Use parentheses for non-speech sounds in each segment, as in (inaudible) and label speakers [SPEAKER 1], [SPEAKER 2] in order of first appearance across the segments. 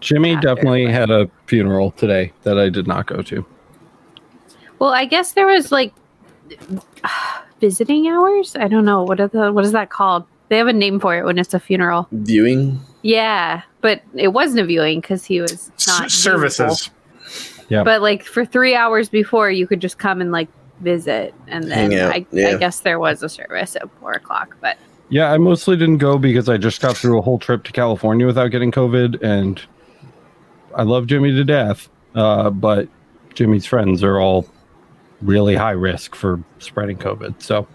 [SPEAKER 1] Jimmy
[SPEAKER 2] after.
[SPEAKER 1] definitely had a funeral today that I did not go to.
[SPEAKER 2] Well, I guess there was like (sighs) visiting hours. I don't know what are the what is that called? They have a name for it when it's a funeral.
[SPEAKER 3] Viewing.
[SPEAKER 2] Yeah, but it wasn't a viewing because he was not
[SPEAKER 4] S-
[SPEAKER 2] viewable.
[SPEAKER 4] services.
[SPEAKER 2] But like for three hours before, you could just come and like visit, and then
[SPEAKER 3] Hang out,
[SPEAKER 2] I, I
[SPEAKER 3] yeah.
[SPEAKER 2] guess there was a service at four o'clock. But
[SPEAKER 1] Yeah, I mostly didn't go because I just got through a whole trip to California without getting COVID, and I love Jimmy to death. Uh, but Jimmy's friends are all really high risk for spreading COVID, so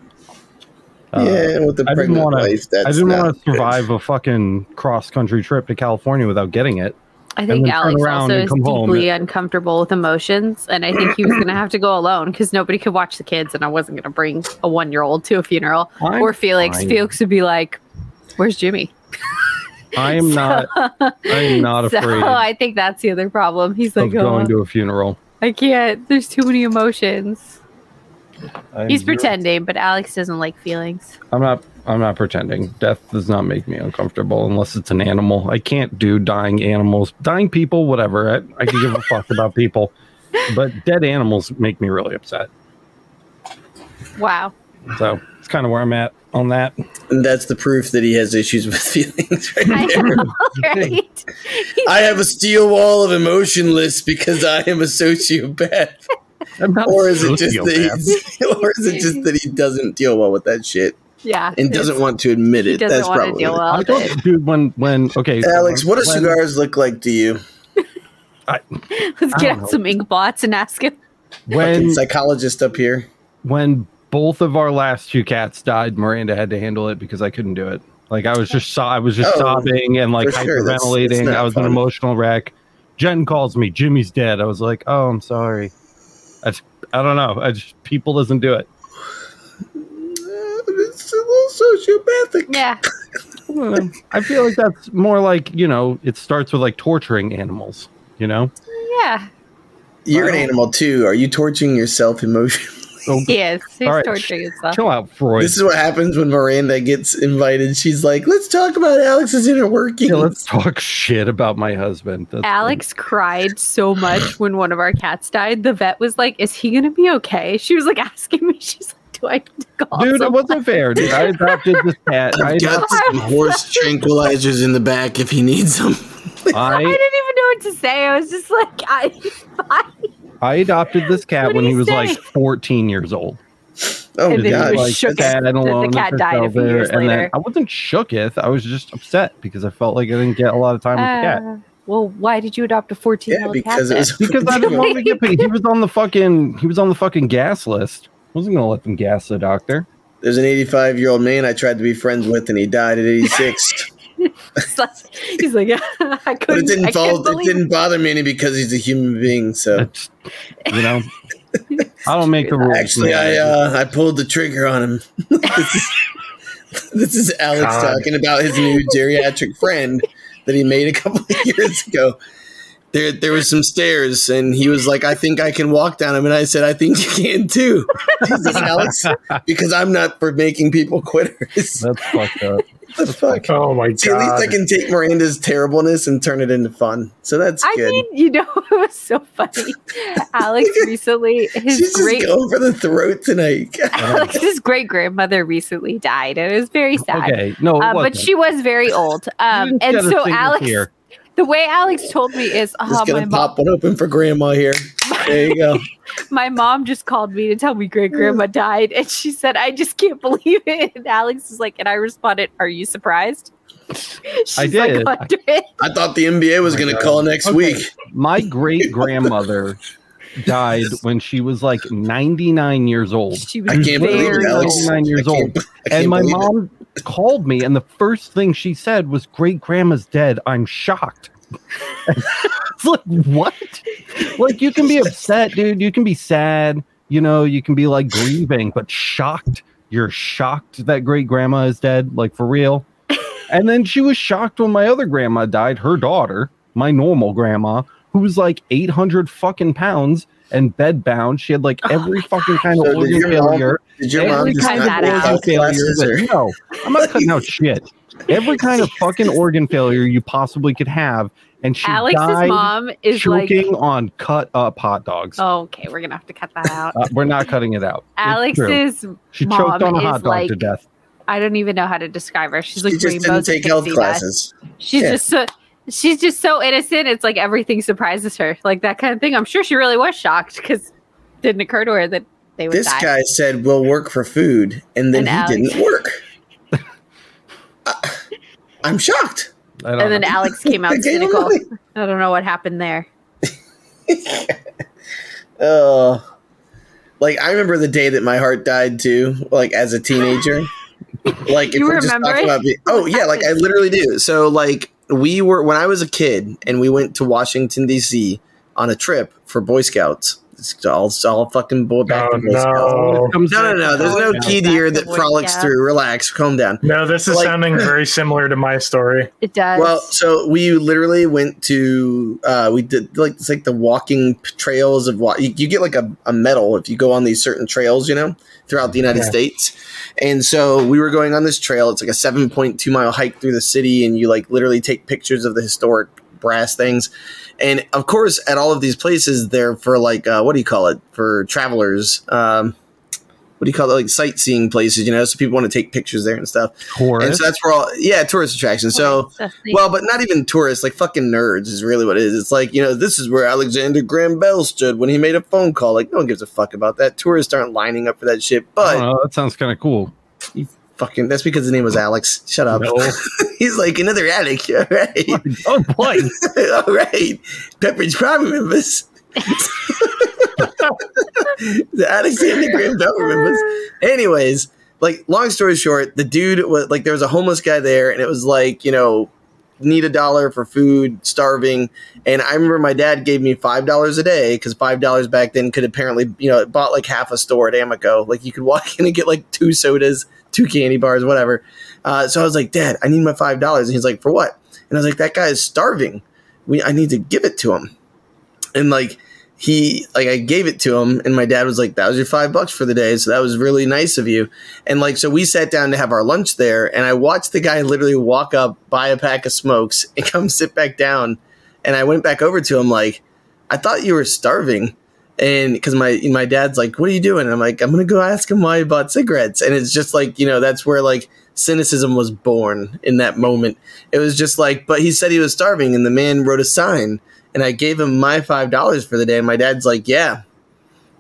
[SPEAKER 1] uh,
[SPEAKER 3] yeah, with the
[SPEAKER 1] I didn't
[SPEAKER 3] pregnant
[SPEAKER 1] wanna-
[SPEAKER 3] life, that's
[SPEAKER 1] I didn't
[SPEAKER 3] not
[SPEAKER 1] want to
[SPEAKER 3] good.
[SPEAKER 1] survive a fucking cross country trip to California without getting it.
[SPEAKER 2] I
[SPEAKER 1] then
[SPEAKER 2] think
[SPEAKER 1] turn
[SPEAKER 2] Alex
[SPEAKER 1] around
[SPEAKER 2] also
[SPEAKER 1] and
[SPEAKER 2] is
[SPEAKER 1] come home.
[SPEAKER 2] deeply uncomfortable with emotions, and I think he was going to have to go alone because nobody could watch the kids, and I wasn't going to bring a one-year-old to a funeral
[SPEAKER 1] I'm
[SPEAKER 2] or Felix.
[SPEAKER 1] fine.
[SPEAKER 2] Felix would be like, "Where's Jimmy?"
[SPEAKER 1] I
[SPEAKER 2] (laughs)
[SPEAKER 1] am not.
[SPEAKER 2] I (laughs)
[SPEAKER 1] am not afraid
[SPEAKER 2] I think that's the other problem. He's
[SPEAKER 1] Of
[SPEAKER 2] like, oh,
[SPEAKER 1] going to a funeral.
[SPEAKER 2] I can't. There's too many emotions.
[SPEAKER 1] I'm
[SPEAKER 2] He's
[SPEAKER 1] zero-
[SPEAKER 2] pretending, but Alex doesn't like feelings.
[SPEAKER 1] I'm not. I'm not pretending. Death does not make me uncomfortable unless it's an animal. I can't do dying animals, dying people, whatever. I, I could give a fuck about people, but dead animals make me really upset.
[SPEAKER 2] Wow.
[SPEAKER 1] (laughs) So it's kind of where I'm at on that.
[SPEAKER 3] And that's the proof that he has issues with (laughs) feelings.
[SPEAKER 2] I
[SPEAKER 3] Right there.
[SPEAKER 2] know, right?
[SPEAKER 3] I have a steel wall of emotionless because I am
[SPEAKER 2] (laughs)
[SPEAKER 3] a sociopath.
[SPEAKER 1] I'm not
[SPEAKER 3] or is it just
[SPEAKER 1] sociopath.
[SPEAKER 3] that he's, (laughs) or is it just that he doesn't deal well with that shit
[SPEAKER 2] (laughs) Yeah.
[SPEAKER 3] and doesn't want to admit
[SPEAKER 2] He
[SPEAKER 3] it?
[SPEAKER 2] doesn't
[SPEAKER 3] That's
[SPEAKER 2] want to
[SPEAKER 3] probably
[SPEAKER 2] deal
[SPEAKER 3] it.
[SPEAKER 2] well
[SPEAKER 1] I
[SPEAKER 2] with it.
[SPEAKER 1] don't, dude. When when okay,
[SPEAKER 3] Alex, what do
[SPEAKER 1] when-
[SPEAKER 3] cigars look like to you?
[SPEAKER 2] (laughs)
[SPEAKER 1] I
[SPEAKER 2] Let's get
[SPEAKER 1] don't know.
[SPEAKER 2] out some ink blots and ask him. (laughs)
[SPEAKER 1] When
[SPEAKER 3] Fucking psychologist up here.
[SPEAKER 1] when both of our last two cats died, Miranda had to handle it because I couldn't do it. Like I was just so- I was just
[SPEAKER 3] Oh,
[SPEAKER 1] sobbing and like
[SPEAKER 3] for sure, that's-
[SPEAKER 1] hyperventilating.
[SPEAKER 3] that's not
[SPEAKER 1] I was an
[SPEAKER 3] fun.
[SPEAKER 1] emotional wreck. Jen calls me, Jimmy's dead. I was like, oh, I'm sorry. I, just, I don't know. I just people doesn't do it.
[SPEAKER 3] It's a little sociopathic.
[SPEAKER 2] Yeah.
[SPEAKER 1] I feel like that's more like you know. It starts with like torturing animals. You know,
[SPEAKER 2] Yeah.
[SPEAKER 3] You're an
[SPEAKER 1] Wow.
[SPEAKER 3] animal too. Are you torturing yourself emotionally?
[SPEAKER 1] so
[SPEAKER 2] He is. He's
[SPEAKER 1] All right,
[SPEAKER 2] torturing himself.
[SPEAKER 1] chill out, Freud.
[SPEAKER 3] This is what happens when Miranda gets invited. She's like, "Let's talk about Alex's inner workings."
[SPEAKER 1] Yeah, let's talk shit about my husband. That's-
[SPEAKER 2] Alex cried so much when one of our cats died. The vet was like, "Is he gonna be okay?" She was like (laughs) asking me. She's like, "Do I need to call?"
[SPEAKER 1] dude, it
[SPEAKER 2] someone?"
[SPEAKER 1] wasn't fair. Dude, I adopted this cat. I,
[SPEAKER 3] I've got some horse tranquilizers in the back if he needs them.
[SPEAKER 2] (laughs) I
[SPEAKER 1] I
[SPEAKER 2] didn't even know what to say. I was just like, "I."
[SPEAKER 1] I adopted this cat
[SPEAKER 2] What
[SPEAKER 1] when
[SPEAKER 2] do
[SPEAKER 1] he
[SPEAKER 2] you
[SPEAKER 1] was like
[SPEAKER 2] say?
[SPEAKER 1] 14 years old.
[SPEAKER 3] Oh
[SPEAKER 2] And then he
[SPEAKER 3] gosh,
[SPEAKER 2] was
[SPEAKER 1] Like,
[SPEAKER 2] shook
[SPEAKER 3] that's-
[SPEAKER 1] sad and alone
[SPEAKER 2] cat
[SPEAKER 1] with
[SPEAKER 2] died a
[SPEAKER 1] herself
[SPEAKER 2] few years
[SPEAKER 1] there, and then
[SPEAKER 2] later.
[SPEAKER 1] I wasn't shooketh. I was just upset because I felt like I didn't get a lot of time with the cat.
[SPEAKER 2] Uh, well, why did you adopt a
[SPEAKER 3] yeah,
[SPEAKER 2] fourteen-year-old cat?
[SPEAKER 3] because it
[SPEAKER 2] then?
[SPEAKER 3] was
[SPEAKER 1] Because I didn't want to get paid. He was on the fucking he was on the fucking gas list. I wasn't gonna let them gas the doctor.
[SPEAKER 3] There's an 85 year old man I tried to be friends with, and he died at 86.
[SPEAKER 2] (laughs) It's like- he's like, (laughs) "I
[SPEAKER 3] but
[SPEAKER 2] couldn't."
[SPEAKER 3] it
[SPEAKER 2] I
[SPEAKER 3] didn't
[SPEAKER 2] couldn't
[SPEAKER 3] fall, It
[SPEAKER 2] believe
[SPEAKER 3] didn't bother me any because he's a human being. So
[SPEAKER 1] That's you
[SPEAKER 2] (laughs)
[SPEAKER 1] know. I don't make the rules.
[SPEAKER 3] actually, I
[SPEAKER 1] man.
[SPEAKER 3] uh, I pulled the trigger on him. (laughs) this, is, this is Alex
[SPEAKER 4] God.
[SPEAKER 3] talking about his new geriatric friend that he made a couple of years ago. There, there was some stairs, and he was like, "I think I can walk down them." And I said, "I think you can too." (laughs) This is Alex, because I'm not for making people
[SPEAKER 4] (laughs)
[SPEAKER 3] quitters.
[SPEAKER 1] that's fucked up.
[SPEAKER 3] the fuck?
[SPEAKER 4] Oh my
[SPEAKER 3] See, at least I
[SPEAKER 4] god.
[SPEAKER 3] can take Miranda's terribleness and turn it into fun. So that's
[SPEAKER 2] I
[SPEAKER 3] good.
[SPEAKER 2] mean, (laughs) you know, it was so
[SPEAKER 3] (laughs)
[SPEAKER 2] funny. Alex recently, his
[SPEAKER 3] She's
[SPEAKER 2] great
[SPEAKER 3] just going for the throat tonight.
[SPEAKER 2] (laughs)
[SPEAKER 3] (laughs)
[SPEAKER 2] Alex's great grandmother recently died, and it was very sad.
[SPEAKER 1] Okay. No, it
[SPEAKER 2] Uh,
[SPEAKER 1] wasn't.
[SPEAKER 2] but she was very old.
[SPEAKER 1] (laughs)
[SPEAKER 2] Um,
[SPEAKER 1] You didn't
[SPEAKER 2] and
[SPEAKER 1] shed a
[SPEAKER 2] so
[SPEAKER 1] single
[SPEAKER 2] Alex,
[SPEAKER 1] tear.
[SPEAKER 2] the way Alex told me is, oh,
[SPEAKER 3] just
[SPEAKER 2] my
[SPEAKER 3] gonna
[SPEAKER 2] mom,
[SPEAKER 3] pop one open for Grandma here. There you go.
[SPEAKER 2] my mom just called me to tell me great grandma died, and she said, I just can't (laughs) believe it. And Alex is like, and I responded, Are you
[SPEAKER 1] (laughs)
[SPEAKER 2] surprised? She's
[SPEAKER 1] did.
[SPEAKER 2] Like, "Under it."
[SPEAKER 3] (laughs) I thought the NBA was
[SPEAKER 1] Oh my
[SPEAKER 3] gonna
[SPEAKER 1] God.
[SPEAKER 3] call next
[SPEAKER 1] Okay.
[SPEAKER 3] week.
[SPEAKER 1] My great grandmother died when she was like 99 years old.
[SPEAKER 2] She was
[SPEAKER 3] I can't believe
[SPEAKER 2] very
[SPEAKER 3] it, Alex.
[SPEAKER 2] old.
[SPEAKER 1] Nine
[SPEAKER 3] I
[SPEAKER 1] years
[SPEAKER 3] can't-
[SPEAKER 1] old.
[SPEAKER 3] I can't
[SPEAKER 1] and my
[SPEAKER 3] believe it.
[SPEAKER 1] mom called me, and the first thing she said was, "Great grandma's dead. I'm shocked." (laughs) it's like what? Like you can be upset, dude. You can be sad. You know, you can be like grieving, but shocked. You're shocked that great grandma is dead, like for real. And then she was shocked when my other grandma died, her daughter, my normal grandma, who was like 800 fucking pounds and bed bound. She had like every fucking kind of
[SPEAKER 3] Oh So did
[SPEAKER 1] organ
[SPEAKER 3] your mom-
[SPEAKER 1] failure.
[SPEAKER 3] Did your
[SPEAKER 1] Every
[SPEAKER 3] mom just
[SPEAKER 2] time
[SPEAKER 3] not
[SPEAKER 2] that
[SPEAKER 3] work
[SPEAKER 2] out.
[SPEAKER 3] out classes or-
[SPEAKER 1] failure. No, I'm not cutting out shit. Every kind of fucking organ failure you possibly could have and she
[SPEAKER 2] Alex's
[SPEAKER 1] died
[SPEAKER 2] mom is
[SPEAKER 1] choking
[SPEAKER 2] like,
[SPEAKER 1] on cut up hot dogs.
[SPEAKER 2] oh, okay, we're gonna have to cut
[SPEAKER 1] (laughs)
[SPEAKER 2] that out.
[SPEAKER 1] Uh, we're not cutting it out. It's true.
[SPEAKER 2] Alex's,
[SPEAKER 1] she
[SPEAKER 2] mom
[SPEAKER 1] choked on a
[SPEAKER 2] is
[SPEAKER 1] hot dog to
[SPEAKER 2] like-
[SPEAKER 1] death.
[SPEAKER 2] I don't even know how to describe her. She's like
[SPEAKER 3] she just didn't
[SPEAKER 2] rainbows and
[SPEAKER 3] take health
[SPEAKER 2] pixie dust.
[SPEAKER 3] classes.
[SPEAKER 2] She's
[SPEAKER 3] Yeah.
[SPEAKER 2] just so she's just so innocent. It's like everything surprises her, like that kind of thing. I'm sure she really was shocked because didn't occur to her that they would
[SPEAKER 3] This
[SPEAKER 2] die.
[SPEAKER 3] guy said we'll work for food, and then
[SPEAKER 2] And Alex-
[SPEAKER 3] he didn't work. I- I'm shocked.
[SPEAKER 1] I don't
[SPEAKER 2] and
[SPEAKER 1] know.
[SPEAKER 2] then Alex
[SPEAKER 3] (laughs)
[SPEAKER 2] came out
[SPEAKER 3] I can't
[SPEAKER 2] cynical.
[SPEAKER 3] believe-
[SPEAKER 2] I don't know what happened there.
[SPEAKER 3] Oh, like I remember the day that my heart died too. Like as a teenager, like if
[SPEAKER 2] You
[SPEAKER 3] we're just
[SPEAKER 2] remember
[SPEAKER 3] talking
[SPEAKER 2] it?
[SPEAKER 3] about
[SPEAKER 2] (laughs)
[SPEAKER 3] me. Oh yeah, like I literally do. So like we were when I was a kid, and we went to Washington D.C. on a trip for Boy Scouts. It's all, it's all fucking boy back to
[SPEAKER 4] Oh,
[SPEAKER 3] Boy Scouts.
[SPEAKER 4] no.
[SPEAKER 1] Comes
[SPEAKER 3] No, no,
[SPEAKER 1] back-
[SPEAKER 3] no. There's
[SPEAKER 2] Oh,
[SPEAKER 3] no
[SPEAKER 2] yeah.
[SPEAKER 3] kid here
[SPEAKER 2] Back to
[SPEAKER 3] that
[SPEAKER 2] Boy
[SPEAKER 3] frolics
[SPEAKER 2] Scouts.
[SPEAKER 3] through. Relax, calm down.
[SPEAKER 4] No, this is
[SPEAKER 3] Like-
[SPEAKER 4] sounding very similar to my story.
[SPEAKER 2] It does.
[SPEAKER 3] Well, so we literally went to uh, we did like it's like the walking p- trails of what you, you get like a, a medal if you go on these certain trails, you know, throughout the United
[SPEAKER 4] Yeah.
[SPEAKER 3] States. And so we were going on this trail. It's like a seven point two mile hike through the city, and you like literally take pictures of the historic brass things. And of course, at all of these places, they're for like uh, what do you call it for travelers? Um, what do you call it? Like sightseeing places, you know. So people want to take pictures there and stuff. And
[SPEAKER 1] Taurus.
[SPEAKER 3] so that's where all yeah tourist attractions. So.
[SPEAKER 2] That's the-
[SPEAKER 3] Well, but not even tourists, like fucking nerds is really what it is. It's like, you know, this is where Alexander Graham Bell stood when he made a phone call. Like, no one gives a fuck about that. Tourists aren't lining up for that shit,
[SPEAKER 1] I
[SPEAKER 3] but
[SPEAKER 1] don't know, that sounds kind of cool.
[SPEAKER 3] fucking, that's because his name was Alex. Shut up.
[SPEAKER 1] No.
[SPEAKER 3] (laughs) He's like, another Alex. (laughs) All right.
[SPEAKER 1] oh
[SPEAKER 3] (laughs)
[SPEAKER 1] boy,
[SPEAKER 3] All right. Pepperidge Prime remembers. (laughs) the Alexander Graham Bell remembers.
[SPEAKER 2] Ah,
[SPEAKER 3] Anyways, like long story short, the dude was like there was a homeless guy there, and it was like you know need a dollar for food, starving. And I remember my dad gave me five dollars a day because five dollars back then could apparently you know it bought like half a store at Amico. Like you could walk (laughs) in and get like two sodas, two candy bars, whatever. Uh, so I was like, Dad, I need my five dollars, and he's like, For what? And I was like, That guy is starving. We I need to give it to him. And like he like I gave it to him and my dad was like, That was your five bucks for the day. So that was really nice of you. And like so we sat down to have our lunch there and I watched the guy literally walk up, buy a pack of smokes, (laughs) and come sit back down. And I went back over to him like, I thought you were starving. And because my my dad's like, What are you doing? And I'm like, I'm gonna go ask him why he bought cigarettes. And it's just like, you know, that's where like cynicism was born in that moment. It was just like, but he said he was starving and the man wrote a sign and I gave him my five dollars for the day. And my dad's like, "Yeah,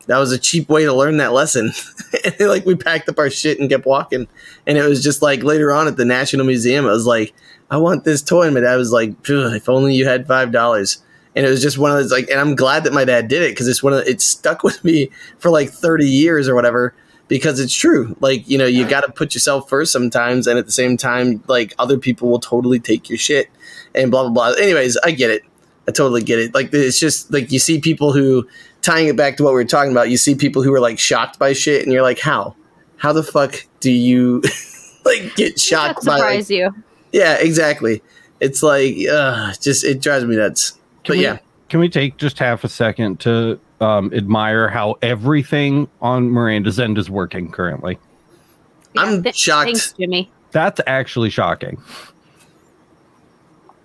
[SPEAKER 3] that was a cheap way to learn that lesson." (laughs) and like we packed up our shit and kept walking. And it was just like later on at the National Museum, I was like, "I want this toy," and my dad was like, "Phew, "If only you had five dollars." And it was just one of those like, and I'm glad that my dad did it because it's one of it stuck (laughs) with me for like 30 years or whatever because it's true. Like you know, you got to put yourself first sometimes, and at the same time, like other people will totally take your shit and blah blah blah. Anyways, I get it. I totally get it. Like it's just like you see people who tying it back to what we were talking about. You see people who are like shocked by shit, and you're like, how? How the fuck do you (laughs) like get
[SPEAKER 2] that
[SPEAKER 3] shocked by? like-
[SPEAKER 2] surprise you.
[SPEAKER 3] yeah, exactly. It's like uh, just it drives me nuts. but
[SPEAKER 1] we-
[SPEAKER 3] yeah,
[SPEAKER 1] Can we take just half a second to um, admire how everything on Miranda's end is working currently?
[SPEAKER 3] I'm
[SPEAKER 2] th-
[SPEAKER 3] shocked.
[SPEAKER 2] Thanks, Jimmy.
[SPEAKER 1] That's actually shocking.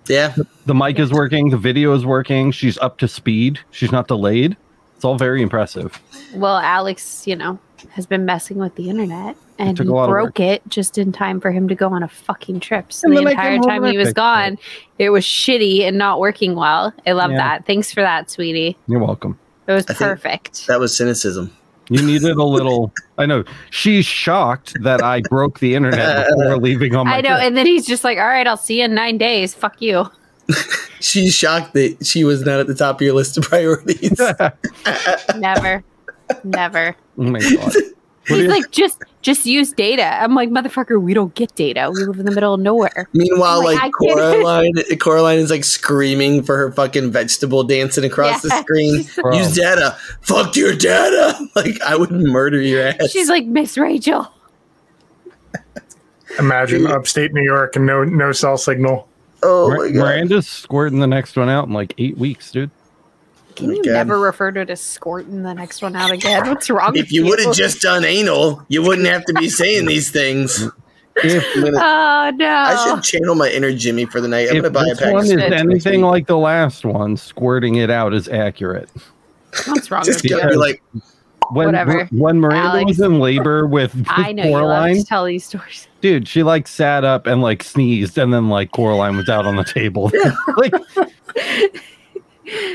[SPEAKER 3] yeah,
[SPEAKER 1] The mic is working, the video is working, she's up to speed, she's not delayed. It's all very impressive.
[SPEAKER 2] Well, Alex, you know, has been messing with the internet and
[SPEAKER 1] took
[SPEAKER 2] he
[SPEAKER 1] a lot of
[SPEAKER 2] broke it just in time for him to go on a fucking trip. So
[SPEAKER 1] And
[SPEAKER 2] the
[SPEAKER 1] then I
[SPEAKER 2] entire
[SPEAKER 1] came home
[SPEAKER 2] time
[SPEAKER 1] and
[SPEAKER 2] he
[SPEAKER 1] I
[SPEAKER 2] was
[SPEAKER 1] fixed
[SPEAKER 2] gone, it was shitty and not working well. I love
[SPEAKER 1] Yeah.
[SPEAKER 2] that. Thanks for that, sweetie.
[SPEAKER 1] You're welcome.
[SPEAKER 2] It was
[SPEAKER 3] I think-
[SPEAKER 2] perfect.
[SPEAKER 3] that was cynicism.
[SPEAKER 1] You needed a
[SPEAKER 3] (laughs)
[SPEAKER 1] little. I know she's shocked that I broke the internet
[SPEAKER 3] (laughs)
[SPEAKER 1] before leaving on my.
[SPEAKER 2] I know.
[SPEAKER 1] trip.
[SPEAKER 2] And then he's just like, all right, I'll see you in nine days. Fuck
[SPEAKER 3] (laughs)
[SPEAKER 2] you.
[SPEAKER 3] She's shocked that she was not at the top of your list of (laughs) priorities.
[SPEAKER 1] (laughs)
[SPEAKER 2] Never. Never.
[SPEAKER 1] oh my god! What
[SPEAKER 2] He's
[SPEAKER 1] is-
[SPEAKER 2] like, just just use data. I'm like, motherfucker, we don't get data. We live in the middle of nowhere.
[SPEAKER 3] Meanwhile,
[SPEAKER 2] Like,
[SPEAKER 3] like,
[SPEAKER 2] I can't-
[SPEAKER 3] Coraline, Coraline is like screaming for her fucking vegetable dancing across the
[SPEAKER 2] Yeah. (laughs)
[SPEAKER 3] screen.
[SPEAKER 1] Bro.
[SPEAKER 3] Use data. Fuck your data. (laughs) Like I would murder your ass.
[SPEAKER 2] She's like, Miss Rachel.
[SPEAKER 4] Imagine upstate New York and no no cell signal.
[SPEAKER 3] (laughs) (laughs) oh
[SPEAKER 1] Mir-
[SPEAKER 3] my god.
[SPEAKER 1] Miranda's squirting the next one out in like eight weeks, dude.
[SPEAKER 2] Can you
[SPEAKER 3] God.
[SPEAKER 2] never refer to it as squirt in the next one out again? What's wrong
[SPEAKER 3] If
[SPEAKER 2] with
[SPEAKER 3] you would have just done anal, you wouldn't have to be saying these things.
[SPEAKER 1] If
[SPEAKER 3] (laughs) I'm gonna-
[SPEAKER 2] Oh no!
[SPEAKER 3] I should channel my inner Jimmy for the night. I'm
[SPEAKER 1] if
[SPEAKER 3] gonna buy a
[SPEAKER 1] this
[SPEAKER 3] pack.
[SPEAKER 1] one
[SPEAKER 3] of
[SPEAKER 1] is
[SPEAKER 3] cigarettes next
[SPEAKER 1] anything
[SPEAKER 3] week.
[SPEAKER 1] like the last one, squirting it out is accurate.
[SPEAKER 2] (laughs) What's wrong
[SPEAKER 3] just
[SPEAKER 2] with you?
[SPEAKER 3] gonna be like,
[SPEAKER 1] When
[SPEAKER 2] Whatever.
[SPEAKER 1] when Miranda
[SPEAKER 2] Alex.
[SPEAKER 1] was in labor with, with
[SPEAKER 2] I know you love
[SPEAKER 1] Coraline,
[SPEAKER 2] to tell these stories.
[SPEAKER 1] dude, she like sat up and like sneezed, and then like Coraline was out on the table. (laughs) like,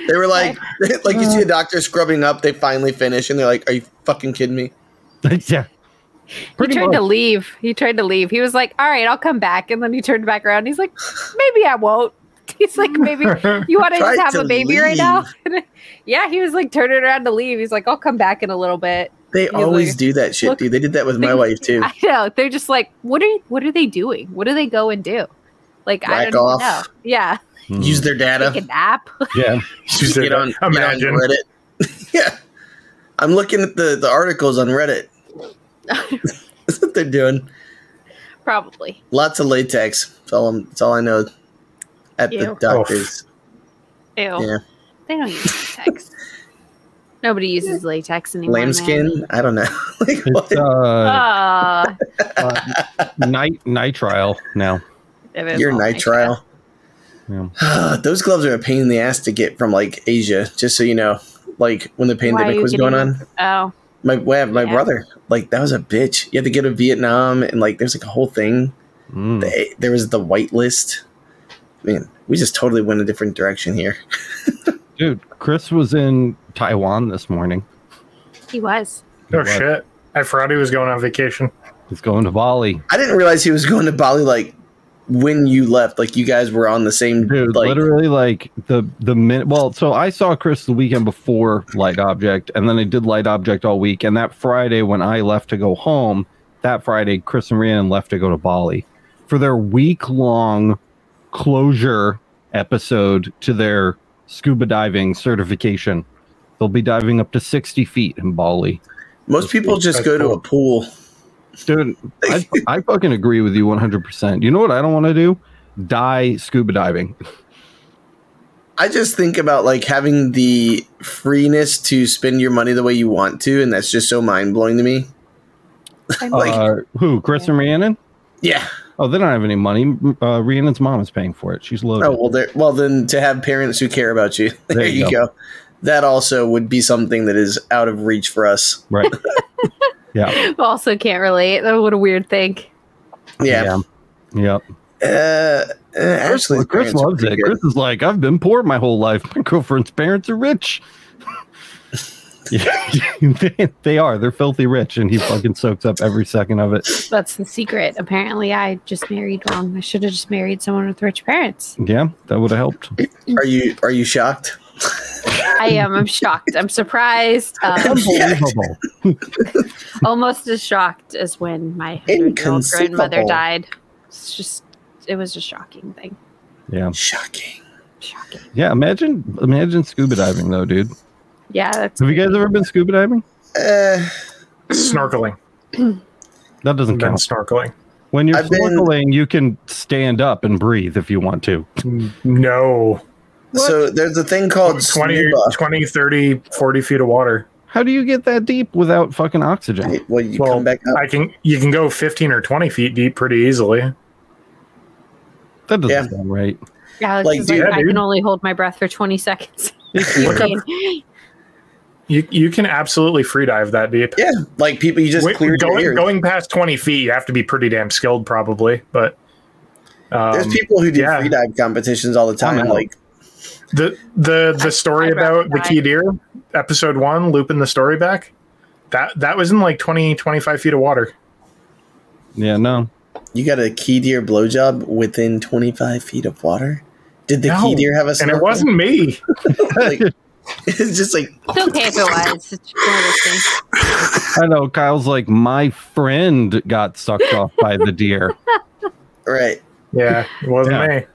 [SPEAKER 3] they
[SPEAKER 2] (laughs)
[SPEAKER 3] were like, (laughs) like you see the doctor scrubbing up. They finally finish, and they're like, "Are you fucking kidding me?"
[SPEAKER 1] yeah.
[SPEAKER 2] he tried to leave. He tried to leave. He was like, "All right, I'll come back." And then he turned back around. He's like, "Maybe I won't." (laughs) He's like, "Maybe you want to
[SPEAKER 3] Tried
[SPEAKER 2] just have a
[SPEAKER 3] to
[SPEAKER 2] baby right now?" (laughs) yeah, he was like turning around to leave. He's like, "I'll come back in a little bit."
[SPEAKER 3] They
[SPEAKER 2] like,
[SPEAKER 3] always do that shit,
[SPEAKER 2] look,
[SPEAKER 3] dude. They did that with my
[SPEAKER 2] things-
[SPEAKER 3] wife too.
[SPEAKER 2] (laughs) I know. They're just like, "What are what are they doing? What do they go and do?" Like I
[SPEAKER 3] Whack
[SPEAKER 2] don't
[SPEAKER 3] off.
[SPEAKER 2] even know.
[SPEAKER 3] (laughs)
[SPEAKER 2] Yeah,
[SPEAKER 1] Mm,
[SPEAKER 3] Use their data.
[SPEAKER 2] take a nap. (laughs)
[SPEAKER 1] (laughs) yeah.
[SPEAKER 4] She said
[SPEAKER 3] get on,
[SPEAKER 4] that.
[SPEAKER 3] get on
[SPEAKER 4] Imagine.
[SPEAKER 3] Reddit. (laughs) yeah. I'm looking at the, the articles on
[SPEAKER 2] (laughs)
[SPEAKER 3] Reddit. That's what they're doing.
[SPEAKER 2] Probably.
[SPEAKER 3] Lots of latex. That's all, I'm, that's all I know at the
[SPEAKER 2] Ew.
[SPEAKER 3] doctors.
[SPEAKER 2] Ew.
[SPEAKER 3] Yeah.
[SPEAKER 2] They don't use latex. Nobody uses latex anymore. man.
[SPEAKER 3] Lambskin? I don't know. (laughs) like,
[SPEAKER 1] It's
[SPEAKER 3] what?
[SPEAKER 1] uh,
[SPEAKER 2] Ah,
[SPEAKER 1] uh, night nitrile now.
[SPEAKER 3] (laughs)
[SPEAKER 2] it is
[SPEAKER 3] Your
[SPEAKER 2] all
[SPEAKER 3] nitrile.
[SPEAKER 1] Yeah.
[SPEAKER 3] (sighs) Those gloves are a pain in the ass to get from like Asia, just so you know. Like when the
[SPEAKER 2] are
[SPEAKER 3] pandemic
[SPEAKER 2] you
[SPEAKER 3] was going
[SPEAKER 2] getting-
[SPEAKER 3] on,
[SPEAKER 2] Oh,
[SPEAKER 3] my well, my
[SPEAKER 2] Yeah.
[SPEAKER 3] brother, like that was a bitch. You had to go to Vietnam, and like there's like a whole thing.
[SPEAKER 1] Mm.
[SPEAKER 3] they, there was the white list. Man, we just totally went a different direction here.
[SPEAKER 1] Dude, Chris was in Taiwan this morning.
[SPEAKER 2] he was.
[SPEAKER 4] Oh shit! I forgot he was going
[SPEAKER 3] (laughs)
[SPEAKER 4] on vacation.
[SPEAKER 1] He's going to Bali.
[SPEAKER 3] I didn't realize he was going to Bali like when you left. Like you guys were on the same
[SPEAKER 1] Dude,
[SPEAKER 3] like
[SPEAKER 1] literally like the the minute well, so I saw Chris the weekend before Light Object and then I did Light Object all week and that Friday when I left to go home, that Friday Chris and Rhiannon left to go to Bali for their week long closure episode to their scuba diving certification. They'll be diving up to 60 feet in Bali.
[SPEAKER 3] most people just
[SPEAKER 4] That's
[SPEAKER 3] go to
[SPEAKER 4] cool.
[SPEAKER 3] a pool.
[SPEAKER 1] Dude,
[SPEAKER 3] (laughs)
[SPEAKER 1] I, I fucking agree with you 100%. You know what I don't want to do? Die scuba diving.
[SPEAKER 3] I just think about like having the freeness to spend your money the way you want to, and that's just so mind blowing to me. (laughs) Like-
[SPEAKER 1] uh, who? Chris and Rhiannon?
[SPEAKER 3] Yeah.
[SPEAKER 1] Oh, they don't have any money. Uh, Rhiannon's mom is paying for it. She's loaded.
[SPEAKER 3] Oh well, there. Well, then to have parents who care about you, (laughs) there, you go. That also would be something that is out of reach for us.
[SPEAKER 1] Right. yeah.
[SPEAKER 2] also can't relate. Oh, what a weird thing.
[SPEAKER 3] (laughs) Yeah.
[SPEAKER 1] Yeah. Yep.
[SPEAKER 3] Uh, uh,
[SPEAKER 1] Chris,
[SPEAKER 3] Ashley's
[SPEAKER 1] Chris
[SPEAKER 3] parents are
[SPEAKER 1] loves
[SPEAKER 3] pretty
[SPEAKER 1] it.
[SPEAKER 3] good.
[SPEAKER 1] Chris is like, I've been poor my whole life. My (laughs) girlfriend's parents are rich. Yeah, they, (laughs) they are. They're filthy rich, and he fucking soaks up every second of it.
[SPEAKER 2] That's the secret. Apparently, I just married wrong. I should have just married someone with rich parents.
[SPEAKER 1] Yeah, that would have
[SPEAKER 3] (laughs)
[SPEAKER 1] helped.
[SPEAKER 3] Are you are you shocked?
[SPEAKER 2] I am. I'm shocked. I'm surprised.
[SPEAKER 1] (laughs)
[SPEAKER 2] Um,
[SPEAKER 1] Unbelievable.
[SPEAKER 2] almost as shocked as when my 100-year-old grandmother
[SPEAKER 3] Inconceivable.
[SPEAKER 2] died. It's just, it was a shocking thing.
[SPEAKER 1] Yeah.
[SPEAKER 3] Shocking.
[SPEAKER 2] Shocking.
[SPEAKER 1] Yeah, imagine imagine scuba diving though, dude.
[SPEAKER 2] Yeah, that's.
[SPEAKER 1] Have you guys ever been scuba diving?
[SPEAKER 3] Uh,
[SPEAKER 4] Snorkeling.
[SPEAKER 1] That doesn't
[SPEAKER 4] Been
[SPEAKER 1] count.
[SPEAKER 4] snorkeling.
[SPEAKER 1] When you're
[SPEAKER 3] I've been-
[SPEAKER 1] snorkeling, you can stand up and breathe if you want to.
[SPEAKER 4] No.
[SPEAKER 3] so there's a thing called
[SPEAKER 4] 20,
[SPEAKER 3] scuba.
[SPEAKER 4] 20, 30, 40 feet of water.
[SPEAKER 1] How do you get that deep without fucking oxygen?
[SPEAKER 3] Well, you
[SPEAKER 4] Well,
[SPEAKER 3] come back up.
[SPEAKER 4] I can you can go fifteen or twenty feet deep pretty easily.
[SPEAKER 1] That doesn't
[SPEAKER 3] Yeah.
[SPEAKER 1] sound right.
[SPEAKER 2] Alex
[SPEAKER 3] Like,
[SPEAKER 2] is
[SPEAKER 3] dude-
[SPEAKER 2] like,
[SPEAKER 4] Yeah,
[SPEAKER 2] I can
[SPEAKER 4] dude.
[SPEAKER 2] only hold my breath for 20 seconds. (laughs)
[SPEAKER 4] Look up- you you can absolutely free dive that deep.
[SPEAKER 3] yeah, like people, you just
[SPEAKER 4] Wait,
[SPEAKER 3] clear your
[SPEAKER 4] going
[SPEAKER 3] ears.
[SPEAKER 4] going past twenty feet, you have to be pretty damn skilled, probably. But um,
[SPEAKER 3] There's people who do
[SPEAKER 4] yeah.
[SPEAKER 3] free dive competitions all the time.
[SPEAKER 1] out.
[SPEAKER 3] Like,
[SPEAKER 4] the the the story
[SPEAKER 2] I'd rather
[SPEAKER 4] about the
[SPEAKER 2] die.
[SPEAKER 4] key deer, episode one, looping the story back. That that was in like 20, 25 feet of water.
[SPEAKER 1] Yeah, no.
[SPEAKER 3] you got a key deer blowjob within 25 feet of water. Did the key
[SPEAKER 4] No,
[SPEAKER 3] deer have a?
[SPEAKER 4] And
[SPEAKER 3] snorkel?
[SPEAKER 4] it wasn't me.
[SPEAKER 3] Like, (laughs) it's just like
[SPEAKER 2] It's okay if it was. It's one of those
[SPEAKER 1] Hmm.
[SPEAKER 2] things.
[SPEAKER 1] I know. Kyle's like, my friend got sucked off by the
[SPEAKER 3] (laughs)
[SPEAKER 1] deer.
[SPEAKER 3] right.
[SPEAKER 4] Yeah, it wasn't
[SPEAKER 1] Yeah.
[SPEAKER 4] me.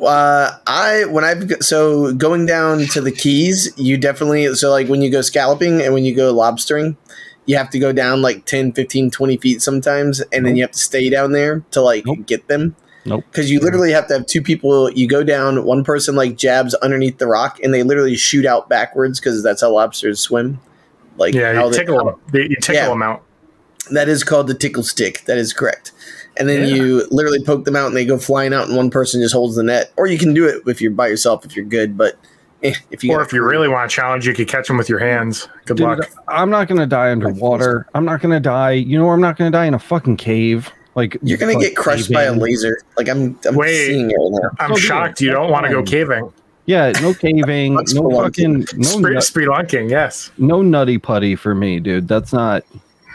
[SPEAKER 3] Uh, I when I have so going down to the keys, you definitely so like when you go scalloping and when you go lobstering, you have to go down like 10, 15, 20 feet sometimes, and then you have to stay down there to like
[SPEAKER 1] Nope.
[SPEAKER 3] get them.
[SPEAKER 1] Nope.
[SPEAKER 3] Because you literally have to have two people. You go down, one person like jabs underneath the rock, and they literally shoot out backwards because that's how lobsters swim. Like
[SPEAKER 4] Yeah,
[SPEAKER 3] how
[SPEAKER 4] you
[SPEAKER 3] they-
[SPEAKER 4] tickle them. You tickle
[SPEAKER 3] Yeah.
[SPEAKER 4] them out.
[SPEAKER 3] That is called the tickle stick. That is correct. And then
[SPEAKER 4] Yeah.
[SPEAKER 3] you literally poke them out and they go flying out, and one person just holds the net. Or you can do it if you're by yourself, if you're good. But eh, if you
[SPEAKER 4] Or if you really want to challenge, you could catch them with your hands. Good
[SPEAKER 1] Dude,
[SPEAKER 4] luck.
[SPEAKER 1] I'm not gonna die underwater. I'm not gonna die. You know where I'm not gonna die in a fucking cave. Like
[SPEAKER 3] you're gonna
[SPEAKER 1] like
[SPEAKER 3] get crushed by a
[SPEAKER 1] caving.
[SPEAKER 3] laser. Like I'm, I'm
[SPEAKER 4] Wait.
[SPEAKER 3] seeing it right now.
[SPEAKER 4] I'm
[SPEAKER 1] Oh, dude,
[SPEAKER 4] shocked you don't want to go caving.
[SPEAKER 1] Yeah, no
[SPEAKER 3] (laughs)
[SPEAKER 1] caving,
[SPEAKER 3] Fuck
[SPEAKER 1] no fucking,
[SPEAKER 3] spelunking.
[SPEAKER 1] no,
[SPEAKER 4] Sri,
[SPEAKER 1] nut-
[SPEAKER 4] Sri Lanking, yes.
[SPEAKER 1] no nutty putty for me, dude. That's not.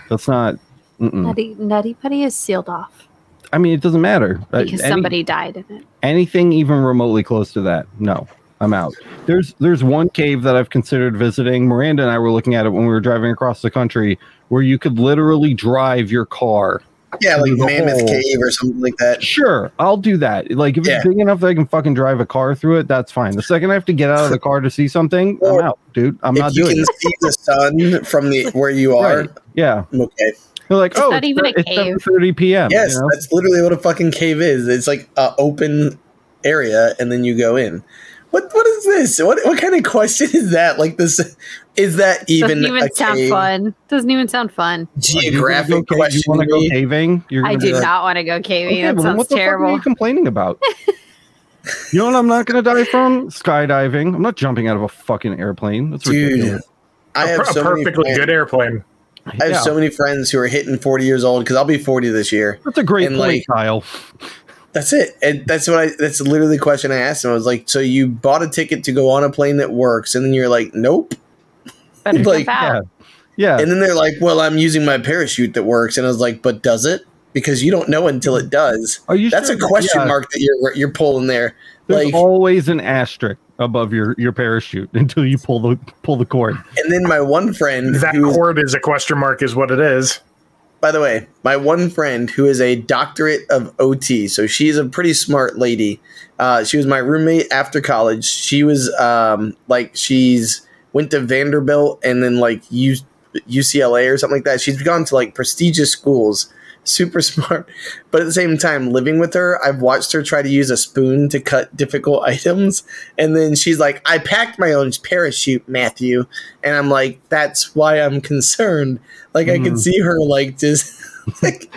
[SPEAKER 1] That's not. Mm-mm.
[SPEAKER 2] Nutty, Nutty Putty is sealed off
[SPEAKER 1] I mean, it doesn't matter. Uh,
[SPEAKER 2] because
[SPEAKER 1] any-
[SPEAKER 2] somebody died in it.
[SPEAKER 1] anything even remotely close to that no i'm out there's there's one cave that i've considered visiting miranda and i were looking at it when we were driving across the country where you could literally drive your car
[SPEAKER 3] Yeah, like
[SPEAKER 1] Through the
[SPEAKER 3] Mammoth
[SPEAKER 1] hole.
[SPEAKER 3] Cave or something like that.
[SPEAKER 1] sure i'll do that like if it's
[SPEAKER 3] Yeah.
[SPEAKER 1] big enough that i can fucking drive a car through it that's fine the second i have to get out of the car to see something i'm
[SPEAKER 3] Or
[SPEAKER 1] out dude i'm not
[SPEAKER 3] if you
[SPEAKER 1] doing
[SPEAKER 3] can
[SPEAKER 1] it
[SPEAKER 3] see the sun from the where you
[SPEAKER 1] (laughs)
[SPEAKER 3] are,
[SPEAKER 1] Right. yeah
[SPEAKER 3] I'm okay.
[SPEAKER 1] they're like
[SPEAKER 2] It's
[SPEAKER 1] oh
[SPEAKER 2] not
[SPEAKER 1] it's,
[SPEAKER 2] even a
[SPEAKER 1] it's
[SPEAKER 2] cave.
[SPEAKER 1] 7:30 p.m you
[SPEAKER 3] Yes,
[SPEAKER 1] know?
[SPEAKER 3] that's literally what a fucking cave is. It's like a open area, and then you go in. What what is this? What what kind of question is that? Like this, is that even
[SPEAKER 2] Doesn't even
[SPEAKER 3] a
[SPEAKER 2] sound
[SPEAKER 3] cave?
[SPEAKER 2] fun. Doesn't even sound fun.
[SPEAKER 1] Like, you wanna
[SPEAKER 3] Geographic
[SPEAKER 1] go ca-
[SPEAKER 3] question.
[SPEAKER 1] you want to go
[SPEAKER 3] to me?
[SPEAKER 1] caving you're
[SPEAKER 2] I
[SPEAKER 1] gonna
[SPEAKER 2] do
[SPEAKER 1] be like,
[SPEAKER 2] not want to go caving.
[SPEAKER 1] well,
[SPEAKER 2] that
[SPEAKER 1] then
[SPEAKER 2] sounds
[SPEAKER 1] what the fuck are
[SPEAKER 2] terrible.
[SPEAKER 1] you complaining
[SPEAKER 2] (laughs)
[SPEAKER 1] about? you know what I'm not going to die from? Skydiving. I'm not jumping out of a fucking airplane. That's
[SPEAKER 3] Dude,
[SPEAKER 1] ridiculous.
[SPEAKER 3] I
[SPEAKER 4] A
[SPEAKER 3] have
[SPEAKER 4] per- a
[SPEAKER 3] so many
[SPEAKER 4] perfectly
[SPEAKER 3] friends-
[SPEAKER 4] good airplane.
[SPEAKER 3] I have
[SPEAKER 1] Yeah.
[SPEAKER 3] so many friends who are hitting 40 years old because I'll be 40 this year.
[SPEAKER 1] That's a great
[SPEAKER 3] and,
[SPEAKER 1] point,
[SPEAKER 3] like-
[SPEAKER 1] Kyle.
[SPEAKER 3] That's it. And that's what I, that's literally the question I asked him. I was like, so you bought a ticket to go on a plane that works. And then you're like, nope.
[SPEAKER 2] Better jump
[SPEAKER 3] Like,
[SPEAKER 1] Yeah.
[SPEAKER 2] out.
[SPEAKER 1] Yeah.
[SPEAKER 3] And then they're like, well, I'm using my parachute that works. And I was like, but does it? Because you don't know until it does.
[SPEAKER 1] Are you
[SPEAKER 3] That's
[SPEAKER 1] sure
[SPEAKER 3] a
[SPEAKER 1] that-
[SPEAKER 3] question
[SPEAKER 1] yeah,
[SPEAKER 3] mark that you're, you're pulling there.
[SPEAKER 1] There's
[SPEAKER 3] like-
[SPEAKER 1] always an asterisk above your, your parachute (laughs) until you pull the pull the cord.
[SPEAKER 3] And then my one friend
[SPEAKER 4] That
[SPEAKER 3] who-
[SPEAKER 4] cord is a question mark, is what it is.
[SPEAKER 3] by the way, my one friend who is a doctorate of OT, so she's a pretty smart lady. Uh, she was my roommate after college. She was um, like she's went to Vanderbilt and then like U- UCLA or something like that. She's gone to like prestigious schools. Super (laughs) smart, but at the same time, living with her, I've watched her try to use a spoon to cut difficult (laughs) items, and then she's like, "I packed my own parachute, Matthew," and I'm like, "That's why I'm concerned." Like I
[SPEAKER 1] Mhm.
[SPEAKER 3] can see her like just (laughs) like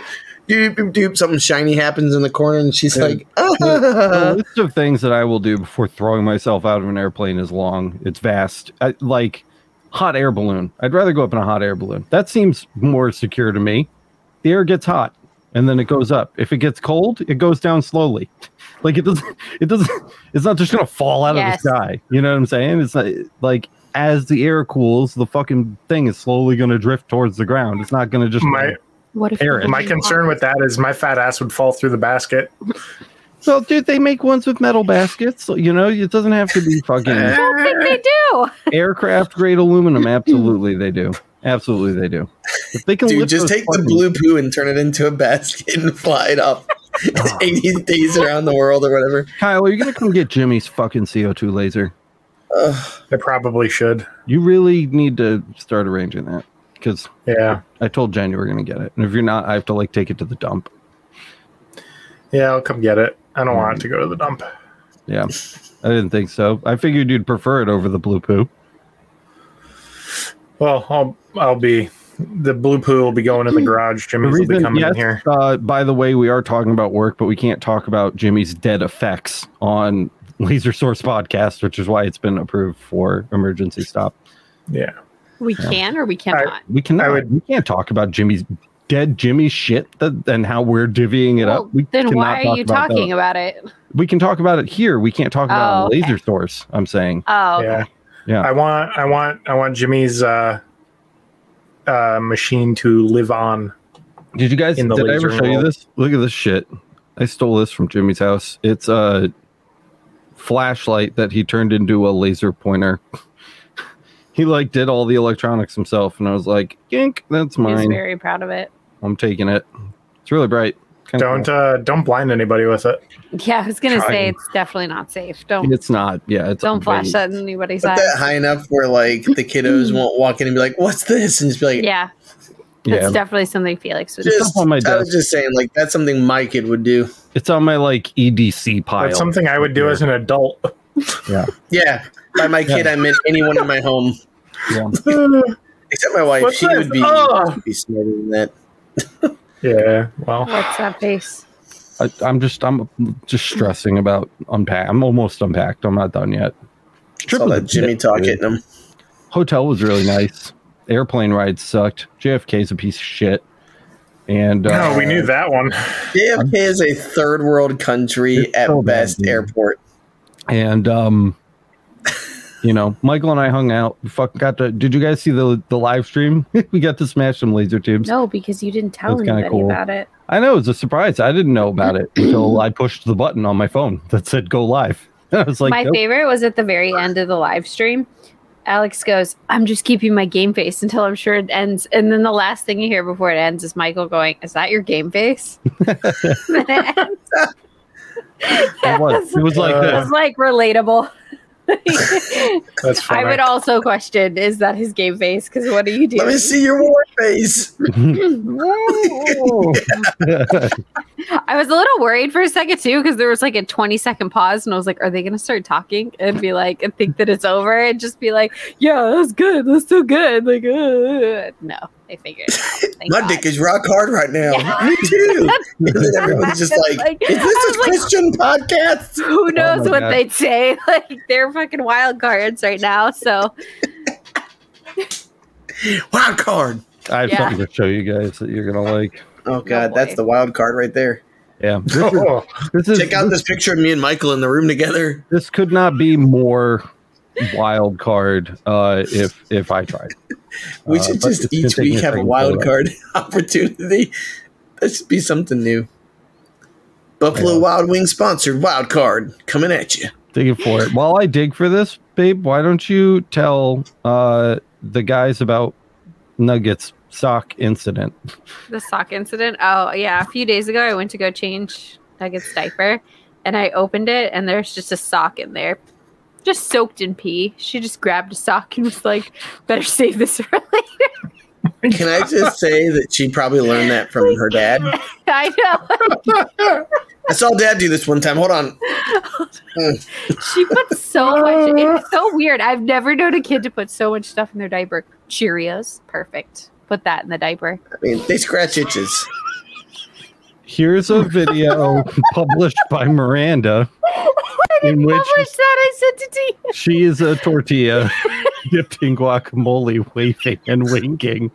[SPEAKER 3] doop doop doop something shiny happens in the corner and she's
[SPEAKER 1] Yeah.
[SPEAKER 3] like "Ah, Uh,
[SPEAKER 1] the list of things that I will do before throwing myself out of an airplane is long. It's vast. I, like hot air balloon. I'd rather go up in a hot air balloon. That seems more secure to me. The air gets hot and then it goes up. If it gets cold, it goes down slowly. (laughs) Like it doesn't (laughs) it doesn't it's not just gonna fall out
[SPEAKER 2] Yes.
[SPEAKER 1] of the sky. You know what I'm saying? It's not, like as the air cools, the fucking thing is slowly gonna drift towards the ground. It's not gonna just
[SPEAKER 4] My
[SPEAKER 2] What if
[SPEAKER 1] Aaron,
[SPEAKER 2] you
[SPEAKER 4] my
[SPEAKER 2] walk?
[SPEAKER 4] concern with that is my fat ass would fall through the basket.
[SPEAKER 1] So dude, they make ones with metal baskets. You know, it doesn't have to be fucking
[SPEAKER 2] I don't think they do.
[SPEAKER 1] aircraft grade aluminum. Absolutely, they do. Absolutely, they do. If they can
[SPEAKER 3] dude
[SPEAKER 1] lift
[SPEAKER 3] just
[SPEAKER 1] those
[SPEAKER 3] take the
[SPEAKER 1] fucking-
[SPEAKER 3] blue poo and turn it into a basket and (laughs) fly it up (laughs) 80 days around the world or whatever
[SPEAKER 1] Kyle, are you gonna come get Jimmy's fucking CO two laser?
[SPEAKER 3] Ugh.
[SPEAKER 4] I probably should.
[SPEAKER 1] You really need to start arranging that because
[SPEAKER 4] Yeah.
[SPEAKER 1] I told Jen you were gonna get it, and if you're not, I have to like take it to the dump.
[SPEAKER 4] Yeah, I'll come get it. I don't
[SPEAKER 1] Mm-hmm.
[SPEAKER 4] want it to go to the dump.
[SPEAKER 1] Yeah, I didn't think so. I figured you'd prefer it over the blue poo.
[SPEAKER 4] Well, I'll I'll be the blue poo will be going in the garage.
[SPEAKER 1] The
[SPEAKER 4] Jimmy's will be
[SPEAKER 1] reason,
[SPEAKER 4] coming
[SPEAKER 1] yes,
[SPEAKER 4] in here.
[SPEAKER 1] uh, by the way, we are talking about work, but we can't talk about Jimmy's dead effects on Laser Source podcast, which is why it's been approved for emergency stop.
[SPEAKER 4] Yeah.
[SPEAKER 2] We
[SPEAKER 1] Yeah.
[SPEAKER 2] can or we cannot.
[SPEAKER 1] We cannot.
[SPEAKER 4] I would-
[SPEAKER 1] we can't talk about Jimmy's dead Jimmy's shit that, and how we're divvying it
[SPEAKER 2] Well,
[SPEAKER 1] up. We
[SPEAKER 2] then
[SPEAKER 1] cannot
[SPEAKER 2] why are
[SPEAKER 1] talk
[SPEAKER 2] you
[SPEAKER 1] about that.
[SPEAKER 2] talking about it?
[SPEAKER 1] We can talk about it here. We can't talk about it on
[SPEAKER 2] Oh, okay.
[SPEAKER 1] laser source. I'm saying.
[SPEAKER 2] Oh, okay.
[SPEAKER 4] Yeah.
[SPEAKER 1] Yeah.
[SPEAKER 4] I want I want I want Jimmy's uh uh machine to live on.
[SPEAKER 1] Did you guys?
[SPEAKER 4] In the
[SPEAKER 1] Did I ever
[SPEAKER 4] laser
[SPEAKER 1] show you
[SPEAKER 4] world.
[SPEAKER 1] this? Look at this shit. I stole this from Jimmy's house. It's a flashlight that he turned into a laser pointer. (laughs) he like did all the electronics himself, and I was like, "Yink, that's
[SPEAKER 2] He's
[SPEAKER 1] mine.
[SPEAKER 2] very proud of it.
[SPEAKER 1] I'm taking it. It's really bright. Kinda
[SPEAKER 4] Don't uh don't blind anybody with it.
[SPEAKER 2] Yeah, I was gonna say
[SPEAKER 1] Trying.
[SPEAKER 2] it's definitely not safe.
[SPEAKER 1] cool.
[SPEAKER 2] Don't
[SPEAKER 1] It's not. Yeah, it's
[SPEAKER 2] don't flash
[SPEAKER 1] way-
[SPEAKER 2] that in anybody's
[SPEAKER 3] put
[SPEAKER 2] eyes.
[SPEAKER 3] that high enough where like the kiddos
[SPEAKER 1] Hmm.
[SPEAKER 3] won't walk in and be like what's this and just be like
[SPEAKER 2] Yeah, that's
[SPEAKER 1] Yeah,
[SPEAKER 2] definitely something Felix would. do.
[SPEAKER 3] just,
[SPEAKER 1] up on my
[SPEAKER 3] I was
[SPEAKER 1] desk.
[SPEAKER 3] just saying, like that's something my kid would do.
[SPEAKER 1] It's on my like EDC pile.
[SPEAKER 4] That's something I would do as an adult. (laughs)
[SPEAKER 3] Yeah, by my kid, I meant anyone in my home,
[SPEAKER 1] Yeah.
[SPEAKER 4] What's
[SPEAKER 3] except my wife. she
[SPEAKER 4] this?
[SPEAKER 3] would be,
[SPEAKER 4] Oh.
[SPEAKER 1] Ah.
[SPEAKER 3] be smarter than that.
[SPEAKER 4] Yeah. Well,
[SPEAKER 2] What's that face?
[SPEAKER 1] I, I'm just I'm just stressing about unpack. I'm almost unpacked. I'm not done yet.
[SPEAKER 3] It's all
[SPEAKER 1] was a
[SPEAKER 3] that Jimmy
[SPEAKER 1] dick,
[SPEAKER 3] talk
[SPEAKER 1] dude.
[SPEAKER 3] hitting him.
[SPEAKER 1] Hotel was really nice. Airplane ride sucked. JFK's a piece of shit. And uh,
[SPEAKER 4] no, we knew that one.
[SPEAKER 3] JFK is a third world country
[SPEAKER 1] It's
[SPEAKER 3] at
[SPEAKER 1] so bad,
[SPEAKER 3] best
[SPEAKER 1] dude.
[SPEAKER 3] airport.
[SPEAKER 1] and um (laughs) you know michael and i hung out we fucking got to did you guys see the the live stream (laughs) we got to smash some laser tubes
[SPEAKER 2] No, because you didn't tell
[SPEAKER 1] That's kinda
[SPEAKER 2] anybody
[SPEAKER 1] cool.
[SPEAKER 2] about it.
[SPEAKER 1] i know it was a surprise i didn't know about it until i pushed the button on my phone that said go live (laughs) i was like
[SPEAKER 2] my
[SPEAKER 1] nope.
[SPEAKER 2] favorite was at the very end of the live stream. Alex goes, I'm just keeping my game face until I'm sure it ends. And then the last thing you hear before it ends is Michael going, Is that your game
[SPEAKER 3] (laughs)
[SPEAKER 2] face? (laughs) it
[SPEAKER 1] it was, it was like
[SPEAKER 4] Uh,
[SPEAKER 1] this
[SPEAKER 2] was like
[SPEAKER 3] (laughs)
[SPEAKER 2] relatable.
[SPEAKER 4] That's
[SPEAKER 2] I
[SPEAKER 4] funny.
[SPEAKER 2] would also question, Is that his game face? Because what do you do?
[SPEAKER 3] Let me see your war face.
[SPEAKER 1] (laughs)
[SPEAKER 2] I was a little worried for a second too because there was like a 20 second pause, and I was like, "Are they going to start talking and be like, and think that it's over, and just be like, yeah, that's good, that's so good.' Like, uh. no, they figured it out. Thank
[SPEAKER 3] My
[SPEAKER 2] God.
[SPEAKER 3] dick is rock hard right now.
[SPEAKER 2] Yeah.
[SPEAKER 3] Me
[SPEAKER 2] (laughs)
[SPEAKER 3] too. And then everyone's just like,
[SPEAKER 2] Like,
[SPEAKER 3] is
[SPEAKER 2] I
[SPEAKER 3] this
[SPEAKER 2] was
[SPEAKER 3] a
[SPEAKER 2] like-
[SPEAKER 3] Christian podcast?
[SPEAKER 2] Who knows
[SPEAKER 1] Oh my
[SPEAKER 2] what
[SPEAKER 1] God.
[SPEAKER 2] they'd say? (laughs) Like, they're fucking wild cards right now. So
[SPEAKER 3] Wild card.
[SPEAKER 1] i have
[SPEAKER 2] Yeah.
[SPEAKER 1] something to show you guys that you're gonna like
[SPEAKER 3] Oh god,
[SPEAKER 2] boy.
[SPEAKER 3] that's the wild card right there.
[SPEAKER 1] yeah this is,
[SPEAKER 4] Oh,
[SPEAKER 1] this, is
[SPEAKER 3] (laughs) Check out this picture of me and Michael in the room together.
[SPEAKER 1] this could not be more wild card uh if if i tried
[SPEAKER 3] We
[SPEAKER 1] Uh,
[SPEAKER 3] should
[SPEAKER 1] but
[SPEAKER 3] just
[SPEAKER 1] it's gonna
[SPEAKER 3] each
[SPEAKER 1] take me
[SPEAKER 3] week have
[SPEAKER 1] second
[SPEAKER 3] a
[SPEAKER 1] to uh,
[SPEAKER 3] wild
[SPEAKER 1] load up.
[SPEAKER 3] card (laughs) opportunity. That should be something new. Buffalo
[SPEAKER 1] Yeah.
[SPEAKER 3] Wild Wings sponsored wild card coming at you.
[SPEAKER 1] digging for it. While I dig for this, babe, why don't you tell uh, the guys about Nuggets sock incident?
[SPEAKER 2] the sock incident. Oh yeah, a few days ago I went to go change Nugget's diaper, and I opened it, and there's just a sock in there, just soaked in pee. She just grabbed a sock and was like, "Better save this for (laughs) later."
[SPEAKER 3] Can I just say that she probably learned that from her dad?
[SPEAKER 2] I know
[SPEAKER 3] I saw dad do this one time. Hold on.
[SPEAKER 2] she
[SPEAKER 1] (laughs)
[SPEAKER 2] put so much. It's so weird. I've never known a kid to put so much stuff in their diaper. Cheerios, perfect. Put that in the diaper.
[SPEAKER 3] I mean, they scratch itches.
[SPEAKER 1] Here's
[SPEAKER 3] (laughs)
[SPEAKER 1] a video published by
[SPEAKER 2] (laughs)
[SPEAKER 1] Miranda in which
[SPEAKER 2] Publish that. I sent it to you.
[SPEAKER 1] she is a tortilla (laughs) dipped in guacamole, waving and winking.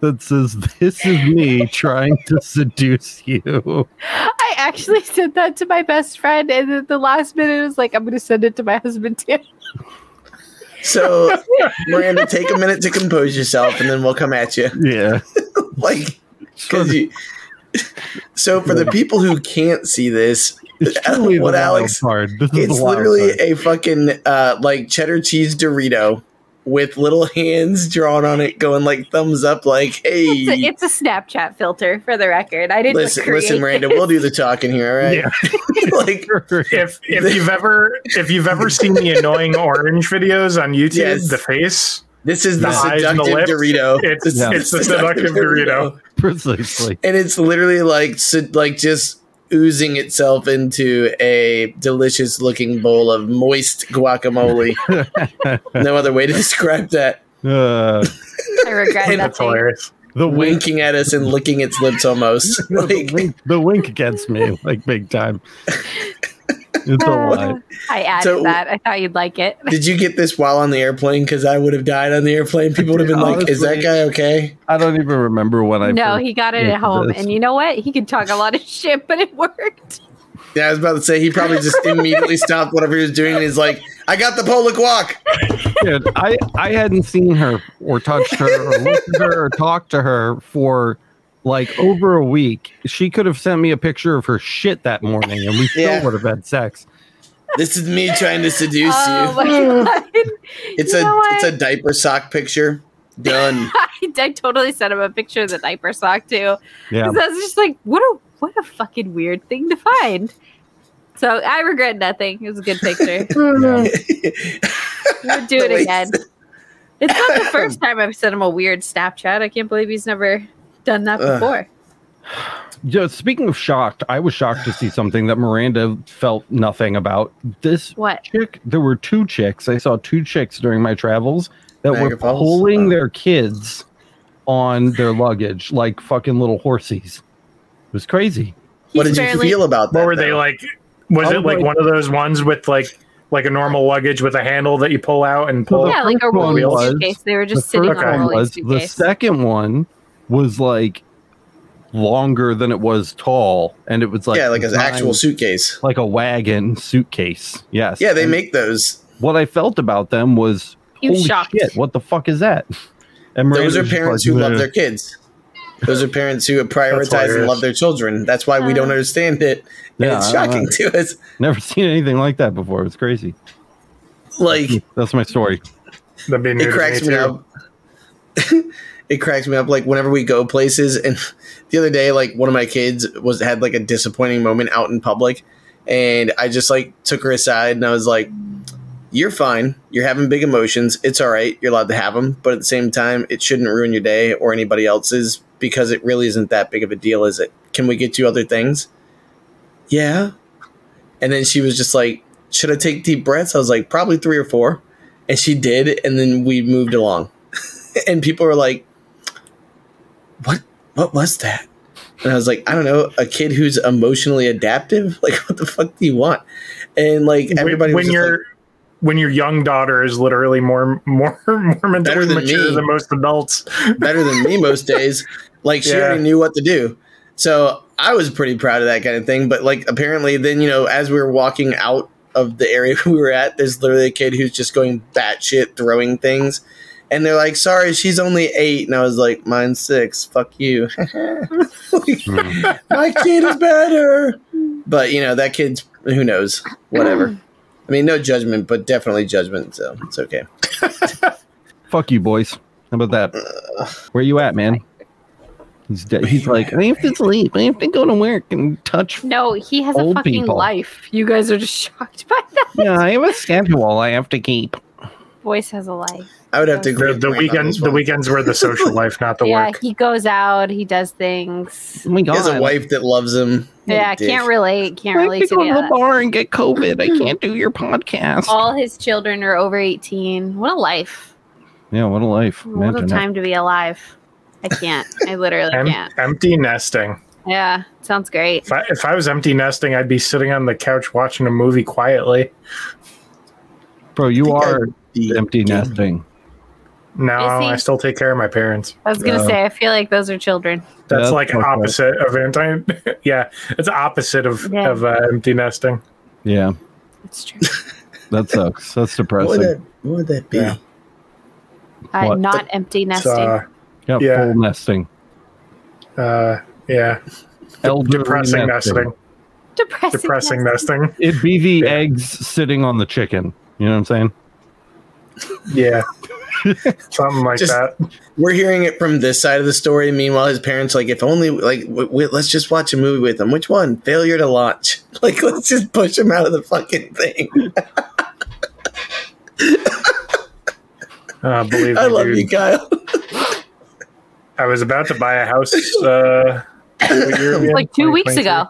[SPEAKER 1] That says, This is me trying to seduce you.
[SPEAKER 2] I actually (laughs) sent that to my best friend, and at the last minute, it was like, I'm going to send it to my husband too. (laughs)
[SPEAKER 3] So, Miranda, take a minute to compose yourself and then we'll come at you.
[SPEAKER 1] Yeah.
[SPEAKER 3] Like, because you. So, for the people who can't see this,
[SPEAKER 1] It's (laughs) truly
[SPEAKER 3] What,
[SPEAKER 1] the wild
[SPEAKER 3] Alex?
[SPEAKER 1] card. This is
[SPEAKER 3] It's
[SPEAKER 1] the wild
[SPEAKER 3] literally
[SPEAKER 1] card.
[SPEAKER 3] a fucking uh, like cheddar cheese Dorito with little hands drawn on it, going like thumbs up, like "Hey,
[SPEAKER 2] It's a, it's a Snapchat filter for the record. I didn't
[SPEAKER 3] listen,
[SPEAKER 2] create
[SPEAKER 3] listen, Miranda,
[SPEAKER 2] (laughs)
[SPEAKER 3] we'll do the talking here, all right?"
[SPEAKER 1] Yeah.
[SPEAKER 3] (laughs) like,
[SPEAKER 1] (laughs)
[SPEAKER 4] if if you've ever if you've ever seen the annoying orange videos on YouTube,
[SPEAKER 3] Yes.
[SPEAKER 4] the face,
[SPEAKER 3] this is the,
[SPEAKER 4] The eyes and the
[SPEAKER 3] seductive
[SPEAKER 4] lips.
[SPEAKER 3] Dorito.
[SPEAKER 4] it's
[SPEAKER 3] This is
[SPEAKER 1] Yeah.
[SPEAKER 4] it's the seductive Dorito.
[SPEAKER 1] (laughs) precisely.
[SPEAKER 3] and it's literally like sed- like just oozing itself into a delicious looking bowl of moist
[SPEAKER 4] (laughs)
[SPEAKER 3] guacamole. no other way to describe that.
[SPEAKER 1] Uh,
[SPEAKER 2] I regret
[SPEAKER 3] Hey,
[SPEAKER 2] that.
[SPEAKER 4] That's
[SPEAKER 2] thing.
[SPEAKER 4] hilarious.
[SPEAKER 1] the wink
[SPEAKER 3] Winking at us and licking its lips almost.
[SPEAKER 4] (laughs)
[SPEAKER 1] No, the, (laughs)
[SPEAKER 3] Like,
[SPEAKER 1] wink, the wink against me, like big time. It's a
[SPEAKER 2] Uh,
[SPEAKER 1] lot.
[SPEAKER 2] I added
[SPEAKER 3] So-
[SPEAKER 2] that. I thought you'd like it.
[SPEAKER 3] Did you get this while on the airplane? Because I would have died on the airplane. People would have been like, "Is that
[SPEAKER 1] Honestly.
[SPEAKER 3] guy okay?"
[SPEAKER 1] I don't even remember when I.
[SPEAKER 2] no,
[SPEAKER 1] first-
[SPEAKER 2] he got it
[SPEAKER 1] yeah,
[SPEAKER 2] at home,
[SPEAKER 1] that's-
[SPEAKER 2] and you know what? He could talk a lot of (laughs) shit, but it worked.
[SPEAKER 3] Yeah, I was about to say he probably just immediately stopped whatever he was doing. and He's like, "I got the Pollock walk."
[SPEAKER 1] Dude, I I hadn't seen her or touched her or looked at her or talked to her for like over a week. She could have sent me a picture of her shit that morning, and we still
[SPEAKER 3] Yeah.
[SPEAKER 1] would have had sex.
[SPEAKER 3] This is me trying to seduce
[SPEAKER 2] Oh (laughs) my
[SPEAKER 3] you. (laughs)
[SPEAKER 2] god!
[SPEAKER 3] It's
[SPEAKER 2] You
[SPEAKER 3] a
[SPEAKER 2] know what?
[SPEAKER 3] it's a diaper sock picture.
[SPEAKER 2] (laughs)
[SPEAKER 3] Done.
[SPEAKER 2] I, I totally sent him a picture of the diaper sock too.
[SPEAKER 1] Yeah,
[SPEAKER 2] (laughs) Because I was just like, what a what a fucking weird thing to find. So I regret nothing. It was a good picture.
[SPEAKER 1] yeah.
[SPEAKER 2] We'll
[SPEAKER 3] (laughs)
[SPEAKER 2] do it
[SPEAKER 3] Wait.
[SPEAKER 2] again. It's not
[SPEAKER 3] (laughs)
[SPEAKER 2] the first time I've sent him a weird Snapchat. I can't believe he's never done that
[SPEAKER 3] Ugh.
[SPEAKER 2] before.
[SPEAKER 1] Yeah, Speaking of shocked, I was shocked to see something that Miranda felt nothing about. This
[SPEAKER 2] What?
[SPEAKER 1] chick there were two chicks i saw two chicks during my travels that were
[SPEAKER 3] Niagara Falls?
[SPEAKER 1] pulling
[SPEAKER 3] Oh.
[SPEAKER 1] their kids on their luggage like fucking little horsies. It was crazy.
[SPEAKER 3] what did you feel about that?
[SPEAKER 4] What were they
[SPEAKER 3] though?
[SPEAKER 4] like? Was
[SPEAKER 1] I
[SPEAKER 2] Oh,
[SPEAKER 4] it like
[SPEAKER 1] would-
[SPEAKER 4] one of those ones with like like a normal luggage with a handle that you pull out and pull?
[SPEAKER 1] Well,
[SPEAKER 2] yeah, like a
[SPEAKER 1] first one
[SPEAKER 2] rolling
[SPEAKER 1] was-
[SPEAKER 2] suitcase. They were
[SPEAKER 1] The
[SPEAKER 2] just
[SPEAKER 1] first
[SPEAKER 2] sitting on a
[SPEAKER 4] Okay.
[SPEAKER 1] one
[SPEAKER 2] rolling
[SPEAKER 1] was the
[SPEAKER 2] suitcase.
[SPEAKER 1] second one was like longer than it was tall, and it was like
[SPEAKER 3] yeah, like an
[SPEAKER 1] designed
[SPEAKER 3] actual suitcase.
[SPEAKER 1] like a wagon suitcase. Yes.
[SPEAKER 3] Yeah, they
[SPEAKER 1] And
[SPEAKER 3] make those.
[SPEAKER 1] what I felt about them was
[SPEAKER 2] He was
[SPEAKER 1] holy
[SPEAKER 2] shocked.
[SPEAKER 1] shit, what the fuck is that? (laughs) And Miranda's
[SPEAKER 3] Those are
[SPEAKER 1] just
[SPEAKER 3] parents
[SPEAKER 1] like,
[SPEAKER 3] who love
[SPEAKER 1] "Nah."
[SPEAKER 3] their kids. Those are parents who prioritize and
[SPEAKER 4] hilarious.
[SPEAKER 3] love their children. That's why we don't understand it. And
[SPEAKER 1] Yeah,
[SPEAKER 3] it's
[SPEAKER 1] I don't
[SPEAKER 3] shocking to us.
[SPEAKER 1] Never seen anything like that before. It's
[SPEAKER 3] (laughs)
[SPEAKER 1] crazy.
[SPEAKER 3] Like
[SPEAKER 1] That's my story. (laughs)
[SPEAKER 4] That'd be new
[SPEAKER 3] it
[SPEAKER 4] to
[SPEAKER 3] cracks
[SPEAKER 4] me,
[SPEAKER 3] me
[SPEAKER 4] too.
[SPEAKER 3] up. it cracks me up. (laughs) Like whenever we go places, and the other day, like one of my kids was had like a disappointing moment out in public, and I just like took her aside and I was like, "You're fine. You're having big emotions. It's all right. You're allowed to have them, but at the same time, it shouldn't ruin your day or anybody else's because it really isn't that big of a deal, is it? Can we get you other things? Yeah. And then she was just like, "Should I take deep breaths? I was like, probably three or four and she did and then we moved along (laughs) and people were like what what was that and i was like i don't know a kid who's emotionally adaptive (laughs) like what the fuck do you want and like everybody
[SPEAKER 4] when,
[SPEAKER 3] was just
[SPEAKER 4] when your
[SPEAKER 3] like,
[SPEAKER 4] when your young daughter is literally more more (laughs) more mentally
[SPEAKER 3] than
[SPEAKER 4] mature
[SPEAKER 3] me.
[SPEAKER 4] than most adults.
[SPEAKER 3] better than me
[SPEAKER 4] (laughs)
[SPEAKER 3] most days like she
[SPEAKER 4] Yeah.
[SPEAKER 3] already knew what to do so i was pretty proud of that kind of thing but like apparently then you know as we were walking out of the area (laughs) we were at there's literally a kid who's just going batshit throwing things and they're like sorry she's only eight and i was like mine's six fuck you (laughs) my kid is better. But you know that kid's who knows whatever. I mean, no judgment, but definitely judgment. So it's okay.
[SPEAKER 1] Fuck you, boys. How about that? Where you at, man? He's dead. He's like, I have to sleep. I have to go to work and touch.
[SPEAKER 2] No, he has a
[SPEAKER 1] Old
[SPEAKER 2] fucking
[SPEAKER 1] people.
[SPEAKER 2] life. You guys are just (laughs) shocked by that.
[SPEAKER 1] Yeah, I have a schedule I have to keep.
[SPEAKER 2] Voice has a life.
[SPEAKER 3] I would have to agree. with
[SPEAKER 4] The, the
[SPEAKER 3] Grant on
[SPEAKER 4] weekend
[SPEAKER 3] this
[SPEAKER 4] the
[SPEAKER 3] one.
[SPEAKER 4] weekends were the
[SPEAKER 3] (laughs)
[SPEAKER 4] social life, not the
[SPEAKER 2] yeah,
[SPEAKER 4] work.
[SPEAKER 2] he goes out. He does things.
[SPEAKER 1] Oh my
[SPEAKER 3] He
[SPEAKER 1] god.
[SPEAKER 3] has a wife that loves him. What a
[SPEAKER 2] Yeah,
[SPEAKER 3] dick.
[SPEAKER 2] can't relate. Can't
[SPEAKER 1] I have
[SPEAKER 2] relate
[SPEAKER 1] to
[SPEAKER 2] to
[SPEAKER 1] go
[SPEAKER 2] any
[SPEAKER 1] to
[SPEAKER 2] of
[SPEAKER 1] the
[SPEAKER 2] that.
[SPEAKER 1] bar and get
[SPEAKER 2] (laughs)
[SPEAKER 1] COVID. I can't do your podcast.
[SPEAKER 2] All his children are over eighteen. What a life!
[SPEAKER 1] Yeah, what a life.
[SPEAKER 2] What a
[SPEAKER 1] Imagine that.
[SPEAKER 2] time to be alive. I can't. I literally
[SPEAKER 4] Em-
[SPEAKER 2] can't.
[SPEAKER 4] empty nesting.
[SPEAKER 2] Yeah, sounds great.
[SPEAKER 4] If I, if I was empty nesting, I'd be sitting on the couch watching a movie quietly.
[SPEAKER 1] Bro, you
[SPEAKER 3] think I-
[SPEAKER 1] are
[SPEAKER 3] The-
[SPEAKER 1] empty nesting.
[SPEAKER 4] No,
[SPEAKER 2] Is he-
[SPEAKER 4] I still take care of my parents.
[SPEAKER 2] I was gonna
[SPEAKER 1] Yeah.
[SPEAKER 2] say, I feel like those are children.
[SPEAKER 4] That's
[SPEAKER 1] That's
[SPEAKER 4] like
[SPEAKER 1] fucked up.
[SPEAKER 4] opposite of anti. (laughs) yeah, it's opposite of
[SPEAKER 2] Yeah.
[SPEAKER 4] of uh, empty nesting.
[SPEAKER 1] Yeah,
[SPEAKER 2] It's true.
[SPEAKER 1] that sucks. That's
[SPEAKER 3] What would
[SPEAKER 1] depressing.
[SPEAKER 3] that? What would that be?
[SPEAKER 4] Yeah.
[SPEAKER 2] Uh,
[SPEAKER 1] What?
[SPEAKER 2] not empty
[SPEAKER 4] It's,
[SPEAKER 2] nesting.
[SPEAKER 4] uh,
[SPEAKER 1] Yeah,
[SPEAKER 4] Yeah.
[SPEAKER 1] full nesting.
[SPEAKER 4] uh, yeah,
[SPEAKER 1] Elderly
[SPEAKER 4] depressing nesting,
[SPEAKER 2] depressing.
[SPEAKER 4] depressing
[SPEAKER 2] nesting.
[SPEAKER 4] nesting.
[SPEAKER 1] It'd be the
[SPEAKER 4] Yeah.
[SPEAKER 1] eggs sitting on the chicken. You know what I'm saying?
[SPEAKER 4] Yeah, (laughs) something like
[SPEAKER 3] Just-
[SPEAKER 4] that.
[SPEAKER 3] We're hearing it from this side of the story. Meanwhile, his parents like, if only like, w- w- let's just watch a movie with him. Which one? Failure to launch. (laughs) Like, let's just push him out of the fucking thing. (laughs)
[SPEAKER 4] Uh, believe
[SPEAKER 3] I
[SPEAKER 4] me,
[SPEAKER 3] love
[SPEAKER 4] dude.
[SPEAKER 3] you, Kyle. (laughs)
[SPEAKER 4] I was about to buy a house. Uh,
[SPEAKER 2] (laughs) It's like two weeks ago.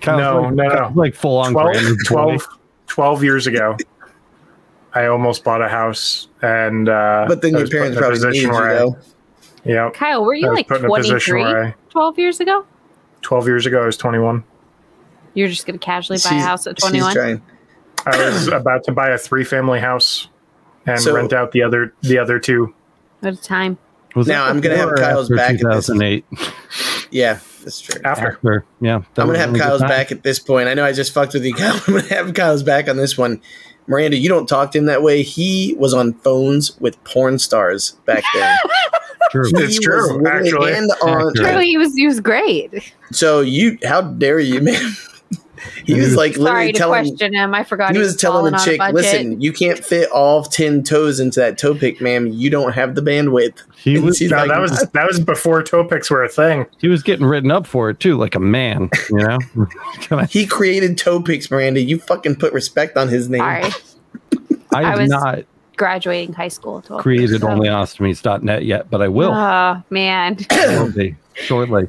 [SPEAKER 1] Kyle's
[SPEAKER 4] No,
[SPEAKER 1] like,
[SPEAKER 4] no, no.
[SPEAKER 1] Kyle's like full on
[SPEAKER 4] 12,
[SPEAKER 1] granny
[SPEAKER 4] 12, 12 years ago, I almost bought a house, and uh,
[SPEAKER 3] But then
[SPEAKER 4] I
[SPEAKER 3] your
[SPEAKER 4] was put in
[SPEAKER 3] parents
[SPEAKER 4] a
[SPEAKER 3] probably
[SPEAKER 4] position
[SPEAKER 3] need you,
[SPEAKER 4] where I-
[SPEAKER 3] though.
[SPEAKER 4] Yep,
[SPEAKER 2] Kyle, were you
[SPEAKER 4] I was
[SPEAKER 2] like
[SPEAKER 4] put in a position
[SPEAKER 2] 23,
[SPEAKER 4] where I,
[SPEAKER 2] 12 years ago?
[SPEAKER 4] twelve years ago, I was twenty-one.
[SPEAKER 2] You're just gonna casually buy a
[SPEAKER 3] She's-
[SPEAKER 2] house at
[SPEAKER 3] She's
[SPEAKER 2] 21.
[SPEAKER 3] trying.
[SPEAKER 4] I
[SPEAKER 3] (coughs)
[SPEAKER 4] was about to buy a three-family house and
[SPEAKER 3] So-
[SPEAKER 4] rent out the other the other two.
[SPEAKER 2] What a time.
[SPEAKER 1] Was
[SPEAKER 3] Now
[SPEAKER 1] that
[SPEAKER 3] I'm gonna have
[SPEAKER 1] before or
[SPEAKER 3] Kyle's
[SPEAKER 1] after
[SPEAKER 3] back at this-
[SPEAKER 1] 2008.
[SPEAKER 3] Yeah, that's true.
[SPEAKER 4] After
[SPEAKER 1] After, yeah, that
[SPEAKER 3] I'm
[SPEAKER 1] was
[SPEAKER 3] gonna have
[SPEAKER 1] really good
[SPEAKER 3] Kyle's
[SPEAKER 1] time.
[SPEAKER 3] back at this point. I know I just fucked with you, (laughs) Kyle. I'm gonna have Kyle's back on this one. Miranda, you don't talk to him that way. He was on phones with porn stars back then. (laughs)
[SPEAKER 1] True.
[SPEAKER 3] He
[SPEAKER 4] It's
[SPEAKER 3] was
[SPEAKER 4] true,
[SPEAKER 3] literally
[SPEAKER 4] actually.
[SPEAKER 3] hand on-
[SPEAKER 1] Accurate.
[SPEAKER 2] True, he was he was great.
[SPEAKER 3] So you, how dare you, man? (laughs) He was like
[SPEAKER 2] Sorry
[SPEAKER 3] literally
[SPEAKER 2] to
[SPEAKER 3] telling.
[SPEAKER 2] question him. I forgot
[SPEAKER 3] He was telling the
[SPEAKER 2] falling on
[SPEAKER 3] chick,
[SPEAKER 2] budget.
[SPEAKER 3] "Listen, you can't fit all ten toes into that toe pick, ma'am. You don't have the bandwidth."
[SPEAKER 1] He
[SPEAKER 3] And
[SPEAKER 1] was
[SPEAKER 3] she's
[SPEAKER 4] No,
[SPEAKER 3] like,
[SPEAKER 4] that was that was before Topics were a thing.
[SPEAKER 1] he was getting written up for it too, like a man. You know, (laughs) Can I,
[SPEAKER 3] He created toe picks, Miranda. You fucking put respect on his name.
[SPEAKER 2] Sorry,
[SPEAKER 1] I
[SPEAKER 2] I
[SPEAKER 1] have
[SPEAKER 2] was-
[SPEAKER 1] not
[SPEAKER 2] graduating high school. 12
[SPEAKER 1] created
[SPEAKER 2] so-
[SPEAKER 1] onlyostomies.net yet, but I will
[SPEAKER 2] Oh man,
[SPEAKER 1] shortly. Shortly.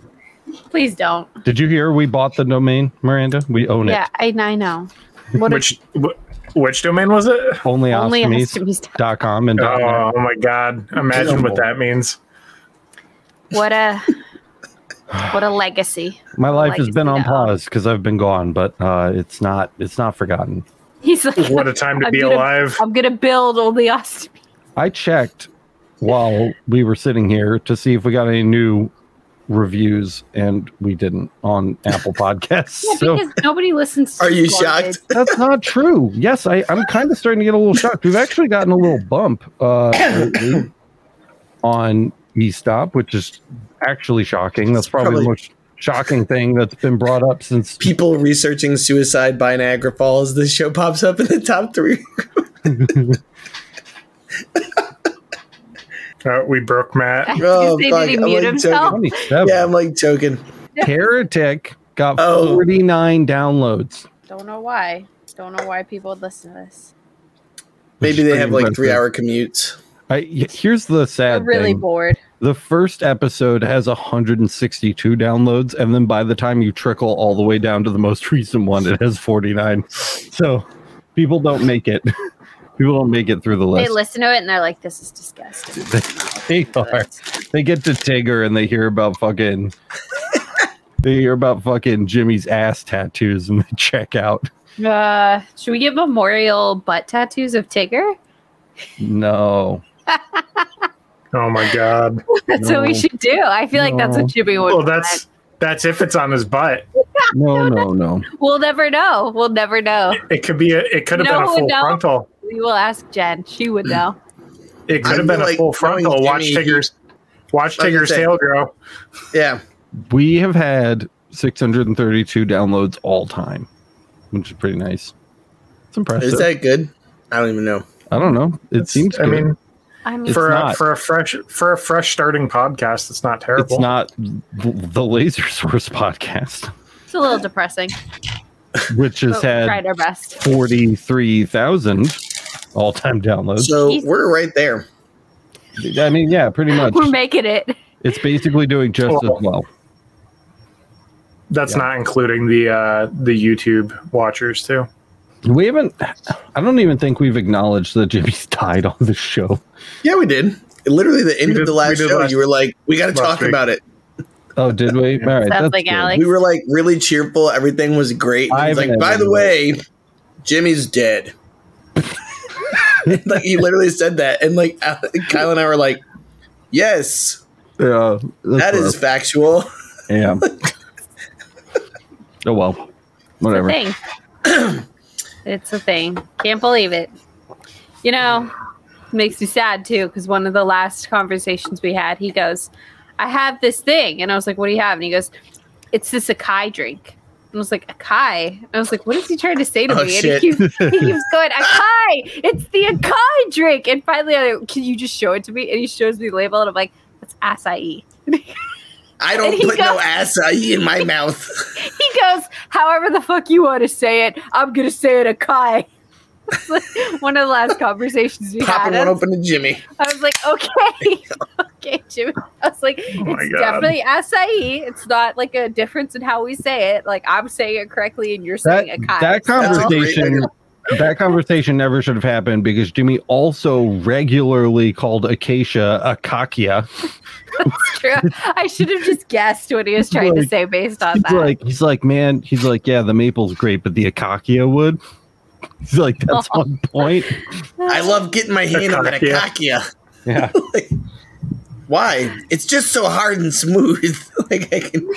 [SPEAKER 2] please don't.
[SPEAKER 1] Did you hear we bought the domain, Miranda? We own
[SPEAKER 2] Yeah, I, I know. What if
[SPEAKER 4] Which wh- which domain was it?
[SPEAKER 1] it.
[SPEAKER 2] only has
[SPEAKER 1] Onlyostomies.com
[SPEAKER 2] to be stuff.
[SPEAKER 1] dot com and dot net.
[SPEAKER 4] Oh my god! Imagine what that means.
[SPEAKER 2] What a what a legacy.
[SPEAKER 1] My life has
[SPEAKER 2] Legacy
[SPEAKER 1] been on
[SPEAKER 2] now.
[SPEAKER 1] pause because I've been gone, but uh, it's not it's not forgotten.
[SPEAKER 2] He's like,
[SPEAKER 4] What a time to
[SPEAKER 2] I'm
[SPEAKER 4] be
[SPEAKER 2] gonna-
[SPEAKER 4] alive.
[SPEAKER 2] (laughs) I'm gonna build oleostomy.
[SPEAKER 1] I checked while we were sitting here to see if we got any new reviews, and we didn't on
[SPEAKER 2] (laughs)
[SPEAKER 1] Apple Podcasts.
[SPEAKER 2] (laughs) Yeah,
[SPEAKER 1] so
[SPEAKER 2] because nobody listens. to
[SPEAKER 3] Are you
[SPEAKER 2] garbage.
[SPEAKER 3] shocked?
[SPEAKER 1] that's not true. Yes, I, I'm kind of starting to get a little shocked. We've actually gotten a little bump uh, lately on eStop, which is actually shocking. That's probably, the
[SPEAKER 3] probably-
[SPEAKER 1] most shocking thing that's been brought up since
[SPEAKER 3] People researching suicide by Niagara Falls. This show pops up in the top three.
[SPEAKER 4] Uh, we broke
[SPEAKER 2] I
[SPEAKER 4] Matt.
[SPEAKER 2] was
[SPEAKER 3] Oh,
[SPEAKER 2] gonna say,
[SPEAKER 3] fuck,
[SPEAKER 2] did he
[SPEAKER 3] I'm
[SPEAKER 2] mute
[SPEAKER 3] like
[SPEAKER 2] himself?
[SPEAKER 3] joking.
[SPEAKER 1] 27.
[SPEAKER 3] Yeah, I'm like joking.
[SPEAKER 1] Heretic got
[SPEAKER 3] Oh.
[SPEAKER 1] 49 downloads.
[SPEAKER 2] Don't know why. Don't know why people would listen to this.
[SPEAKER 3] Maybe they have like
[SPEAKER 1] Impressive.
[SPEAKER 3] three hour commutes.
[SPEAKER 1] I, y- here's the
[SPEAKER 2] They're
[SPEAKER 1] sad
[SPEAKER 2] really
[SPEAKER 1] thing.
[SPEAKER 2] bored.
[SPEAKER 1] The first episode has 162 downloads, and then by the time you trickle all the way down to the most (laughs) recent one, it has 49. So people don't make it. (laughs) People don't make it through the
[SPEAKER 2] They
[SPEAKER 1] list.
[SPEAKER 2] listen to it and they're like, "This is
[SPEAKER 4] (laughs)
[SPEAKER 2] disgusting."
[SPEAKER 1] They, are. They get to Tigger and they hear about fucking. they hear about fucking Jimmy's ass tattoos and they check out.
[SPEAKER 2] Uh, should we get memorial butt tattoos of Tigger? (laughs)
[SPEAKER 1] No.
[SPEAKER 4] Oh my god.
[SPEAKER 2] That's what
[SPEAKER 1] No.
[SPEAKER 2] we should do. I feel like that's
[SPEAKER 1] No.
[SPEAKER 2] what Jimmy would.
[SPEAKER 4] Well,
[SPEAKER 2] want.
[SPEAKER 4] that's that's if it's on his butt.
[SPEAKER 1] No, no, no.
[SPEAKER 2] We'll never know. We'll never know.
[SPEAKER 4] It could be. A, it could have
[SPEAKER 2] No,
[SPEAKER 4] been a full
[SPEAKER 2] no.
[SPEAKER 4] frontal.
[SPEAKER 2] We will ask Jen. She
[SPEAKER 4] (clears throat)
[SPEAKER 2] would know.
[SPEAKER 4] It
[SPEAKER 3] I
[SPEAKER 4] could have been
[SPEAKER 3] feel
[SPEAKER 4] a
[SPEAKER 3] like
[SPEAKER 4] full
[SPEAKER 3] knowing
[SPEAKER 4] frontal. Watch
[SPEAKER 3] Jimmy, he-
[SPEAKER 4] Tigger's.
[SPEAKER 3] I was
[SPEAKER 4] Watch
[SPEAKER 3] gonna
[SPEAKER 4] Tigger's
[SPEAKER 3] say-
[SPEAKER 4] tail grow.
[SPEAKER 3] Yeah.
[SPEAKER 1] We have had 632 downloads all time, which is pretty nice. It's impressive.
[SPEAKER 3] Is that good? I don't even know.
[SPEAKER 1] I don't know. It seems.
[SPEAKER 4] I
[SPEAKER 1] good.
[SPEAKER 4] mean,
[SPEAKER 2] I mean,
[SPEAKER 1] It's
[SPEAKER 4] for a,
[SPEAKER 1] not.
[SPEAKER 4] for a fresh for a fresh starting podcast, it's not terrible.
[SPEAKER 1] it's not th- the Laser (laughs) Source podcast,
[SPEAKER 2] it's a little depressing.
[SPEAKER 1] which
[SPEAKER 2] But
[SPEAKER 1] has
[SPEAKER 2] we tried
[SPEAKER 1] had
[SPEAKER 2] our best.
[SPEAKER 1] 43,000 all time downloads.
[SPEAKER 3] So
[SPEAKER 2] Jesus.
[SPEAKER 3] we're right there.
[SPEAKER 1] I mean, yeah, pretty much.
[SPEAKER 2] We're making it.
[SPEAKER 1] It's basically doing just as
[SPEAKER 4] Well,
[SPEAKER 1] well.
[SPEAKER 4] That's
[SPEAKER 1] Yeah.
[SPEAKER 4] not including the uh, the YouTube watchers too.
[SPEAKER 1] We haven't, I don't even think we've acknowledged that Jimmy's (laughs) died on the show.
[SPEAKER 3] Yeah, we did. Literally, the end
[SPEAKER 4] did-
[SPEAKER 3] of the
[SPEAKER 4] we
[SPEAKER 3] last
[SPEAKER 4] did
[SPEAKER 3] show,
[SPEAKER 4] last-
[SPEAKER 3] you were like, "We got to
[SPEAKER 4] last
[SPEAKER 3] talk
[SPEAKER 4] week.
[SPEAKER 3] about it."
[SPEAKER 1] Oh, did we? (laughs)
[SPEAKER 4] Yeah.
[SPEAKER 1] All right.
[SPEAKER 2] Sounds
[SPEAKER 1] That's
[SPEAKER 2] like
[SPEAKER 1] good.
[SPEAKER 2] Alex.
[SPEAKER 3] We were like really cheerful. Everything was great. And
[SPEAKER 1] I've
[SPEAKER 3] It was like,
[SPEAKER 1] never
[SPEAKER 3] by the
[SPEAKER 1] knew
[SPEAKER 3] way, Jimmy's dead. (laughs) like he literally said that, and like Kyle and I were like, "Yes,
[SPEAKER 1] Yeah. that's
[SPEAKER 3] that is
[SPEAKER 1] rough.
[SPEAKER 3] factual."
[SPEAKER 1] Yeah.
[SPEAKER 3] (laughs)
[SPEAKER 1] oh, well. Whatever.
[SPEAKER 2] It's a
[SPEAKER 3] (clears throat)
[SPEAKER 2] thing. it's a thing. Can't believe it. You know, makes me sad too because one of the last conversations we had, he goes, "I have this thing," and I was like, "What do you have?" And he goes, "It's this acai drink." And I was like, "Acai?" And I was like, "What is he trying to say to
[SPEAKER 3] Oh,
[SPEAKER 2] me?"
[SPEAKER 3] shit.
[SPEAKER 2] And
[SPEAKER 3] (laughs)
[SPEAKER 2] he keeps, he keeps going, "Acai! It's the acai drink!" And finally, I go, "Can you just show it to me?" And he shows me the label, and I'm like, "That's acai."
[SPEAKER 3] I
[SPEAKER 2] And
[SPEAKER 3] don't
[SPEAKER 2] he
[SPEAKER 3] put no
[SPEAKER 2] goes-
[SPEAKER 3] acai in my mouth.
[SPEAKER 2] (laughs) He goes, however the fuck you want to say it, I'm gonna say it Akai. (laughs) One of the last conversations we
[SPEAKER 3] Popping
[SPEAKER 2] had,
[SPEAKER 3] one
[SPEAKER 2] I was,
[SPEAKER 3] open to Jimmy.
[SPEAKER 2] I was like, okay, (laughs) okay, Jimmy. I was
[SPEAKER 1] Oh
[SPEAKER 2] like,
[SPEAKER 4] my
[SPEAKER 2] it's
[SPEAKER 4] God.
[SPEAKER 2] definitely acai. It's not like a difference in how we say it. Like I'm saying it correctly, and you're
[SPEAKER 1] that,
[SPEAKER 2] saying Akai.
[SPEAKER 1] that
[SPEAKER 2] so-
[SPEAKER 3] That's a great
[SPEAKER 1] conversation that conversation never should have happened because Jimmy also regularly called Acacia Acacia.
[SPEAKER 2] It's true. I should have just guessed what he was trying to
[SPEAKER 1] Like,
[SPEAKER 2] say based on
[SPEAKER 1] He's
[SPEAKER 2] that.
[SPEAKER 1] like he's like, man, he's like, yeah, the maple's great, but the Acacia would. He's like,
[SPEAKER 2] (laughs)
[SPEAKER 1] that's on point.
[SPEAKER 3] I love getting my hand on that
[SPEAKER 4] Akakia.
[SPEAKER 3] akakia.
[SPEAKER 1] Yeah.
[SPEAKER 3] Why? It's just so hard and smooth. (laughs) like I can.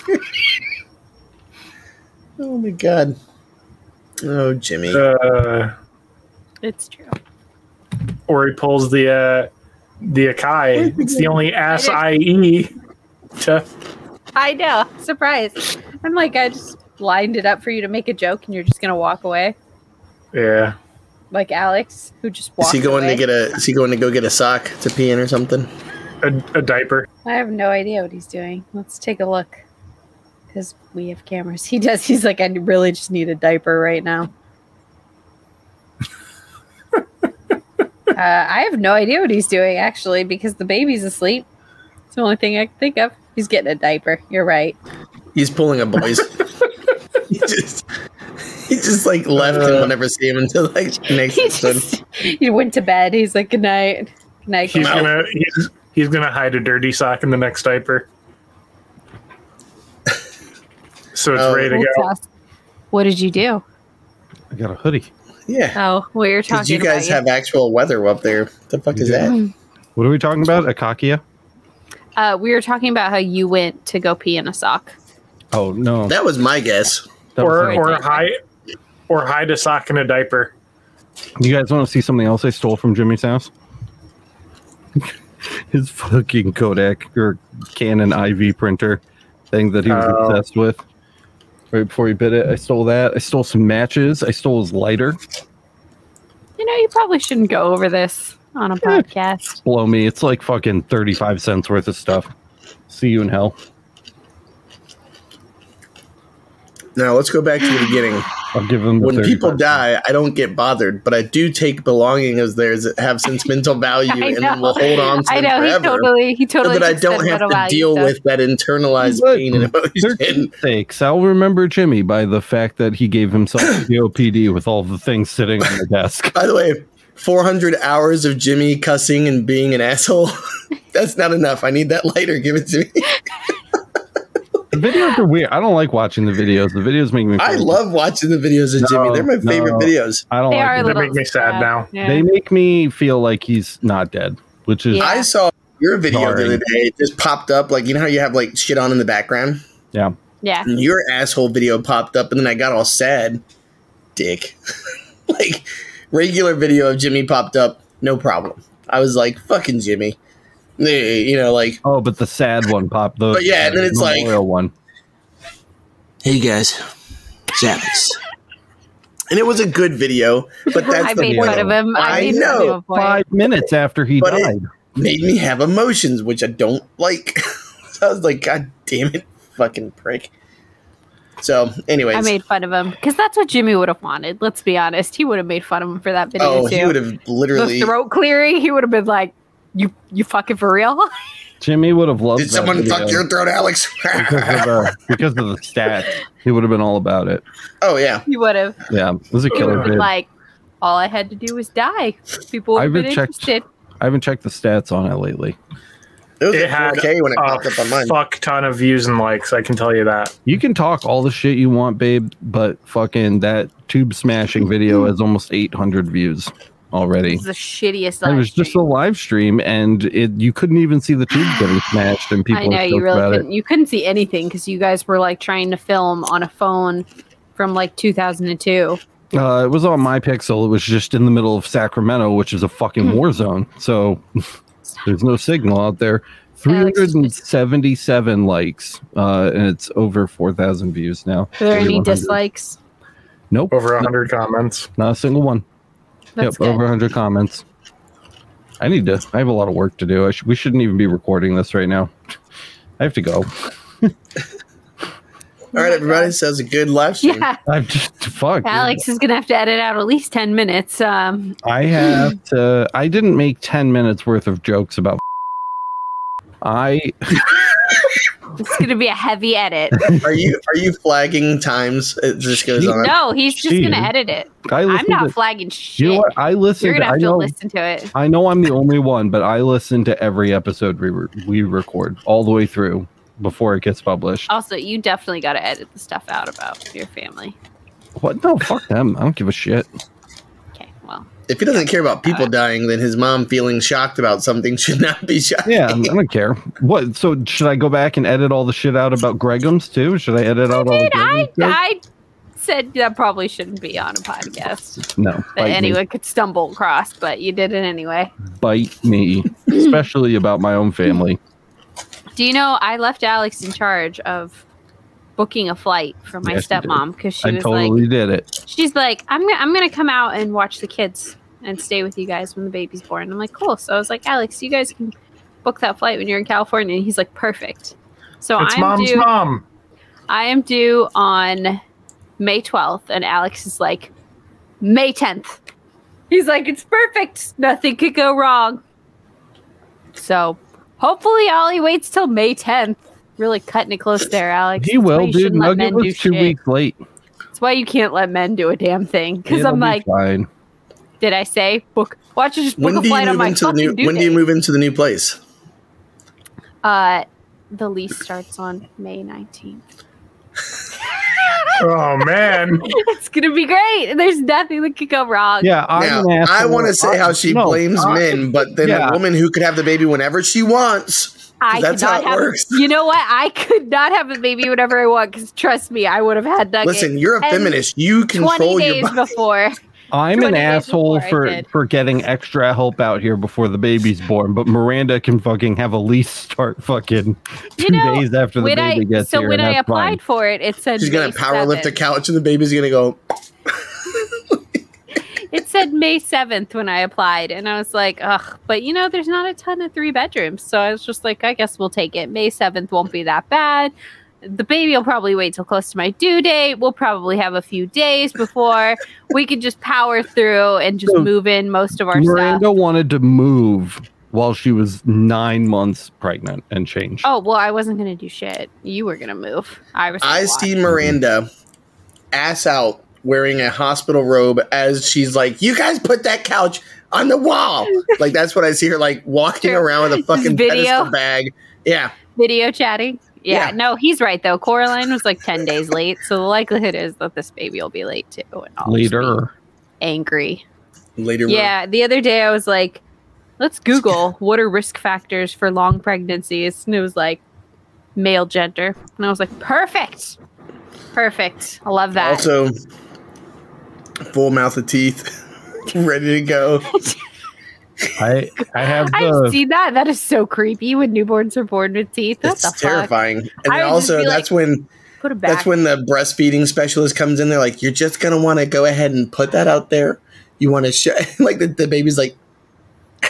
[SPEAKER 3] oh my god. Oh Jimmy.
[SPEAKER 4] Uh,
[SPEAKER 2] it's true.
[SPEAKER 4] or he pulls the uh, the Akai. It's the only ass I e. To
[SPEAKER 2] I know. Surprise. I'm like, I just lined it up for you to make a joke, and you're just gonna walk away.
[SPEAKER 4] yeah.
[SPEAKER 2] like Alex, who just
[SPEAKER 3] Is
[SPEAKER 2] walked.
[SPEAKER 3] he going
[SPEAKER 2] away.
[SPEAKER 3] to get a? Is he going to go get a sock to pee in or something?
[SPEAKER 4] A, a diaper.
[SPEAKER 2] I have no idea what he's doing. Let's take a look, because we have cameras. (laughs) He does. He's like, I really just need a diaper right now. uh, I have no idea what he's doing actually, because the baby's asleep. It's the only thing I can think of. He's getting a diaper. You're right. (laughs)
[SPEAKER 3] He's pulling a boys. (laughs) he just, he just like left and we'll never see him until
[SPEAKER 2] (laughs)
[SPEAKER 3] like
[SPEAKER 2] Uh.
[SPEAKER 3] next
[SPEAKER 2] He
[SPEAKER 3] episode.
[SPEAKER 2] just he went to bed. He's like, good night, good night.
[SPEAKER 4] He's
[SPEAKER 2] Grandma."
[SPEAKER 4] gonna he's, he's gonna hide a dirty sock in the next diaper. so it's
[SPEAKER 3] Oh.
[SPEAKER 4] ready to go.
[SPEAKER 2] What did you do?
[SPEAKER 1] I got a hoodie.
[SPEAKER 3] Yeah.
[SPEAKER 2] Oh, well, you're
[SPEAKER 3] Because
[SPEAKER 2] talking
[SPEAKER 3] you guys
[SPEAKER 2] about
[SPEAKER 3] have actual weather up there. What the fuck
[SPEAKER 1] We
[SPEAKER 3] is
[SPEAKER 1] do.
[SPEAKER 3] that?
[SPEAKER 1] What are we talking about? Akakia?
[SPEAKER 2] uh, we were talking about how you went to go pee in a sock.
[SPEAKER 1] Oh no.
[SPEAKER 3] That was my guess.
[SPEAKER 1] That was
[SPEAKER 4] or
[SPEAKER 1] like-
[SPEAKER 4] or hide or hide a sock in a diaper.
[SPEAKER 1] you guys want to see something else I stole from Jimmy's house? (laughs) His fucking Kodak or Canon IV printer thing that he was
[SPEAKER 4] Oh.
[SPEAKER 1] obsessed with. Right before he bit it, I stole that. I stole some matches. I stole his lighter.
[SPEAKER 2] You know, you probably shouldn't go over this on
[SPEAKER 1] (laughs)
[SPEAKER 2] a
[SPEAKER 1] Yeah.
[SPEAKER 2] podcast.
[SPEAKER 1] Blow me. It's like fucking 35 cents worth of stuff. See you in hell.
[SPEAKER 3] Now let's go back to the beginning.
[SPEAKER 1] I'll give him the
[SPEAKER 3] When people
[SPEAKER 1] 35
[SPEAKER 3] die, I don't get bothered, but I do take belongings of theirs that have sentimental value
[SPEAKER 2] (laughs) I
[SPEAKER 3] and
[SPEAKER 2] know.
[SPEAKER 3] then will
[SPEAKER 2] (laughs)
[SPEAKER 3] hold on to
[SPEAKER 2] I
[SPEAKER 3] them
[SPEAKER 2] know he
[SPEAKER 3] forever.
[SPEAKER 2] totally he
[SPEAKER 3] so
[SPEAKER 2] totally
[SPEAKER 3] that I
[SPEAKER 2] just
[SPEAKER 3] don't
[SPEAKER 2] said
[SPEAKER 3] have
[SPEAKER 2] what
[SPEAKER 3] to
[SPEAKER 2] about you,
[SPEAKER 3] deal
[SPEAKER 2] so-
[SPEAKER 3] with that internalized
[SPEAKER 1] Look,
[SPEAKER 3] pain and
[SPEAKER 1] They're
[SPEAKER 3] emotion.
[SPEAKER 1] keepsakes. I'll remember Jimmy by the fact that he gave himself
[SPEAKER 3] (coughs)
[SPEAKER 1] COPD with all the things sitting on the desk.
[SPEAKER 3] By the way, 400 hours of Jimmy cussing and being an asshole. (laughs) That's not enough. I need that lighter. Give it to me. (laughs)
[SPEAKER 1] The videos are weird. I don't like watching the videos. The videos make me.
[SPEAKER 3] I
[SPEAKER 1] feel-
[SPEAKER 3] love watching the videos of Jimmy.
[SPEAKER 1] No,
[SPEAKER 3] They're my favorite
[SPEAKER 1] no.
[SPEAKER 3] videos.
[SPEAKER 1] I don't
[SPEAKER 2] They
[SPEAKER 1] like.
[SPEAKER 2] are
[SPEAKER 1] them.
[SPEAKER 2] little
[SPEAKER 4] make me sad now.
[SPEAKER 2] Yeah.
[SPEAKER 1] They make me feel like he's not dead, which is
[SPEAKER 2] Yeah.
[SPEAKER 3] I saw your video
[SPEAKER 1] Sorry.
[SPEAKER 3] the other day. It just popped up. Like, you know how you have like shit on in the background?
[SPEAKER 2] yeah.
[SPEAKER 3] And your asshole video popped up, and then I got all sad. Dick. (laughs) like, regular video of Jimmy popped up. No problem. I was like, fucking Jimmy. Eh, You know, like,
[SPEAKER 1] oh, but the sad one popped. The
[SPEAKER 3] But yeah, and then it's
[SPEAKER 1] the
[SPEAKER 3] like-
[SPEAKER 1] memorial one.
[SPEAKER 3] Hey guys, it's Alex. and it was a good video, but that's
[SPEAKER 2] (laughs) I
[SPEAKER 3] the
[SPEAKER 2] made
[SPEAKER 3] point.
[SPEAKER 2] fun of him. I,
[SPEAKER 3] I
[SPEAKER 2] made
[SPEAKER 3] know.
[SPEAKER 2] Fun of him
[SPEAKER 1] Five minutes after he
[SPEAKER 3] But it-
[SPEAKER 1] died,
[SPEAKER 3] Made me have emotions, which I don't like. (laughs) so I was like, God damn it, fucking prick. So, anyways,
[SPEAKER 2] I made fun of him because that's what Jimmy would have wanted. Let's be honest, he would have made fun of him for that video
[SPEAKER 3] oh,
[SPEAKER 2] too.
[SPEAKER 3] he would have literally.
[SPEAKER 2] the throat clearing, he would have been like, "You, you fucking for real?" (laughs)
[SPEAKER 1] Jimmy would have loved.
[SPEAKER 3] Did
[SPEAKER 1] that
[SPEAKER 3] someone fuck
[SPEAKER 1] video
[SPEAKER 3] your throat, Alex?
[SPEAKER 1] (laughs) Because of, the, because of the stats, he would have been all about it.
[SPEAKER 3] oh yeah,
[SPEAKER 2] he would have.
[SPEAKER 1] Yeah, this is a
[SPEAKER 2] He would
[SPEAKER 1] killer.
[SPEAKER 2] have been
[SPEAKER 1] Dude.
[SPEAKER 2] like, "All I had to do was die." People would
[SPEAKER 1] I
[SPEAKER 2] have been
[SPEAKER 1] rechecked-
[SPEAKER 2] interested.
[SPEAKER 1] I haven't checked the stats on it lately.
[SPEAKER 3] it was
[SPEAKER 4] It
[SPEAKER 3] at
[SPEAKER 4] had
[SPEAKER 3] 4K when it popped
[SPEAKER 4] a
[SPEAKER 3] up on mine.
[SPEAKER 4] fuck ton of views and likes. I can tell you that.
[SPEAKER 1] You can talk all the shit you want, babe, but fucking that tube smashing video has almost 800 views already.
[SPEAKER 2] This is the shittiest.
[SPEAKER 1] It
[SPEAKER 2] live
[SPEAKER 1] was just a
[SPEAKER 2] stream.
[SPEAKER 1] live stream, and it you couldn't even see the tube getting smashed, and people
[SPEAKER 2] I know
[SPEAKER 1] were
[SPEAKER 2] you
[SPEAKER 1] stoked
[SPEAKER 2] really
[SPEAKER 1] about it.
[SPEAKER 2] couldn't. You couldn't see anything because you guys were like trying to film on a phone from like 2002.
[SPEAKER 1] Uh, it was on my pixel. It was just in the middle of Sacramento, which is a fucking
[SPEAKER 2] Hmm.
[SPEAKER 1] war zone. So (laughs) there's no signal out
[SPEAKER 2] Oh,
[SPEAKER 1] there.
[SPEAKER 2] Alex is
[SPEAKER 1] 377 likes, uh, and it's over 4,000 views now.
[SPEAKER 2] Are there any
[SPEAKER 1] 3,100.
[SPEAKER 2] dislikes?
[SPEAKER 1] Nope,
[SPEAKER 4] Over hundred comments.
[SPEAKER 1] not a single one.
[SPEAKER 2] That's
[SPEAKER 1] yep,
[SPEAKER 2] good.
[SPEAKER 1] over (laughs) 100 comments. I need to. I have a lot of work to do. I sh- we shouldn't even be recording this right now. I have to go.
[SPEAKER 3] All right, everybody, so that was a good live stream.
[SPEAKER 2] Yeah,
[SPEAKER 1] I've just (laughs) fuck.
[SPEAKER 2] Alex is gonna have to edit out at least ten minutes. Um,
[SPEAKER 1] I have to. I didn't make 10 minutes worth of jokes
[SPEAKER 2] (laughs)
[SPEAKER 1] about. I
[SPEAKER 2] it's gonna be a
[SPEAKER 1] (laughs)
[SPEAKER 2] heavy edit.
[SPEAKER 3] Are you are you flagging times? It just goes on.
[SPEAKER 2] No, he's just
[SPEAKER 1] She-
[SPEAKER 2] gonna edit it.
[SPEAKER 1] I
[SPEAKER 2] I'm
[SPEAKER 1] listened
[SPEAKER 2] not
[SPEAKER 1] to,
[SPEAKER 2] flagging
[SPEAKER 1] You
[SPEAKER 2] shit.
[SPEAKER 1] know what? I
[SPEAKER 2] You're
[SPEAKER 1] listened.
[SPEAKER 2] gonna
[SPEAKER 1] I
[SPEAKER 2] have to
[SPEAKER 1] know.
[SPEAKER 2] listen to it.
[SPEAKER 1] I know I'm the only one, but I listen to every episode we re- we record all the way through before it gets published.
[SPEAKER 2] Also, you definitely gotta edit the stuff out about your family.
[SPEAKER 1] What? No, fuck them. I don't give a shit.
[SPEAKER 2] Okay, well,
[SPEAKER 3] If he doesn't care about people dying, then his mom feeling shocked about something should not be shocked.
[SPEAKER 1] Yeah, I don't care. What? So should I go back and edit all the shit out about Gregums too? Should I edit out all the
[SPEAKER 2] dude, I
[SPEAKER 1] Gregums? jokes?
[SPEAKER 2] I said that probably shouldn't be on a podcast
[SPEAKER 1] No.
[SPEAKER 2] that
[SPEAKER 1] Bite
[SPEAKER 2] anyone could stumble across, but you did it anyway.
[SPEAKER 1] me. Bite me, especially about my own family.
[SPEAKER 2] Do you know I left Alex in charge of booking a flight for my
[SPEAKER 1] Yes, you did.
[SPEAKER 2] stepmom because (laughs) she
[SPEAKER 1] I
[SPEAKER 2] was like.
[SPEAKER 1] totally did it.
[SPEAKER 2] she's like, I'm gonna, I'm gonna come out and watch the kids and stay with you guys when the baby's born. I'm like, cool. So I was like, Alex, you guys can book that flight when you're in California. And he's like, perfect. So
[SPEAKER 4] it's
[SPEAKER 2] I'm
[SPEAKER 4] mom's
[SPEAKER 2] due,
[SPEAKER 4] mom.
[SPEAKER 2] I am due on May 12th, and Alex is like, May 10th. He's like, it's perfect. Nothing could go wrong. So hopefully, Ollie waits till May 10th. Really cutting it close there, Alex.
[SPEAKER 1] He
[SPEAKER 2] That's why
[SPEAKER 1] will,
[SPEAKER 2] you
[SPEAKER 1] dude.
[SPEAKER 2] shouldn't let
[SPEAKER 1] Nugget
[SPEAKER 2] men do
[SPEAKER 1] was two
[SPEAKER 2] shit.
[SPEAKER 1] weeks
[SPEAKER 2] (laughs)
[SPEAKER 1] late.
[SPEAKER 2] That's why you can't let men do a damn thing. Because
[SPEAKER 1] It'll
[SPEAKER 2] I'm
[SPEAKER 1] be
[SPEAKER 2] like,
[SPEAKER 1] fine.
[SPEAKER 2] did I say book? Watch it, just book
[SPEAKER 3] When
[SPEAKER 2] a
[SPEAKER 3] do
[SPEAKER 2] flight
[SPEAKER 3] you
[SPEAKER 2] on
[SPEAKER 3] move
[SPEAKER 2] my
[SPEAKER 3] into the
[SPEAKER 2] fucking
[SPEAKER 3] new?
[SPEAKER 2] due
[SPEAKER 3] When do you
[SPEAKER 2] date.
[SPEAKER 3] move into the new place?
[SPEAKER 2] Uh, the lease starts on May nineteenth.
[SPEAKER 4] Oh man,
[SPEAKER 2] (laughs) it's gonna be great. There's nothing that could go wrong.
[SPEAKER 1] Yeah,
[SPEAKER 3] Now,
[SPEAKER 1] I'm an
[SPEAKER 3] I
[SPEAKER 1] asshole.
[SPEAKER 3] want to say how she
[SPEAKER 1] No,
[SPEAKER 3] blames
[SPEAKER 1] I-
[SPEAKER 3] men, but then
[SPEAKER 1] yeah.
[SPEAKER 3] a woman who could have the baby whenever she wants.
[SPEAKER 2] I could
[SPEAKER 3] that's
[SPEAKER 2] not
[SPEAKER 3] how it
[SPEAKER 2] have.
[SPEAKER 3] works.
[SPEAKER 2] You know what? I could not have a baby whenever I want. Because trust me, I would have had Nugget.
[SPEAKER 3] Listen, you're a
[SPEAKER 2] And
[SPEAKER 3] feminist. You
[SPEAKER 2] twenty
[SPEAKER 3] control your
[SPEAKER 2] days
[SPEAKER 3] body.
[SPEAKER 2] before.
[SPEAKER 1] I'm
[SPEAKER 2] 20
[SPEAKER 1] an
[SPEAKER 2] days
[SPEAKER 1] asshole
[SPEAKER 2] before I
[SPEAKER 1] for
[SPEAKER 2] did.
[SPEAKER 1] for getting extra help out here before the baby's born, but Miranda can fucking have Elise start fucking two
[SPEAKER 2] (laughs) You know,
[SPEAKER 1] days after the
[SPEAKER 2] when
[SPEAKER 1] baby
[SPEAKER 2] I
[SPEAKER 1] gets
[SPEAKER 2] so
[SPEAKER 1] here.
[SPEAKER 2] when
[SPEAKER 1] and
[SPEAKER 2] I
[SPEAKER 1] that's fine.
[SPEAKER 2] applied for it, it said
[SPEAKER 3] She's gonna
[SPEAKER 2] May
[SPEAKER 3] power lift a
[SPEAKER 2] 7th.
[SPEAKER 3] couch, and the baby's gonna go.
[SPEAKER 2] It said May seventh when I applied, and I was like, ugh. But you know, there's not a ton of three bedrooms, so I was just like, I guess we'll take it. May seventh won't be that bad. The baby will probably wait till close to my due date. We'll probably have a few days before we can just power through and just
[SPEAKER 1] So,
[SPEAKER 2] move in most of our stuff.
[SPEAKER 1] Miranda wanted to move while she was nine months pregnant and change.
[SPEAKER 2] Oh well, I wasn't gonna do shit. You were gonna move. I was.
[SPEAKER 3] I
[SPEAKER 2] gonna
[SPEAKER 3] see Miranda ass out wearing a hospital robe as she's like, "You guys put that couch on
[SPEAKER 2] (laughs)
[SPEAKER 3] the wall." like that's what I see her like walking
[SPEAKER 2] True.
[SPEAKER 3] around with a fucking
[SPEAKER 2] video.
[SPEAKER 3] pedestal bag. Yeah,
[SPEAKER 2] watch. video chatting. Yeah,
[SPEAKER 3] Yeah.
[SPEAKER 2] no, he's right though. Coraline was like ten days late, so the likelihood is that this baby will be late too. And I'll just be
[SPEAKER 1] Later,
[SPEAKER 2] angry.
[SPEAKER 3] later.
[SPEAKER 2] Yeah, the other day I was like, let's
[SPEAKER 3] (laughs)
[SPEAKER 2] Google what are risk factors for long pregnancies, and it was like male gender, and I was like, perfect, perfect. I love that.
[SPEAKER 3] Also, full mouth of teeth, (laughs) ready to go.
[SPEAKER 1] I I
[SPEAKER 2] (laughs)
[SPEAKER 1] have the
[SPEAKER 2] I've seen that. That is so creepy when newborns are born with teeth. What
[SPEAKER 3] That's
[SPEAKER 2] the fuck?
[SPEAKER 3] terrifying. And
[SPEAKER 2] I
[SPEAKER 3] then
[SPEAKER 2] would just
[SPEAKER 3] also,
[SPEAKER 2] be like,
[SPEAKER 3] that's when
[SPEAKER 2] Put it back.
[SPEAKER 3] that's when the breastfeeding specialist comes in. They're like, "You're just gonna want to go ahead and put that out there. You want to show (laughs) like the, the baby's like
[SPEAKER 2] (laughs)
[SPEAKER 3] (laughs)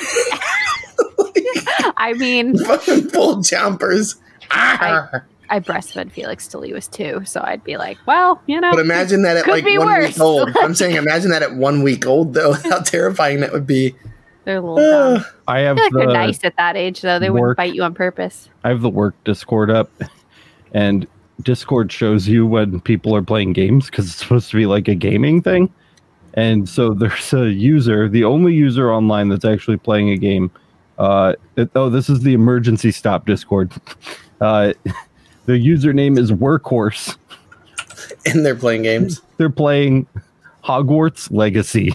[SPEAKER 2] I mean,
[SPEAKER 3] fucking full jumpers."
[SPEAKER 2] I breastfed Felix till he was two, so I'd be like, well, you know,
[SPEAKER 3] But imagine that at
[SPEAKER 2] Could
[SPEAKER 3] like
[SPEAKER 2] be
[SPEAKER 3] one
[SPEAKER 2] worse.
[SPEAKER 3] week old. I'm saying imagine that at one week old though. (laughs) How terrifying that would be. uh,
[SPEAKER 2] they're a little dumb.
[SPEAKER 3] Ugh.
[SPEAKER 1] I
[SPEAKER 2] I
[SPEAKER 1] have
[SPEAKER 2] feel like
[SPEAKER 1] the
[SPEAKER 2] they're nice at that age, though. They wouldn't
[SPEAKER 1] Uh, work.
[SPEAKER 2] bite you on purpose.
[SPEAKER 1] I have the work Discord up, and Discord shows you when people are playing games because it's supposed to be like a gaming thing. And so there's a user, the only user online that's actually playing a game. Uh, it- oh, this is the emergency stop Discord. (laughs) Uh, (laughs) the username is Workhorse.
[SPEAKER 3] and they're playing games.
[SPEAKER 1] They're playing Hogwarts Legacy.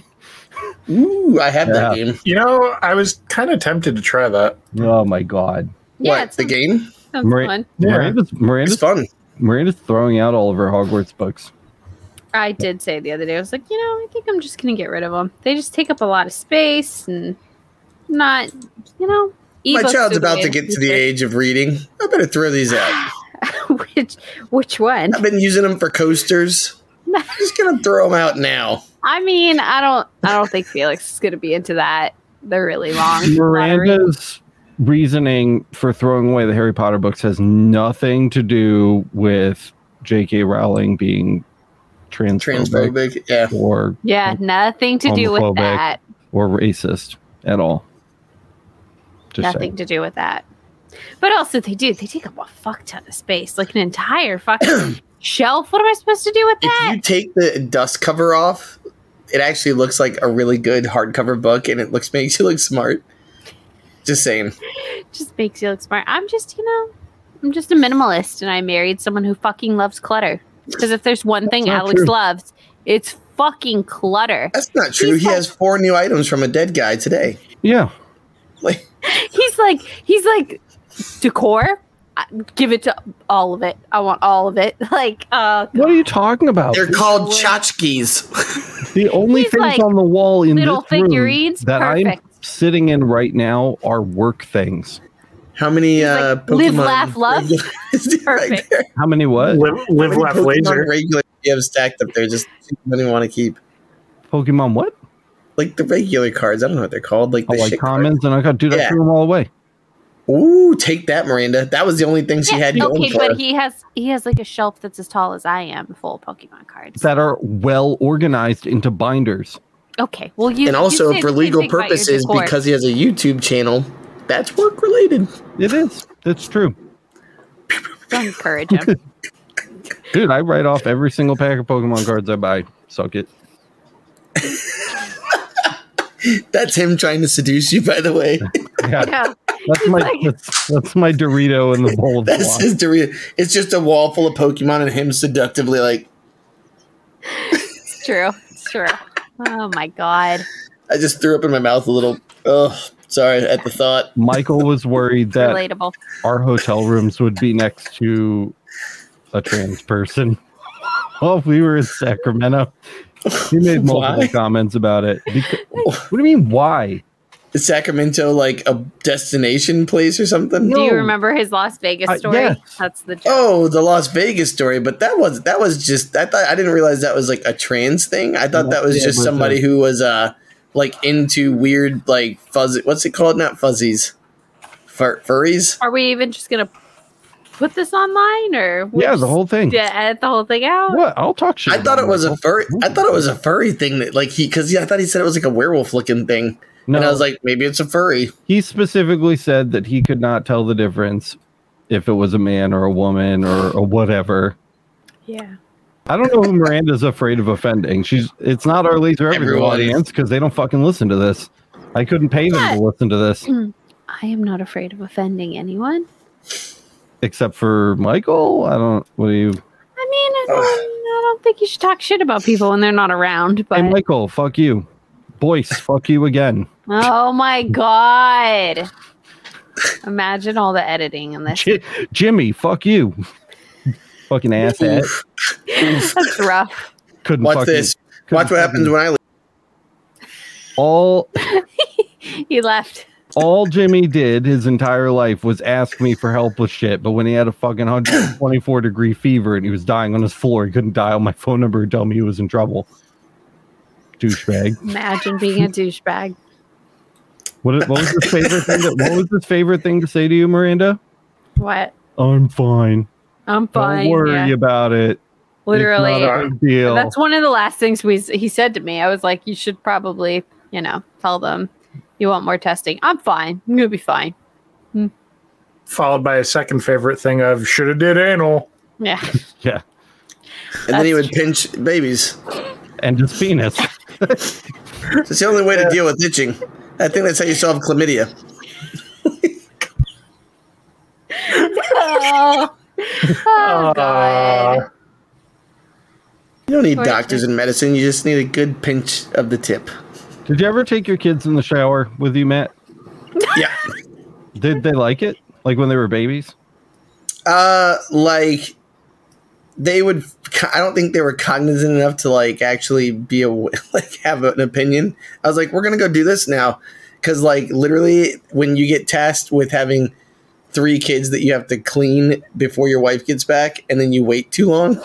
[SPEAKER 3] Ooh, I have that game.
[SPEAKER 4] you know, I was kind of tempted to try that.
[SPEAKER 1] Oh my god!
[SPEAKER 2] Yeah,
[SPEAKER 3] what
[SPEAKER 2] it's
[SPEAKER 3] the game?
[SPEAKER 2] sounds
[SPEAKER 1] Maria-
[SPEAKER 2] fun.
[SPEAKER 4] Yeah.
[SPEAKER 1] Miranda's,
[SPEAKER 3] It's
[SPEAKER 1] Miranda's,
[SPEAKER 3] fun.
[SPEAKER 1] Miranda's throwing out all of her Hogwarts books.
[SPEAKER 2] I did say the other day, I was like, you know, I think I'm just gonna get rid of them. They just take up a lot of space and not, you know.
[SPEAKER 3] My
[SPEAKER 2] ebooks
[SPEAKER 3] child's
[SPEAKER 2] are
[SPEAKER 3] about
[SPEAKER 2] way
[SPEAKER 3] to get to the age of reading. I better throw these out.
[SPEAKER 2] future. (laughs) which which one?
[SPEAKER 3] I've been using them
[SPEAKER 2] (laughs)
[SPEAKER 3] for coasters. I'm just gonna throw them out now.
[SPEAKER 2] I mean, I don't, I don't think Felix is gonna be into that. They're really long. Lottery.
[SPEAKER 1] Miranda's reasoning for throwing away the Harry Potter books has nothing to do with J.K. Rowling being transphobic,
[SPEAKER 3] Transphobic. Yeah.
[SPEAKER 1] or
[SPEAKER 2] Yeah, nothing to do with
[SPEAKER 1] Homophobic.
[SPEAKER 2] that.
[SPEAKER 1] or racist at all. Just
[SPEAKER 2] nothing to do with that. But also, they do. They take up a fuck ton of space, like an entire
[SPEAKER 1] (clears throat)
[SPEAKER 2] fucking shelf. What am I supposed to do with
[SPEAKER 3] If
[SPEAKER 2] that?
[SPEAKER 3] you take the dust cover off, it actually looks like a really good hardcover book, and it looks (laughs) makes you look smart. Just saying.
[SPEAKER 2] just makes you look smart. I'm just, you know, I'm just a minimalist, and I married someone who fucking loves clutter. Because if there's one thing
[SPEAKER 1] not
[SPEAKER 2] Alex
[SPEAKER 1] true.
[SPEAKER 2] loves, it's fucking clutter. (laughs)
[SPEAKER 3] That's not true.
[SPEAKER 2] He's
[SPEAKER 3] He
[SPEAKER 2] like-
[SPEAKER 3] has four new items from a dead guy today.
[SPEAKER 1] saying. Yeah,
[SPEAKER 3] Like
[SPEAKER 2] He's like, he's like, decor. I, give it to all of it. I want all of it. (laughs) Like, uh,
[SPEAKER 1] what are you talking about?
[SPEAKER 3] They're called tchotchkes.
[SPEAKER 1] The only
[SPEAKER 2] He's
[SPEAKER 1] things
[SPEAKER 2] like
[SPEAKER 1] on the wall in
[SPEAKER 2] little
[SPEAKER 1] this room
[SPEAKER 2] figurines?
[SPEAKER 1] that I'm
[SPEAKER 2] Perfect.
[SPEAKER 1] sitting in right now are work things.
[SPEAKER 3] How many uh,
[SPEAKER 2] like,
[SPEAKER 3] Pokemon
[SPEAKER 2] live, laugh,
[SPEAKER 3] (laughs)
[SPEAKER 2] love?
[SPEAKER 3] is there right
[SPEAKER 2] Perfect.
[SPEAKER 3] there?
[SPEAKER 1] How many what?
[SPEAKER 4] Live,
[SPEAKER 3] How
[SPEAKER 4] live
[SPEAKER 3] many
[SPEAKER 4] laugh,
[SPEAKER 3] Pokemon
[SPEAKER 4] laser.
[SPEAKER 3] regular you have stacked up there? Just I don't even want to keep
[SPEAKER 1] Pokemon what?
[SPEAKER 3] like the regular cards. I don't know what they're called. Like
[SPEAKER 1] Oh,
[SPEAKER 3] the
[SPEAKER 1] like
[SPEAKER 3] shit cards.
[SPEAKER 1] commons, and I got dude, I
[SPEAKER 3] Yeah.
[SPEAKER 1] threw them all away.
[SPEAKER 3] Ooh, take that, Miranda. That was the only thing she
[SPEAKER 2] Yeah,
[SPEAKER 3] had going
[SPEAKER 2] okay,
[SPEAKER 3] for. her.
[SPEAKER 2] but he has he has like a shelf that's as tall as I am, full of Pokemon cards.
[SPEAKER 1] That are well organized into binders.
[SPEAKER 2] okay, well you
[SPEAKER 3] and also,
[SPEAKER 2] you said
[SPEAKER 3] for
[SPEAKER 2] you didn't
[SPEAKER 3] legal
[SPEAKER 2] think about your
[SPEAKER 3] purposes,
[SPEAKER 2] decor.
[SPEAKER 3] because he has a YouTube channel, that's work related.
[SPEAKER 1] It is. That's true.
[SPEAKER 2] don't encourage
[SPEAKER 3] (laughs)
[SPEAKER 2] him.
[SPEAKER 1] Dude, I write off every single pack of Pokemon cards I buy. Suck it.
[SPEAKER 3] That's him trying to seduce you. By the way, (laughs)
[SPEAKER 2] (laughs)
[SPEAKER 1] Yeah,
[SPEAKER 2] no,
[SPEAKER 1] that's my that's, that's my Dorito in the bowl of
[SPEAKER 3] (laughs) that's
[SPEAKER 1] block.
[SPEAKER 3] his Dorito. It's just a wall full of Pokemon and him seductively like,
[SPEAKER 2] It's true. It's true. Oh my god.
[SPEAKER 3] I just threw up in my mouth a little. Oh, sorry at the thought.
[SPEAKER 1] Michael was worried that
[SPEAKER 2] Relatable.
[SPEAKER 1] our hotel rooms would be next to a trans person. (laughs) Well, we were in Sacramento. He made multiple
[SPEAKER 3] (laughs) Why?
[SPEAKER 1] comments about it.
[SPEAKER 3] (laughs)
[SPEAKER 1] Beca- what do you mean? Why?
[SPEAKER 3] Is Sacramento like a destination place or something?
[SPEAKER 2] Do you
[SPEAKER 1] No.
[SPEAKER 2] remember his Las Vegas
[SPEAKER 1] Uh,
[SPEAKER 2] story?
[SPEAKER 1] yes.
[SPEAKER 2] That's the joke.
[SPEAKER 3] Oh, the Las Vegas story, but that was that was just I thought I didn't realize that was like a trans thing. I thought that was
[SPEAKER 1] Yeah,
[SPEAKER 3] just
[SPEAKER 1] but, uh,
[SPEAKER 3] somebody who was uh like into weird like fuzzy what's it called? Not fuzzies. Fur- furries?
[SPEAKER 2] Are we even just gonna put this online or we'll
[SPEAKER 1] yeah,
[SPEAKER 2] just-
[SPEAKER 1] the whole thing.
[SPEAKER 2] yeah, edit the whole thing out?
[SPEAKER 1] What? I'll talk shit.
[SPEAKER 3] I thought
[SPEAKER 1] about
[SPEAKER 3] it was a
[SPEAKER 1] Michael.
[SPEAKER 3] furry I thought it was a furry thing that like he cuz I thought he said it was like a werewolf looking thing.
[SPEAKER 1] No,
[SPEAKER 3] And I was like maybe it's a furry.
[SPEAKER 1] he specifically said that he could not tell the difference if it was a man or a woman or, or whatever.
[SPEAKER 2] Yeah.
[SPEAKER 1] I don't know who Miranda's afraid of offending. She's it's not our laser everything
[SPEAKER 3] Everyone.
[SPEAKER 1] audience because they don't fucking listen to this. I couldn't pay them to listen to this
[SPEAKER 2] I am not afraid of offending anyone.
[SPEAKER 1] except for Michael. I don't. What do you?
[SPEAKER 2] I mean,
[SPEAKER 3] Oh.
[SPEAKER 2] I don't, I don't think you should talk shit about people when they're not around. But
[SPEAKER 1] Hey, Michael, fuck you. Boyce, fuck you again.
[SPEAKER 2] oh my god, imagine all the editing in this.
[SPEAKER 1] J- Jimmy, fuck you. fucking ass hat.
[SPEAKER 3] Oof.
[SPEAKER 2] That's rough.
[SPEAKER 1] Couldn't
[SPEAKER 3] Watch
[SPEAKER 1] fucking,
[SPEAKER 3] this.
[SPEAKER 1] couldn't
[SPEAKER 3] Watch
[SPEAKER 1] fucking-
[SPEAKER 3] what happens when I leave.
[SPEAKER 1] All
[SPEAKER 2] He left.
[SPEAKER 1] all Jimmy did his entire life was ask me for help with shit. But when he had a fucking 124 degree fever and he was dying on his floor, he couldn't dial my phone number and tell me he was in trouble. Douchebag.
[SPEAKER 2] Imagine being a douchebag.
[SPEAKER 1] What, what was his favorite thing? That, what was his favorite thing to say to you, Miranda?
[SPEAKER 2] What?
[SPEAKER 1] I'm fine.
[SPEAKER 2] I'm
[SPEAKER 1] Don't
[SPEAKER 2] fine.
[SPEAKER 1] worry
[SPEAKER 2] yeah.
[SPEAKER 1] about it. it's
[SPEAKER 2] Literally.
[SPEAKER 1] not a big deal.
[SPEAKER 2] That's one of the last things we he said to me. I was like, you should probably, you know, tell them you want more testing. I'm fine. I'm gonna be fine.
[SPEAKER 4] Followed by a second favorite thing of should have did anal.
[SPEAKER 3] (laughs)
[SPEAKER 2] Yeah. (laughs)
[SPEAKER 1] yeah,
[SPEAKER 3] And then he
[SPEAKER 2] That's
[SPEAKER 3] would pinch babies.
[SPEAKER 1] and his
[SPEAKER 2] (laughs)
[SPEAKER 1] penis.
[SPEAKER 3] It's the only way to deal with itching. I think that's how you solve chlamydia.
[SPEAKER 2] oh, oh, God.
[SPEAKER 3] Ah.
[SPEAKER 4] Uh,
[SPEAKER 3] You don't need
[SPEAKER 2] Or-
[SPEAKER 3] doctors and medicine. You just need a good pinch of the tip.
[SPEAKER 1] Did you ever take your kids in the shower with you, Matt?
[SPEAKER 3] Yeah.
[SPEAKER 1] Did they like it? Like when they were babies?
[SPEAKER 3] Uh, like they would. I don't think they were cognizant enough to like actually be a (laughs) like have an opinion. I was like, we're gonna go do this now, because like literally when you get tasked with having three kids that you have to clean before your wife gets back, and then you wait too long.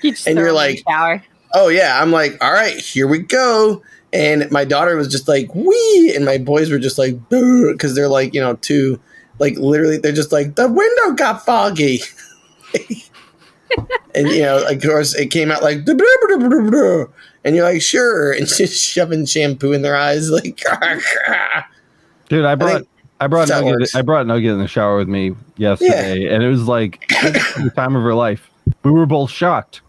[SPEAKER 2] You just throw him in
[SPEAKER 3] And you're
[SPEAKER 2] the
[SPEAKER 3] like-
[SPEAKER 2] shower.
[SPEAKER 3] Oh yeah, I'm like, all right, here we go. And my daughter was just like, wee, and my boys were just like, because they're like, you know, two, like literally, they're just like, the window got foggy. (laughs) and you know, of course, it came out like, and you're like, sure, (laughs) and just shoving shampoo in their eyes, like, (laughs)
[SPEAKER 1] Dude, I brought I,
[SPEAKER 3] think
[SPEAKER 1] brought
[SPEAKER 3] that
[SPEAKER 1] Nugget,
[SPEAKER 3] works.
[SPEAKER 1] I brought Nugget in the shower with me yesterday, and it was
[SPEAKER 3] (coughs)
[SPEAKER 1] like the time of her life. We were both shocked.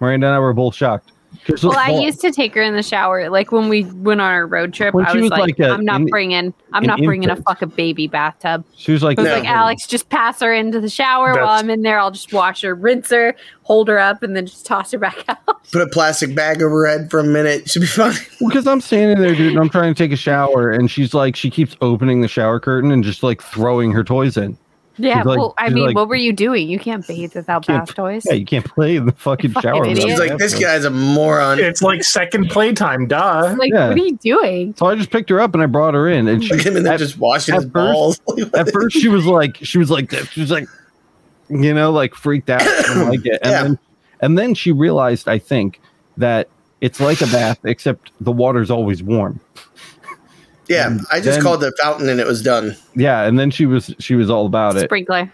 [SPEAKER 1] Miranda and I were both shocked. 'Cause
[SPEAKER 2] Well, I
[SPEAKER 1] the-
[SPEAKER 2] used to take her in the shower, like when we went on our road trip.
[SPEAKER 1] When
[SPEAKER 2] I
[SPEAKER 1] she was
[SPEAKER 2] was,
[SPEAKER 1] like
[SPEAKER 2] like,
[SPEAKER 1] a-
[SPEAKER 2] I'm not
[SPEAKER 1] an-
[SPEAKER 2] bringing, I'm
[SPEAKER 1] an
[SPEAKER 2] not bringing a
[SPEAKER 1] infant.
[SPEAKER 2] fucking baby bathtub.
[SPEAKER 1] she was like,
[SPEAKER 2] I was
[SPEAKER 3] No.
[SPEAKER 2] like, Alex, just pass her into the shower while
[SPEAKER 4] That's-
[SPEAKER 2] I'm in there. I'll just wash her, rinse her, hold her up, and then just toss her back (laughs) out.
[SPEAKER 3] put a plastic bag over her head for a minute, should be fine.
[SPEAKER 1] because I'm standing there, dude, and I'm trying to take a shower, and she's like, she keeps opening the shower curtain and just like throwing her toys in.
[SPEAKER 2] Yeah,
[SPEAKER 1] She's like-
[SPEAKER 2] well, I
[SPEAKER 1] she's
[SPEAKER 2] mean,
[SPEAKER 1] like-
[SPEAKER 2] what were you doing? You can't bathe without
[SPEAKER 1] Can't-
[SPEAKER 2] bath toys.
[SPEAKER 1] Yeah, you can't (laughs) play in the fucking
[SPEAKER 2] Fucking
[SPEAKER 1] shower. without
[SPEAKER 2] idiot.
[SPEAKER 3] She's
[SPEAKER 1] a
[SPEAKER 3] like, this
[SPEAKER 1] bathroom.
[SPEAKER 3] guy's a moron.
[SPEAKER 4] it's like second playtime, duh.
[SPEAKER 2] Like,
[SPEAKER 1] Yeah.
[SPEAKER 2] what are you doing?
[SPEAKER 1] So I just picked her up and I brought her
[SPEAKER 2] Mm-hmm.
[SPEAKER 1] in, and she
[SPEAKER 3] Look at him and they're
[SPEAKER 1] at,
[SPEAKER 3] just washing
[SPEAKER 1] at first-
[SPEAKER 3] his balls. (laughs)
[SPEAKER 1] at first she was like, she was like this, she was like, you know, like freaked out, she didn't like it, and
[SPEAKER 3] Yeah.
[SPEAKER 1] then and then she realized, I think, that it's like a bath except the water's always warm.
[SPEAKER 3] yeah, I just
[SPEAKER 1] Then-
[SPEAKER 3] called the fountain and it was done.
[SPEAKER 1] Yeah, and then she was she was all about it.
[SPEAKER 2] Sprinkler,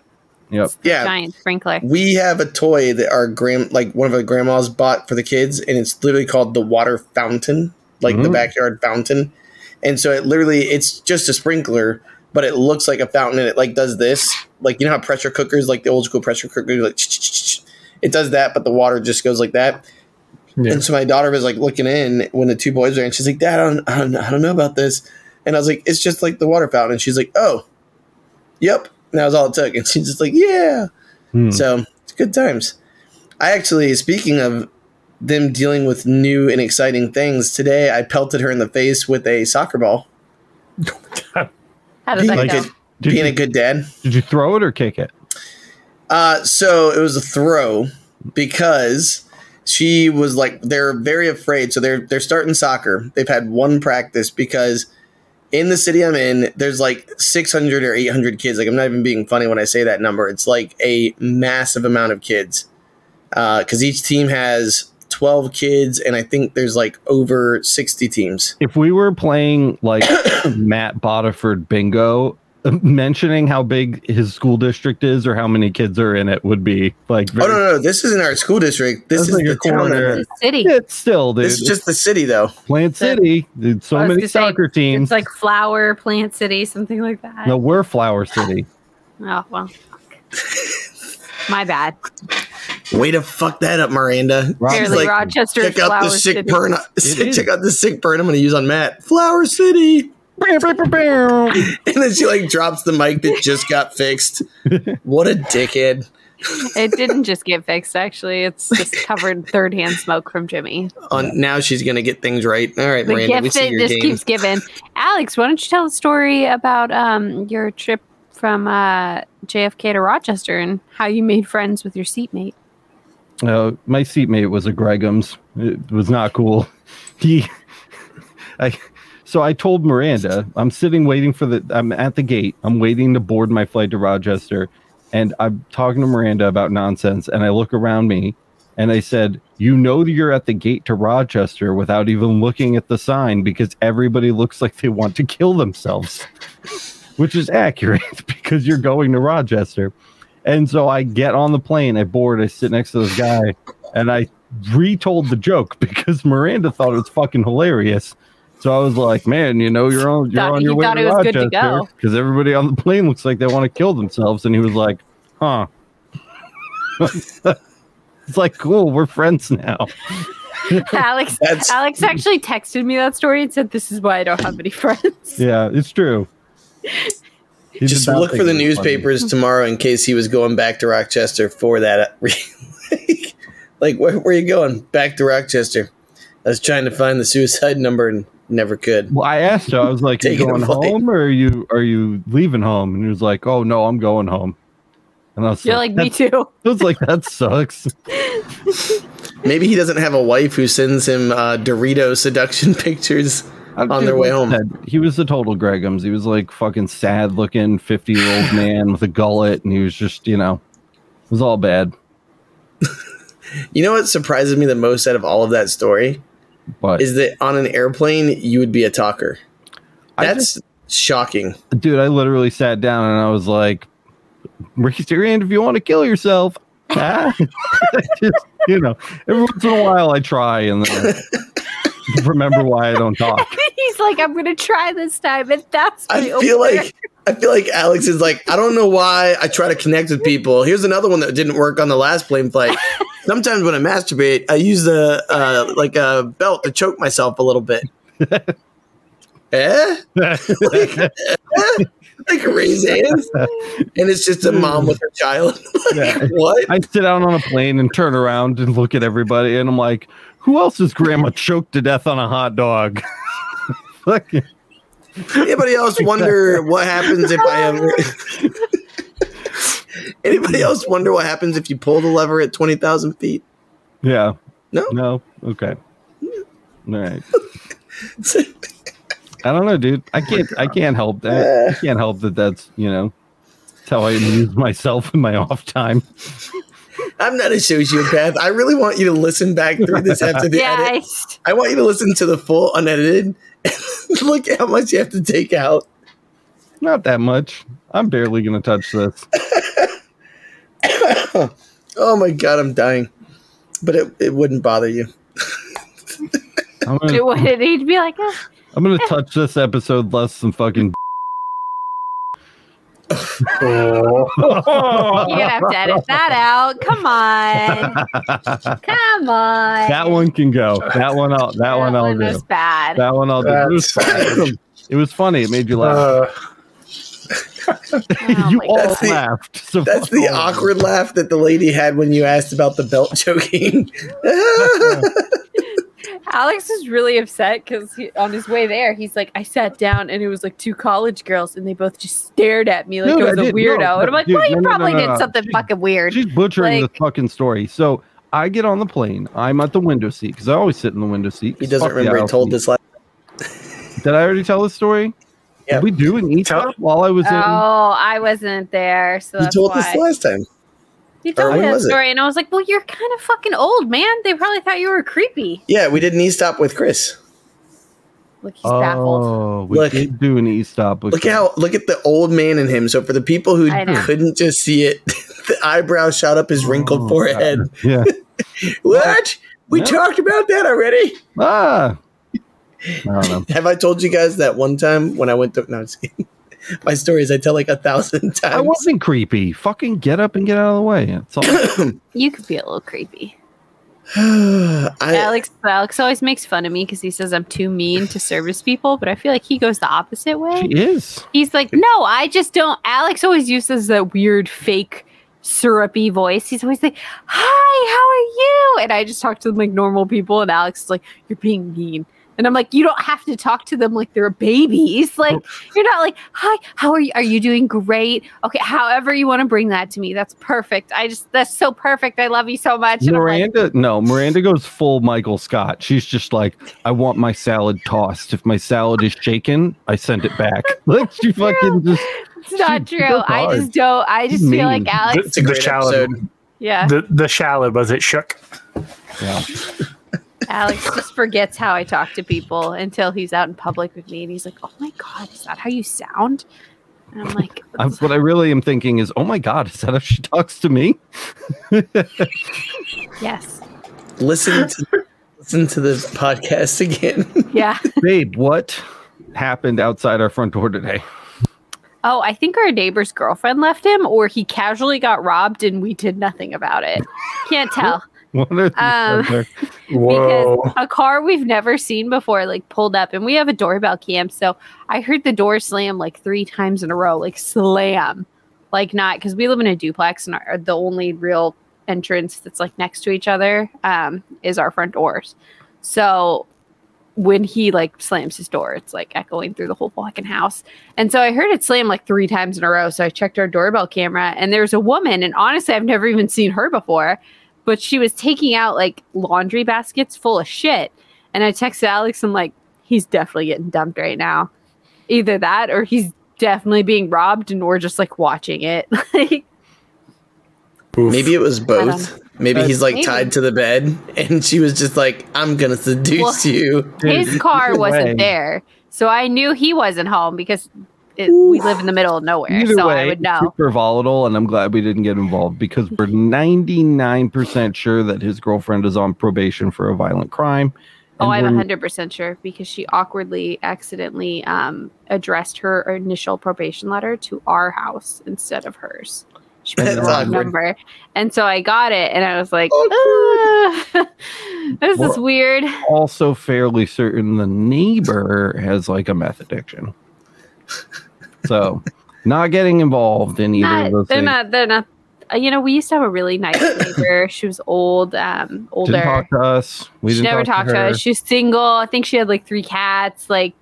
[SPEAKER 1] Yep.
[SPEAKER 3] Yeah.
[SPEAKER 2] giant sprinkler.
[SPEAKER 3] We have a toy that our grand, like one of our grandmas bought for the kids, and it's literally called the water fountain, like the
[SPEAKER 1] Mm.
[SPEAKER 3] backyard fountain. And so it literally, it's just a sprinkler, but it looks like a fountain, and it like does this, like you know how pressure cookers, like the old school pressure cookers, like ch-ch-ch-ch, it does that, but the water just goes like that.
[SPEAKER 4] Yeah.
[SPEAKER 3] And so my daughter was like looking in when the two boys were, in. she's like, "Dad, I don't, I don't, I don't know about this." And I was like, "It's just like the water fountain." And she's like, "Oh, yep." And that was all it took. And she's just like, "Yeah."
[SPEAKER 1] Hmm.
[SPEAKER 3] So it's good times. I actually, speaking of them dealing with new and exciting things. Today, I pelted her in the face with a soccer ball.
[SPEAKER 2] How does
[SPEAKER 3] Being,
[SPEAKER 2] that
[SPEAKER 3] like
[SPEAKER 2] go?
[SPEAKER 3] a,
[SPEAKER 1] Did
[SPEAKER 3] being a
[SPEAKER 1] you,
[SPEAKER 3] good dad.
[SPEAKER 1] did you throw it or kick it?
[SPEAKER 3] Uh, so it was a throw because she was like they're very afraid. So they're they're starting soccer. They've had one practice because in the city I'm in, there's like 600 or 800 kids. Like I'm not even being funny when I say that number. It's like a massive amount of kids because each team has 12 kids, and I think there's like over 60 teams.
[SPEAKER 1] If we were playing
[SPEAKER 3] (coughs)
[SPEAKER 1] like Matt Botiford bingo, mentioning how big his school district is or how many kids are in it would be like
[SPEAKER 3] Oh
[SPEAKER 1] very,
[SPEAKER 3] no, no, no, this isn't our school district. This
[SPEAKER 1] That's
[SPEAKER 3] is
[SPEAKER 1] like
[SPEAKER 3] the
[SPEAKER 1] a
[SPEAKER 3] town.
[SPEAKER 1] corner.
[SPEAKER 3] I'm in.
[SPEAKER 2] It's a city.
[SPEAKER 1] it's still dude.
[SPEAKER 3] This is just the city, though.
[SPEAKER 1] Plant City. Dude, so
[SPEAKER 2] I was
[SPEAKER 1] many
[SPEAKER 2] gonna say,
[SPEAKER 1] soccer teams.
[SPEAKER 2] It's like flower, plant city, something like that.
[SPEAKER 1] no, we're Flower City.
[SPEAKER 2] Oh well. fuck. My bad.
[SPEAKER 3] Way to fuck that up, Miranda.
[SPEAKER 1] Rob-
[SPEAKER 3] She's
[SPEAKER 2] Apparently
[SPEAKER 1] Barely
[SPEAKER 3] like,
[SPEAKER 2] Rochester is
[SPEAKER 3] check out
[SPEAKER 2] flower
[SPEAKER 3] the sick
[SPEAKER 2] city.
[SPEAKER 3] burn.
[SPEAKER 1] is.
[SPEAKER 3] check out the sick burn. I'm going to use on Matt. Flower City. (laughs)
[SPEAKER 1] That's
[SPEAKER 3] And then she like drops the mic that just
[SPEAKER 1] (laughs)
[SPEAKER 3] got fixed. What a dickhead!
[SPEAKER 2] It didn't just get fixed. Actually,
[SPEAKER 3] (laughs)
[SPEAKER 2] it's just covered in third hand smoke from Jimmy.
[SPEAKER 3] On now she's going to get things right. All right,
[SPEAKER 2] The
[SPEAKER 3] Miranda, we
[SPEAKER 2] gift
[SPEAKER 3] see
[SPEAKER 2] that
[SPEAKER 3] your
[SPEAKER 2] just
[SPEAKER 3] game.
[SPEAKER 2] keeps giving. Alex, why don't you tell the story about um, your trip from uh, JFK to Rochester and how you made friends with your
[SPEAKER 3] (laughs)
[SPEAKER 2] seatmate?
[SPEAKER 1] Uh, my seatmate was a Gregums. It was not cool. (laughs) He, I, so I told Miranda, I'm sitting waiting for the, I'm at the gate. I'm waiting to board my flight to Rochester. And I'm talking to Miranda about nonsense. And I look around me and I said, You know, that you're at the gate to Rochester without even looking at the sign because everybody looks like they want to kill themselves, which is accurate (laughs) because you're going to Rochester. And so I get on the plane, I board, I sit next to this guy, and I retold the joke (laughs) because Miranda thought it was fucking hilarious. So I was like, "Man, you know, you're on you're
[SPEAKER 2] Thought-
[SPEAKER 1] on your
[SPEAKER 2] you
[SPEAKER 1] way
[SPEAKER 2] thought
[SPEAKER 1] to
[SPEAKER 2] it was good to
[SPEAKER 1] Rochester
[SPEAKER 2] go.
[SPEAKER 1] because everybody on the plane looks like they want to kill themselves." And he was like, "Huh." (laughs) it's like, cool, we're friends now.
[SPEAKER 2] Alex,
[SPEAKER 3] That's
[SPEAKER 2] Alex actually texted me that story and said, "This is why I don't have any friends."
[SPEAKER 3] (laughs)
[SPEAKER 1] Yeah, it's true. He
[SPEAKER 3] just
[SPEAKER 1] did not
[SPEAKER 3] look
[SPEAKER 1] think
[SPEAKER 3] for the
[SPEAKER 1] it was funny.
[SPEAKER 3] newspapers tomorrow in case he was going back to Rochester for that. (laughs) like, like where, where are you going? Back to Rochester. I was trying to find the suicide number and never could.
[SPEAKER 1] Well, I asked her. I was
[SPEAKER 3] (laughs)
[SPEAKER 1] like, "You
[SPEAKER 3] Taking a
[SPEAKER 1] going
[SPEAKER 3] flight.
[SPEAKER 1] home, or are you are you leaving home?" And he was like, "Oh no, I'm going home." And I was
[SPEAKER 2] You're like, me
[SPEAKER 1] that-
[SPEAKER 2] too. (laughs)
[SPEAKER 1] (laughs) I was like, "That sucks."
[SPEAKER 3] Maybe he doesn't have a wife who sends him uh, Dorito seduction (laughs) pictures. (laughs) On their way home.
[SPEAKER 1] he was the total Gregums. He was like fucking sad looking fifty year
[SPEAKER 3] (laughs)
[SPEAKER 1] old man with a gullet, and he was just you know, it was all bad.
[SPEAKER 3] You know what surprises me the most out of all of that story
[SPEAKER 1] But
[SPEAKER 3] is that on an airplane you would be a talker.
[SPEAKER 1] I
[SPEAKER 3] That's shocking.
[SPEAKER 1] dude, I literally sat down and I was like, "Raise your hand if you want to kill yourself." (laughs) Ah. Just, you know, every once in a while I try and then
[SPEAKER 3] (laughs)
[SPEAKER 1] I remember why I don't talk.
[SPEAKER 2] He's like, I'm gonna try this time, and that's
[SPEAKER 3] I
[SPEAKER 2] my
[SPEAKER 3] feel
[SPEAKER 2] opener.
[SPEAKER 3] like I feel like Alex is like I don't know why I try to connect with people. Here's another one that didn't work on the last plane flight. Sometimes when I masturbate, I use the uh, like a belt to choke myself a little bit. eh? like, eh? like raise hands, and it's just a mom with her child. (laughs) like,
[SPEAKER 1] Yeah.
[SPEAKER 3] What?
[SPEAKER 1] (laughs) I sit out on a plane and turn around and look at everybody, and I'm like, "Who else's grandma choked to death on a hot dog?" (laughs) Fuck it.
[SPEAKER 3] Anybody else wonder what happens if I ever? Anybody else wonder what happens if you pull the lever at twenty thousand feet? (laughs)
[SPEAKER 1] yeah.
[SPEAKER 3] No.
[SPEAKER 1] No. Okay. All right. I don't know, dude. I can't. I can't help that. I can't help that. That's you know, that's how I amuse myself in my off time.
[SPEAKER 3] I'm not a sociopath. I really want you to listen back through this after the
[SPEAKER 2] yeah,
[SPEAKER 3] edit.
[SPEAKER 2] I,
[SPEAKER 3] I want you to listen to the full unedited. (laughs) Look at how much you have to take out.
[SPEAKER 1] Not that much. I'm barely gonna touch this.
[SPEAKER 3] Oh my god, I'm dying. But it, it wouldn't bother you.
[SPEAKER 1] I'm
[SPEAKER 2] it
[SPEAKER 3] (laughs)
[SPEAKER 1] gonna,
[SPEAKER 2] would. He'd be like, "Oh,
[SPEAKER 1] I'm gonna touch this episode less than fucking. (laughs)
[SPEAKER 4] Oh.
[SPEAKER 2] you're gonna have to edit
[SPEAKER 1] (laughs)
[SPEAKER 2] that out. Come on, come on.
[SPEAKER 1] That one can go. That one. I'll, that one I'll do.
[SPEAKER 2] was bad.
[SPEAKER 3] (laughs)
[SPEAKER 1] That one I'll do. It was,
[SPEAKER 4] That's
[SPEAKER 1] it was funny. It made you laugh.
[SPEAKER 4] Uh,
[SPEAKER 1] (laughs)
[SPEAKER 2] Oh
[SPEAKER 1] you
[SPEAKER 2] my
[SPEAKER 1] all
[SPEAKER 2] God.
[SPEAKER 3] Uh, That's the-
[SPEAKER 1] laughed. so
[SPEAKER 3] That's
[SPEAKER 1] fuck (laughs)
[SPEAKER 3] the
[SPEAKER 1] all of you.
[SPEAKER 3] awkward laugh that the lady had when you asked about the belt (laughs) choking.
[SPEAKER 2] Alex is really upset because on his way there, he's like, I sat down and it was like two college girls and they both just stared at me like
[SPEAKER 1] No,
[SPEAKER 2] I was
[SPEAKER 1] I
[SPEAKER 2] a
[SPEAKER 1] didn't. No,
[SPEAKER 2] weirdo.
[SPEAKER 1] but
[SPEAKER 2] and I'm like,
[SPEAKER 1] dude,
[SPEAKER 2] well, you
[SPEAKER 1] no, no, no,
[SPEAKER 2] probably
[SPEAKER 1] no,
[SPEAKER 2] did
[SPEAKER 1] no.
[SPEAKER 2] something
[SPEAKER 1] She-
[SPEAKER 2] fucking weird.
[SPEAKER 1] She's butchering
[SPEAKER 2] Like-
[SPEAKER 1] the fucking story. So I get on the plane. I'm at the window seat because I always sit in the window seat.
[SPEAKER 3] he doesn't
[SPEAKER 1] Fuck
[SPEAKER 3] remember
[SPEAKER 1] the
[SPEAKER 3] he told
[SPEAKER 1] aisle
[SPEAKER 3] this last.
[SPEAKER 1] seat. Did I already tell this story?
[SPEAKER 3] Yeah.
[SPEAKER 1] Did we do an eat
[SPEAKER 4] Tell-
[SPEAKER 1] while I was
[SPEAKER 2] Oh, I wasn't there. So
[SPEAKER 3] He
[SPEAKER 2] that's
[SPEAKER 3] told
[SPEAKER 2] why.
[SPEAKER 3] this last time.
[SPEAKER 2] You
[SPEAKER 3] Or
[SPEAKER 2] told me
[SPEAKER 3] when
[SPEAKER 2] that
[SPEAKER 3] was it?
[SPEAKER 2] story, and I was like, "Well, you're kind of fucking old, man. They probably thought you were creepy."
[SPEAKER 3] Yeah, we did an e stop with Chris.
[SPEAKER 2] Look, he's
[SPEAKER 1] in?
[SPEAKER 2] baffled.
[SPEAKER 1] Oh, we
[SPEAKER 3] Look.
[SPEAKER 1] did do an e stop.
[SPEAKER 3] Look how look at the old man in him. So for the people who
[SPEAKER 2] I know.
[SPEAKER 3] couldn't just see it, (laughs) the eyebrow shot up his wrinkled
[SPEAKER 1] Oh,
[SPEAKER 3] forehead.
[SPEAKER 1] Yeah.
[SPEAKER 3] (laughs)
[SPEAKER 1] (laughs)
[SPEAKER 3] What? We
[SPEAKER 1] No.
[SPEAKER 3] talked about that already.
[SPEAKER 1] ah. I don't know.
[SPEAKER 3] (laughs) Have I told you guys that one time when I went to? No, I'm just kidding. (laughs) My stories I tell like a thousand times.
[SPEAKER 1] I wasn't creepy. Fucking get up and get out of the way. It's all.
[SPEAKER 3] (laughs)
[SPEAKER 2] You could be a little creepy.
[SPEAKER 3] (sighs) I,
[SPEAKER 2] Alex, Alex always makes fun of me because he says I'm too mean to service people, but I feel like he goes the opposite way.
[SPEAKER 1] she is.
[SPEAKER 2] He's like, no, I just don't. Alex always uses that weird fake syrupy voice. He's always like, hi, how are you? And I just talk to them like normal people, and Alex is like, you're being mean. And I'm like, you don't have to talk to them like they're babies. (laughs) Like, you're not like, hi, how are you? Are you doing great? Okay, however you want to bring that to me. That's perfect. I just, that's so perfect. I love you so much. And I'm like,
[SPEAKER 1] Miranda, no, Miranda goes full Michael Scott. She's just like, I want my salad tossed. If my salad is shaken, I send it back. (laughs) Like she fucking just
[SPEAKER 2] It's not
[SPEAKER 1] She- she
[SPEAKER 2] true.
[SPEAKER 1] goes
[SPEAKER 2] I
[SPEAKER 1] hard.
[SPEAKER 2] just don't. I just feel
[SPEAKER 1] mean.
[SPEAKER 2] like Alex.
[SPEAKER 4] The,
[SPEAKER 3] it's a
[SPEAKER 4] the
[SPEAKER 3] great
[SPEAKER 4] shallow,
[SPEAKER 3] episode.
[SPEAKER 2] Yeah,
[SPEAKER 4] (laughs) the, the shallow was it shook.
[SPEAKER 1] yeah.
[SPEAKER 2] Alex just forgets how I talk to people until he's out in public with me, and he's like, "Oh my god, is that how you sound?" And I'm like,
[SPEAKER 1] I, what I really am thinking is, oh my god, is that how she talks to
[SPEAKER 2] (laughs)
[SPEAKER 1] me?
[SPEAKER 2] "Yes, (laughs)
[SPEAKER 3] listen to listen to the
[SPEAKER 1] (laughs)
[SPEAKER 3] podcast again.
[SPEAKER 2] yeah."
[SPEAKER 1] Babe, what happened outside our front door today? (laughs)
[SPEAKER 2] Oh, I think our neighbor's girlfriend left him, or he casually got robbed, and we did nothing about it. Can't tell
[SPEAKER 1] What are these
[SPEAKER 2] Um,
[SPEAKER 1] other-
[SPEAKER 2] because a car we've never seen before like pulled up, and we have a doorbell cam, so I heard the door slam like three times in a row, like slam, like not because we live in a duplex and our, the only real entrance that's like next to each other um, is our front doors. So when he like slams his door, it's like echoing through the whole fucking house. And so I heard it slam like three times in a row. So I checked our doorbell camera, and there's a woman, and honestly, I've never even seen her before, but she was taking out like laundry baskets full of shit. And I texted Alex, and like, he's definitely getting dumped right now either that or he's definitely being robbed and we're just like watching it (laughs) like
[SPEAKER 3] Maybe it was both. Maybe
[SPEAKER 1] Uh,
[SPEAKER 3] he's like
[SPEAKER 2] Maybe.
[SPEAKER 3] tied to the bed, and she was just like, "I'm gonna seduce
[SPEAKER 2] Well-
[SPEAKER 1] (laughs)
[SPEAKER 3] you."
[SPEAKER 2] his
[SPEAKER 1] Dude,
[SPEAKER 2] car
[SPEAKER 1] either
[SPEAKER 2] wasn't
[SPEAKER 1] way-
[SPEAKER 2] there so i knew he wasn't home because it, we live in the middle of nowhere
[SPEAKER 1] Either
[SPEAKER 2] so
[SPEAKER 1] way,
[SPEAKER 2] i would
[SPEAKER 1] it's
[SPEAKER 2] know
[SPEAKER 1] super volatile, and I'm glad we didn't get involved because we're 99% sure that his girlfriend is on probation for a violent crime.
[SPEAKER 2] oh
[SPEAKER 1] and
[SPEAKER 2] i'm
[SPEAKER 1] we're-
[SPEAKER 2] 100% sure because she awkwardly accidentally um, addressed her initial probation letter to our house instead of hers she put the
[SPEAKER 1] That's
[SPEAKER 2] wrong
[SPEAKER 3] awkward.
[SPEAKER 2] number and so i got it and i was like "Ah, (laughs) this is
[SPEAKER 1] Well-
[SPEAKER 2] weird
[SPEAKER 1] also fairly certain the neighbor has like a meth addiction. So, not getting involved in either
[SPEAKER 2] not,
[SPEAKER 1] of those
[SPEAKER 2] they're
[SPEAKER 1] things.
[SPEAKER 2] not. They're not. uh, You know, we used to have a
[SPEAKER 1] (coughs)
[SPEAKER 2] really nice neighbor. she was old, um,
[SPEAKER 1] didn't
[SPEAKER 2] older.
[SPEAKER 1] talk to us. We
[SPEAKER 2] she
[SPEAKER 1] didn't
[SPEAKER 2] never
[SPEAKER 1] talk
[SPEAKER 2] talked to,
[SPEAKER 1] her.
[SPEAKER 2] us. She was single. I think she had like three cats. Like,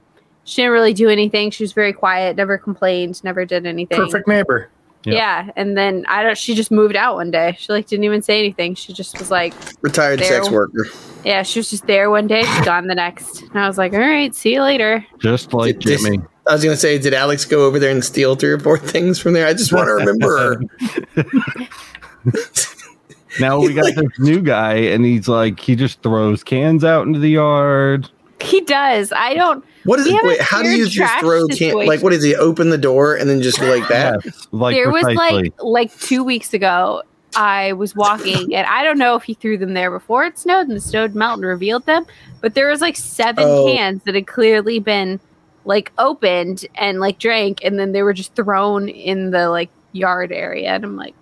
[SPEAKER 2] she didn't really do anything. She was very quiet. Never complained. Never did anything.
[SPEAKER 4] Perfect neighbor.
[SPEAKER 1] Yeah.
[SPEAKER 2] Yeah, and then I don't. She just moved out one day. She like didn't even say anything. She just was like,
[SPEAKER 3] Retired
[SPEAKER 2] There.
[SPEAKER 3] sex worker.
[SPEAKER 2] yeah, she was just there one day, she's gone the next. And I was like, all right, see you later. (laughs)
[SPEAKER 1] Just like
[SPEAKER 3] Did- (laughs)
[SPEAKER 1] Jimmy.
[SPEAKER 3] I was gonna say, did Alex go over there and steal three or four (laughs) things from there? I just want to remember
[SPEAKER 2] (laughs)
[SPEAKER 3] her.
[SPEAKER 1] Now we got this new guy, and he's like, he just throws cans out into the yard.
[SPEAKER 2] He does. I don't.
[SPEAKER 3] What is
[SPEAKER 2] We
[SPEAKER 3] it?
[SPEAKER 2] have a
[SPEAKER 3] Wait, how do
[SPEAKER 2] weird
[SPEAKER 3] you just
[SPEAKER 2] trash
[SPEAKER 3] throw can
[SPEAKER 2] situation.
[SPEAKER 3] like what is he? Open the door and then just go like that?
[SPEAKER 1] Yes, like
[SPEAKER 2] there was
[SPEAKER 1] precisely.
[SPEAKER 2] like like two weeks ago i was walking and i don't know if he threw them there before it snowed and the snowed melted and revealed them but there was like seven
[SPEAKER 3] Oh.
[SPEAKER 2] cans that had clearly been like opened and like drank and then they were just thrown in the like yard area and i'm like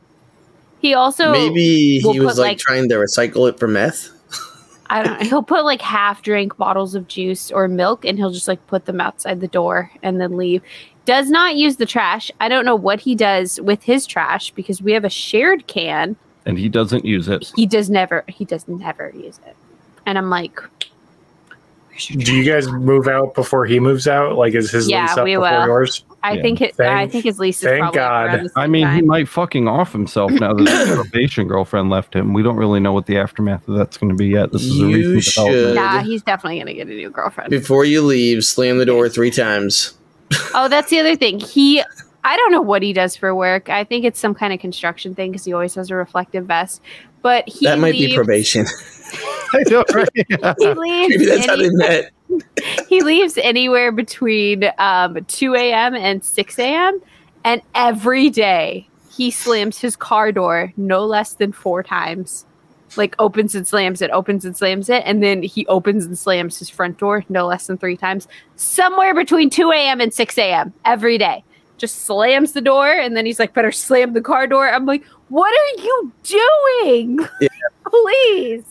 [SPEAKER 2] he also
[SPEAKER 3] Maybe
[SPEAKER 2] we'll
[SPEAKER 3] he
[SPEAKER 2] put,
[SPEAKER 3] was like,
[SPEAKER 2] like-
[SPEAKER 3] trying to recycle it for meth.
[SPEAKER 2] I don't. He'll put like half drink bottles of juice or milk, and he'll just like put them outside the door and then leave. Does not use the trash. I don't know what he does with his trash because we have a shared can.
[SPEAKER 1] and he doesn't use it.
[SPEAKER 2] He does never. He does never use it. And I'm like, where's your
[SPEAKER 4] Do you guys move out before he moves out? Like, is his
[SPEAKER 2] Yeah,
[SPEAKER 4] lease up
[SPEAKER 2] we
[SPEAKER 4] before
[SPEAKER 2] will.
[SPEAKER 4] yours?
[SPEAKER 2] I
[SPEAKER 1] Yeah.
[SPEAKER 2] think it, I
[SPEAKER 4] Thank-
[SPEAKER 2] think his lease is
[SPEAKER 4] thank
[SPEAKER 2] probably
[SPEAKER 4] God.
[SPEAKER 2] around the same
[SPEAKER 1] I mean, he
[SPEAKER 2] time.
[SPEAKER 1] might fucking off himself now that his probation girlfriend left him. We don't really know what the aftermath of that's going to be yet. This is a
[SPEAKER 3] You
[SPEAKER 1] recent development.
[SPEAKER 3] should.
[SPEAKER 2] nah, he's definitely gonna get a new girlfriend.
[SPEAKER 3] Before you leave, slam the door three times.
[SPEAKER 2] oh, that's the other thing. He, I don't know what he does for work. I think it's some kind of construction thing because he always has a reflective vest. But he
[SPEAKER 3] that might
[SPEAKER 2] leaves,
[SPEAKER 3] be probation. (laughs)
[SPEAKER 1] (laughs) I know, right?
[SPEAKER 2] He leaves.
[SPEAKER 3] Maybe that's how they
[SPEAKER 2] any- (laughs)
[SPEAKER 3] met.
[SPEAKER 2] he leaves anywhere between um, 2 a.m. and 6 a.m. And every day he slams his car door no less than four times. Like opens and slams it, opens and slams it, and then he opens and slams his front door no less than three times, somewhere between 2 a.m. and 6 a.m. every day. Just slams the door, and then he's like, better slam the car door. I'm like, what are you doing?
[SPEAKER 3] Yeah.
[SPEAKER 2] (laughs) Please.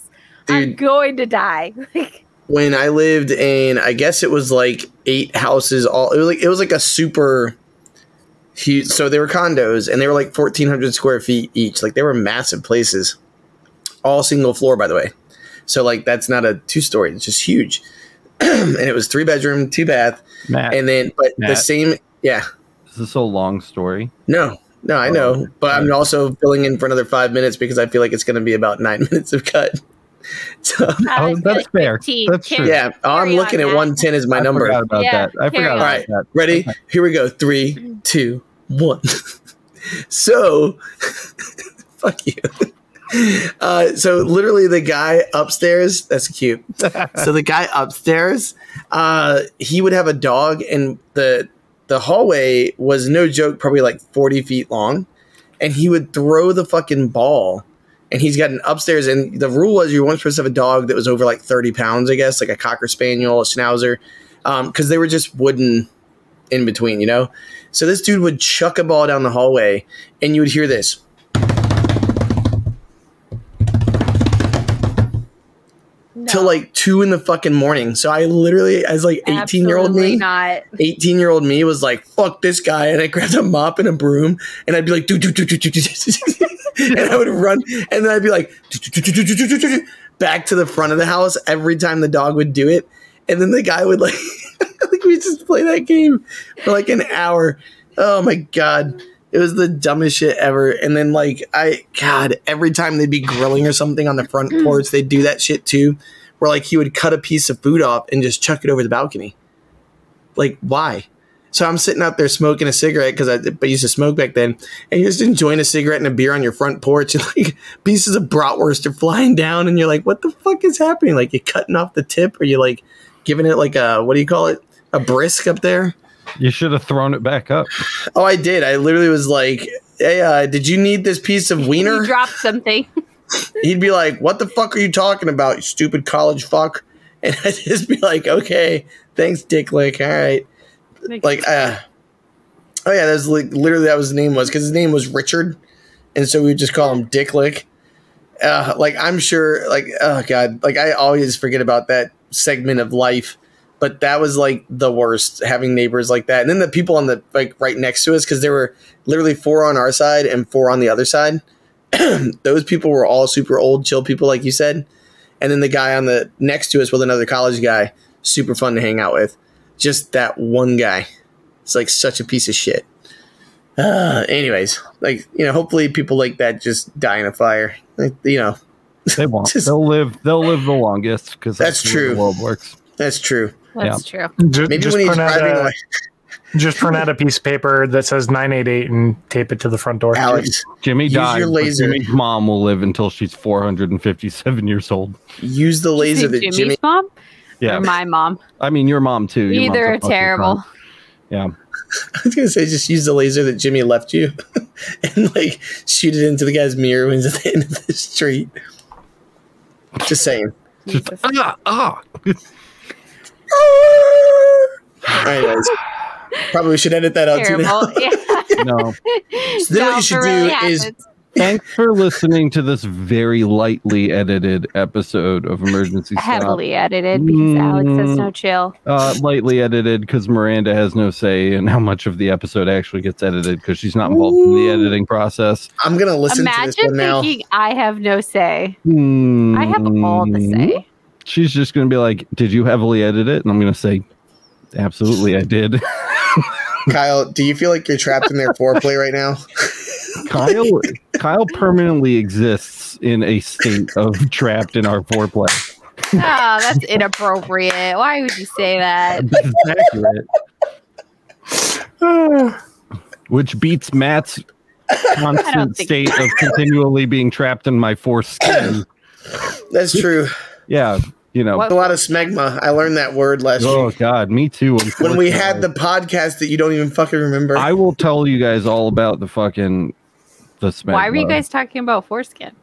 [SPEAKER 2] I'm
[SPEAKER 3] Dude,
[SPEAKER 2] going to die. (laughs) Like,
[SPEAKER 3] when I lived in, I guess it was like eight houses. All it was like it was like a super huge. So they were condos, and they were like fourteen hundred square feet each. Like they were massive places, all single floor, by the way. So like that's not a two story; it's just huge. (clears throat) and it was three bedroom, two bath,
[SPEAKER 1] Matt,
[SPEAKER 3] and then but the
[SPEAKER 1] Matt.
[SPEAKER 3] same. Yeah,
[SPEAKER 1] this is a long story.
[SPEAKER 3] no, no, I
[SPEAKER 1] Oh.
[SPEAKER 3] know, but I'm also filling in for another five minutes because I feel like it's going to be about nine (laughs) minutes of cut. So
[SPEAKER 1] Oh,
[SPEAKER 2] was
[SPEAKER 1] that's
[SPEAKER 2] like
[SPEAKER 1] fair.
[SPEAKER 2] 15.
[SPEAKER 1] That's
[SPEAKER 2] Can't-
[SPEAKER 1] true.
[SPEAKER 3] yeah, I'm
[SPEAKER 2] Carry on,
[SPEAKER 3] looking at
[SPEAKER 2] Matt.
[SPEAKER 3] one ten as my
[SPEAKER 1] Hmm. I
[SPEAKER 3] number.
[SPEAKER 1] forgot about
[SPEAKER 2] Yeah,
[SPEAKER 1] that. I
[SPEAKER 2] carry
[SPEAKER 1] forgot
[SPEAKER 2] on.
[SPEAKER 1] about
[SPEAKER 3] Alright.
[SPEAKER 1] that.
[SPEAKER 3] Ready? Here we go. Three, two, one. (laughs) so, (laughs) fuck you. Uh, so literally the guy upstairs that's cute so the guy upstairs uh, he would have a dog and the the hallway was no joke probably like 40 feet long and he would throw the fucking ball and he's got an upstairs and the rule was you weren't supposed to have a dog that was over like 30 pounds i guess like a cocker spaniel a schnauzer because they were just wooden in between you know so this dude would chuck a ball down the hallway and you would hear this
[SPEAKER 2] No.
[SPEAKER 3] till like two in the fucking morning so i literally as like 18 year old
[SPEAKER 2] Absolutely
[SPEAKER 3] me
[SPEAKER 2] Not.
[SPEAKER 3] 18 year old me was like, fuck this guy. And I grabbed a mop and a broom and I'd be like, do, do, do, do, do, do, do, do. and I would run. And then I'd be like, do, do, do, do, do, do, do, do, do, back to the front of the house every time the dog would do it. And then the guy would like, (laughs) like we just play that game for like an hour. Oh my God. It was the dumbest shit ever. And then like, I, God, every time they'd be grilling or something on the front porch, they'd do that shit too. Where like he would cut a piece of food off and just chuck it over the balcony. Like, why? So I'm sitting out there smoking a cigarette because I, I used to smoke back then, and you're just enjoying a cigarette and a beer on your front porch, (laughs) and like pieces of bratwurst are flying down, and you're like, "What the fuck is happening?" Like, you cutting off the tip, or you like giving it like a what do you call it, a brisk up there?
[SPEAKER 1] You should have thrown it back up.
[SPEAKER 3] Oh, I did. I literally was like, "Hey, uh, did you need this piece of wiener?"
[SPEAKER 2] He dropped
[SPEAKER 3] (laughs)
[SPEAKER 2] something.
[SPEAKER 3] he'd be like, "What the fuck are you talking about, you stupid college fuck?" (laughs) And I'd just be like, "Okay, thanks, Dick Lick. All right." Like, uh, oh yeah, that's like literally that was his name was because his name was Richard, and so we would just call him Dick Lick. Uh, like I'm sure, like oh god, like I always forget about that segment of life. But that was like the worst having neighbors like that, and then the people on the like right next to us because there were literally four on our side and four on the other side (clears throat) those people were all super old, chill people, like you said. And then the guy on the next to us with another college guy, super fun to hang out with. Just that one guy. It's like such a piece of shit. Uh, anyways, like, you know, hopefully people like that just die in a fire. Like, you know, (laughs)
[SPEAKER 1] They won't.
[SPEAKER 3] Just-
[SPEAKER 1] they'll live. They'll live the longest because
[SPEAKER 3] That's
[SPEAKER 1] the way the
[SPEAKER 3] true.
[SPEAKER 1] world works.
[SPEAKER 3] that's true.
[SPEAKER 2] That's true.
[SPEAKER 4] Just,
[SPEAKER 3] Maybe
[SPEAKER 4] just
[SPEAKER 3] when he's
[SPEAKER 4] print out
[SPEAKER 3] driving
[SPEAKER 4] a,
[SPEAKER 3] away,
[SPEAKER 4] just print out a piece of paper that says nine eight eight and tape it to the front door.
[SPEAKER 3] Alex,
[SPEAKER 1] Jimmy
[SPEAKER 3] Use
[SPEAKER 1] dies.
[SPEAKER 3] your
[SPEAKER 1] but
[SPEAKER 3] laser.
[SPEAKER 1] Jimmy's mom will live until she's 457 years old.
[SPEAKER 3] use the laser that
[SPEAKER 2] Jimmy's
[SPEAKER 3] Jimmy. (laughs)
[SPEAKER 2] mom
[SPEAKER 1] Yeah.
[SPEAKER 2] or my mom.
[SPEAKER 1] I mean, your mom too. Your mom's
[SPEAKER 2] Either
[SPEAKER 1] a
[SPEAKER 2] are
[SPEAKER 1] fucking
[SPEAKER 2] terrible.
[SPEAKER 1] cunt. Yeah.
[SPEAKER 3] I was going to say, just use the laser that Jimmy left you (laughs) and like shoot it into the guy's mirror when he's at the end of the street. Just saying.
[SPEAKER 1] Just,
[SPEAKER 2] Jesus.
[SPEAKER 1] ah, ah.
[SPEAKER 3] Anyways, probably should edit that out too. Now. (laughs)
[SPEAKER 2] Terrible. Yeah.
[SPEAKER 1] No.
[SPEAKER 3] Then what
[SPEAKER 2] No,
[SPEAKER 3] you should
[SPEAKER 2] for really
[SPEAKER 3] do is
[SPEAKER 2] happens.
[SPEAKER 1] Thanks for listening to this very lightly edited episode of
[SPEAKER 2] (laughs)
[SPEAKER 1] Emergency Stop.
[SPEAKER 2] Heavily edited because Alex has no chill.
[SPEAKER 1] Uh, lightly edited because Miranda has no say in how much of the episode actually gets edited because she's not involved in the
[SPEAKER 3] Ooh.
[SPEAKER 1] editing process.
[SPEAKER 3] I'm gonna listen to this
[SPEAKER 2] Imagine
[SPEAKER 3] one now.
[SPEAKER 2] thinking I have no say. I have all the
[SPEAKER 1] Hmm.
[SPEAKER 2] say.
[SPEAKER 1] She's just going to be like, "Did you heavily edit it?" And I'm going to say, "Absolutely, I did." (laughs)
[SPEAKER 3] Kyle, do you feel like you're trapped in their foreplay right now?
[SPEAKER 1] Kyle, Kyle permanently exists in a state of trapped in our foreplay.
[SPEAKER 2] Oh, that's inappropriate. Why would you say that?
[SPEAKER 1] This is accurate,
[SPEAKER 4] Ah.
[SPEAKER 1] which beats Matt's constant
[SPEAKER 2] think-
[SPEAKER 1] state of continually being trapped in my foreskin.
[SPEAKER 3] That's true.
[SPEAKER 1] Yeah, you know.
[SPEAKER 2] What-
[SPEAKER 3] A lot of smegma. I learned that word last
[SPEAKER 1] Oh
[SPEAKER 3] week
[SPEAKER 1] God, me too.
[SPEAKER 3] when we
[SPEAKER 1] unfortunately.
[SPEAKER 3] had the podcast that you don't even fucking remember.
[SPEAKER 1] I will tell you guys all about the fucking the smegma.
[SPEAKER 2] Why were you guys talking about foreskin?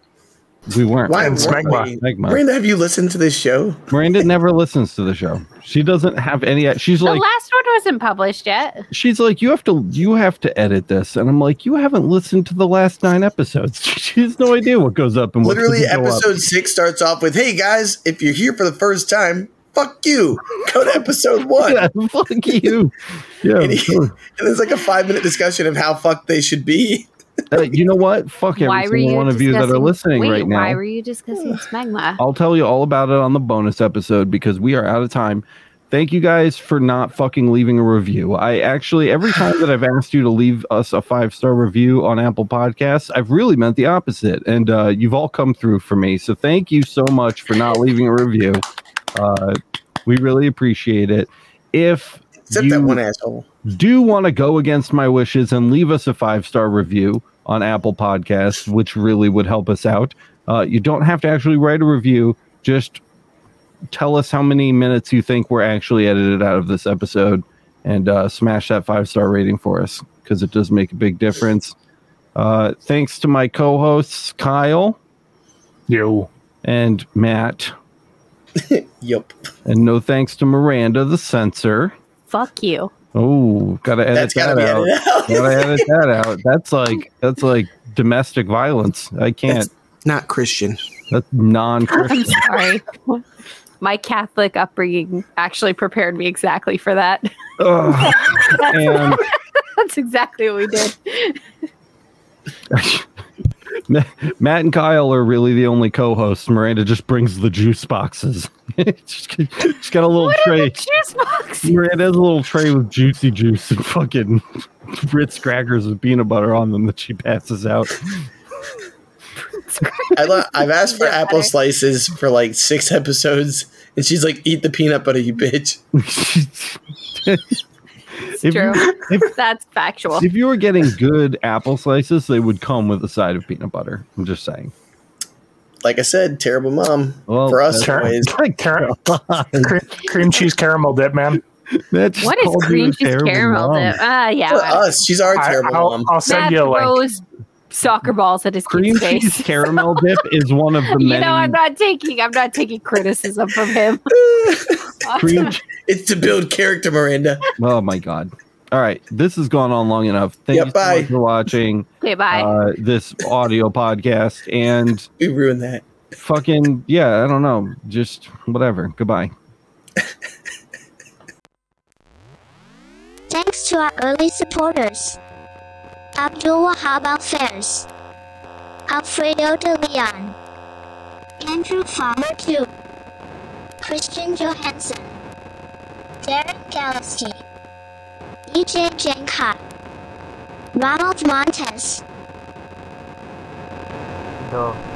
[SPEAKER 1] We weren't.
[SPEAKER 3] Why
[SPEAKER 4] And
[SPEAKER 3] weren't we?
[SPEAKER 1] Smegma.
[SPEAKER 3] Miranda, have you listened to this show?
[SPEAKER 1] Miranda never listens to the show. She doesn't have any. She's
[SPEAKER 2] The
[SPEAKER 1] like,
[SPEAKER 2] last one wasn't published yet.
[SPEAKER 1] she's like, you have to, you have to edit this, and I'm like, you haven't listened to the last nine episodes. (laughs) She has no idea what goes up and what
[SPEAKER 3] Literally,
[SPEAKER 1] doesn't go up.
[SPEAKER 3] episode six starts off with, "Hey guys, if you're here for the first time, fuck you. (laughs) Go to episode one."
[SPEAKER 1] Yeah, (laughs) fuck you.
[SPEAKER 3] (laughs)
[SPEAKER 1] Yeah,
[SPEAKER 3] And, he- and there's like a five minute discussion of how fucked they should be.
[SPEAKER 1] uh, you know what? Fuck every
[SPEAKER 2] why were
[SPEAKER 1] single
[SPEAKER 2] you
[SPEAKER 1] one of you that are
[SPEAKER 2] discussing-
[SPEAKER 1] listening
[SPEAKER 2] Wait,
[SPEAKER 1] right
[SPEAKER 2] Why
[SPEAKER 1] now.
[SPEAKER 2] were you
[SPEAKER 1] (sighs)
[SPEAKER 2] discussing smegma?
[SPEAKER 1] I'll tell you all about it on the bonus episode because we are out of time. Thank you guys for not fucking leaving a review. I actually, every time that I've asked you to leave us a five star review on Apple Podcasts, I've really meant the opposite. And uh, you've all come through for me. So thank you so much for not leaving a review. Uh, we really appreciate it. If
[SPEAKER 3] Except
[SPEAKER 1] you-
[SPEAKER 3] that one asshole.
[SPEAKER 1] do want to go against my wishes and leave us a five star review on Apple Podcasts, which really would help us out. Uh, you don't have to actually write a review, just tell us how many minutes you think were actually edited out of this episode and uh, smash that five star rating for us because it does make a big difference. Uh, thanks to my co hosts, Kyle
[SPEAKER 4] Yo.
[SPEAKER 1] and Matt,
[SPEAKER 3] Yup.
[SPEAKER 1] and no thanks to Miranda, the censor.
[SPEAKER 2] Fuck you.
[SPEAKER 1] Oh, gotta edit
[SPEAKER 3] That's gotta
[SPEAKER 1] that
[SPEAKER 3] be
[SPEAKER 1] out.
[SPEAKER 3] edited
[SPEAKER 2] (laughs)
[SPEAKER 3] (laughs) out.
[SPEAKER 1] gotta edit that out. That's like that's like domestic violence. I can't.
[SPEAKER 3] Not Christian.
[SPEAKER 1] That's non-Christian. (laughs)
[SPEAKER 2] (laughs) I'm sorry. My Catholic upbringing actually prepared me exactly for that.
[SPEAKER 1] Ugh. (laughs)
[SPEAKER 2] That's,
[SPEAKER 1] And
[SPEAKER 2] (laughs) that's exactly what we did.
[SPEAKER 1] Matt and Kyle are really the only co-hosts. Miranda just brings the juice boxes. (laughs) she's, got- she's got a little
[SPEAKER 2] What are
[SPEAKER 1] tray.
[SPEAKER 2] the juice box?
[SPEAKER 1] Miranda has a little tray with juicy juice and fucking (laughs) Ritz crackers with peanut butter on them that she passes
[SPEAKER 2] (laughs)
[SPEAKER 1] out.
[SPEAKER 3] I lo- I've asked for
[SPEAKER 2] Peanut
[SPEAKER 3] apple
[SPEAKER 2] butter.
[SPEAKER 3] slices for like six episodes, and she's like, "Eat the peanut butter, you bitch."
[SPEAKER 2] It's
[SPEAKER 1] If
[SPEAKER 2] true.
[SPEAKER 1] you-
[SPEAKER 2] (laughs)
[SPEAKER 1] if-
[SPEAKER 2] that's factual.
[SPEAKER 1] if you were getting good apple slices, they would come with a side of peanut butter. I'm just saying.
[SPEAKER 3] Like I said, terrible mom
[SPEAKER 1] Well,
[SPEAKER 3] for us.
[SPEAKER 4] Car-
[SPEAKER 3] Anyways,
[SPEAKER 4] (laughs) car-
[SPEAKER 3] (laughs)
[SPEAKER 4] cream, cream cheese caramel dip, man.
[SPEAKER 1] That's
[SPEAKER 2] What is cream cheese caramel dip? Ah, yeah.
[SPEAKER 3] for us, she's our
[SPEAKER 4] I,
[SPEAKER 3] terrible
[SPEAKER 4] will
[SPEAKER 3] mom.
[SPEAKER 4] I'll send
[SPEAKER 2] Matt
[SPEAKER 4] you a link.
[SPEAKER 2] throws soccer balls at his
[SPEAKER 1] Cream
[SPEAKER 2] kid's
[SPEAKER 1] cheese
[SPEAKER 2] face. (laughs)
[SPEAKER 1] caramel dip is one of the
[SPEAKER 2] You
[SPEAKER 1] many
[SPEAKER 2] know, I'm not taking I'm not taking criticism from him.
[SPEAKER 1] (laughs) cream. che-
[SPEAKER 3] (laughs) it's to build character, Miranda.
[SPEAKER 1] oh my god! All right, this has gone on long enough. Thank
[SPEAKER 3] Yeah,
[SPEAKER 1] you so
[SPEAKER 3] bye.
[SPEAKER 1] much for watching
[SPEAKER 2] (laughs) okay, (laughs) bye.
[SPEAKER 1] uh, this audio podcast and
[SPEAKER 3] We ruined that.
[SPEAKER 1] fucking yeah, I don't know, just whatever. Goodbye.
[SPEAKER 5] Thanks to our early supporters. Abdul Wahab Alfares. Alfredo de Leon. Andrew Farmer II. Christian Johansson. Darren E Galaski. EJ Janka. Ronald Montes.
[SPEAKER 4] No.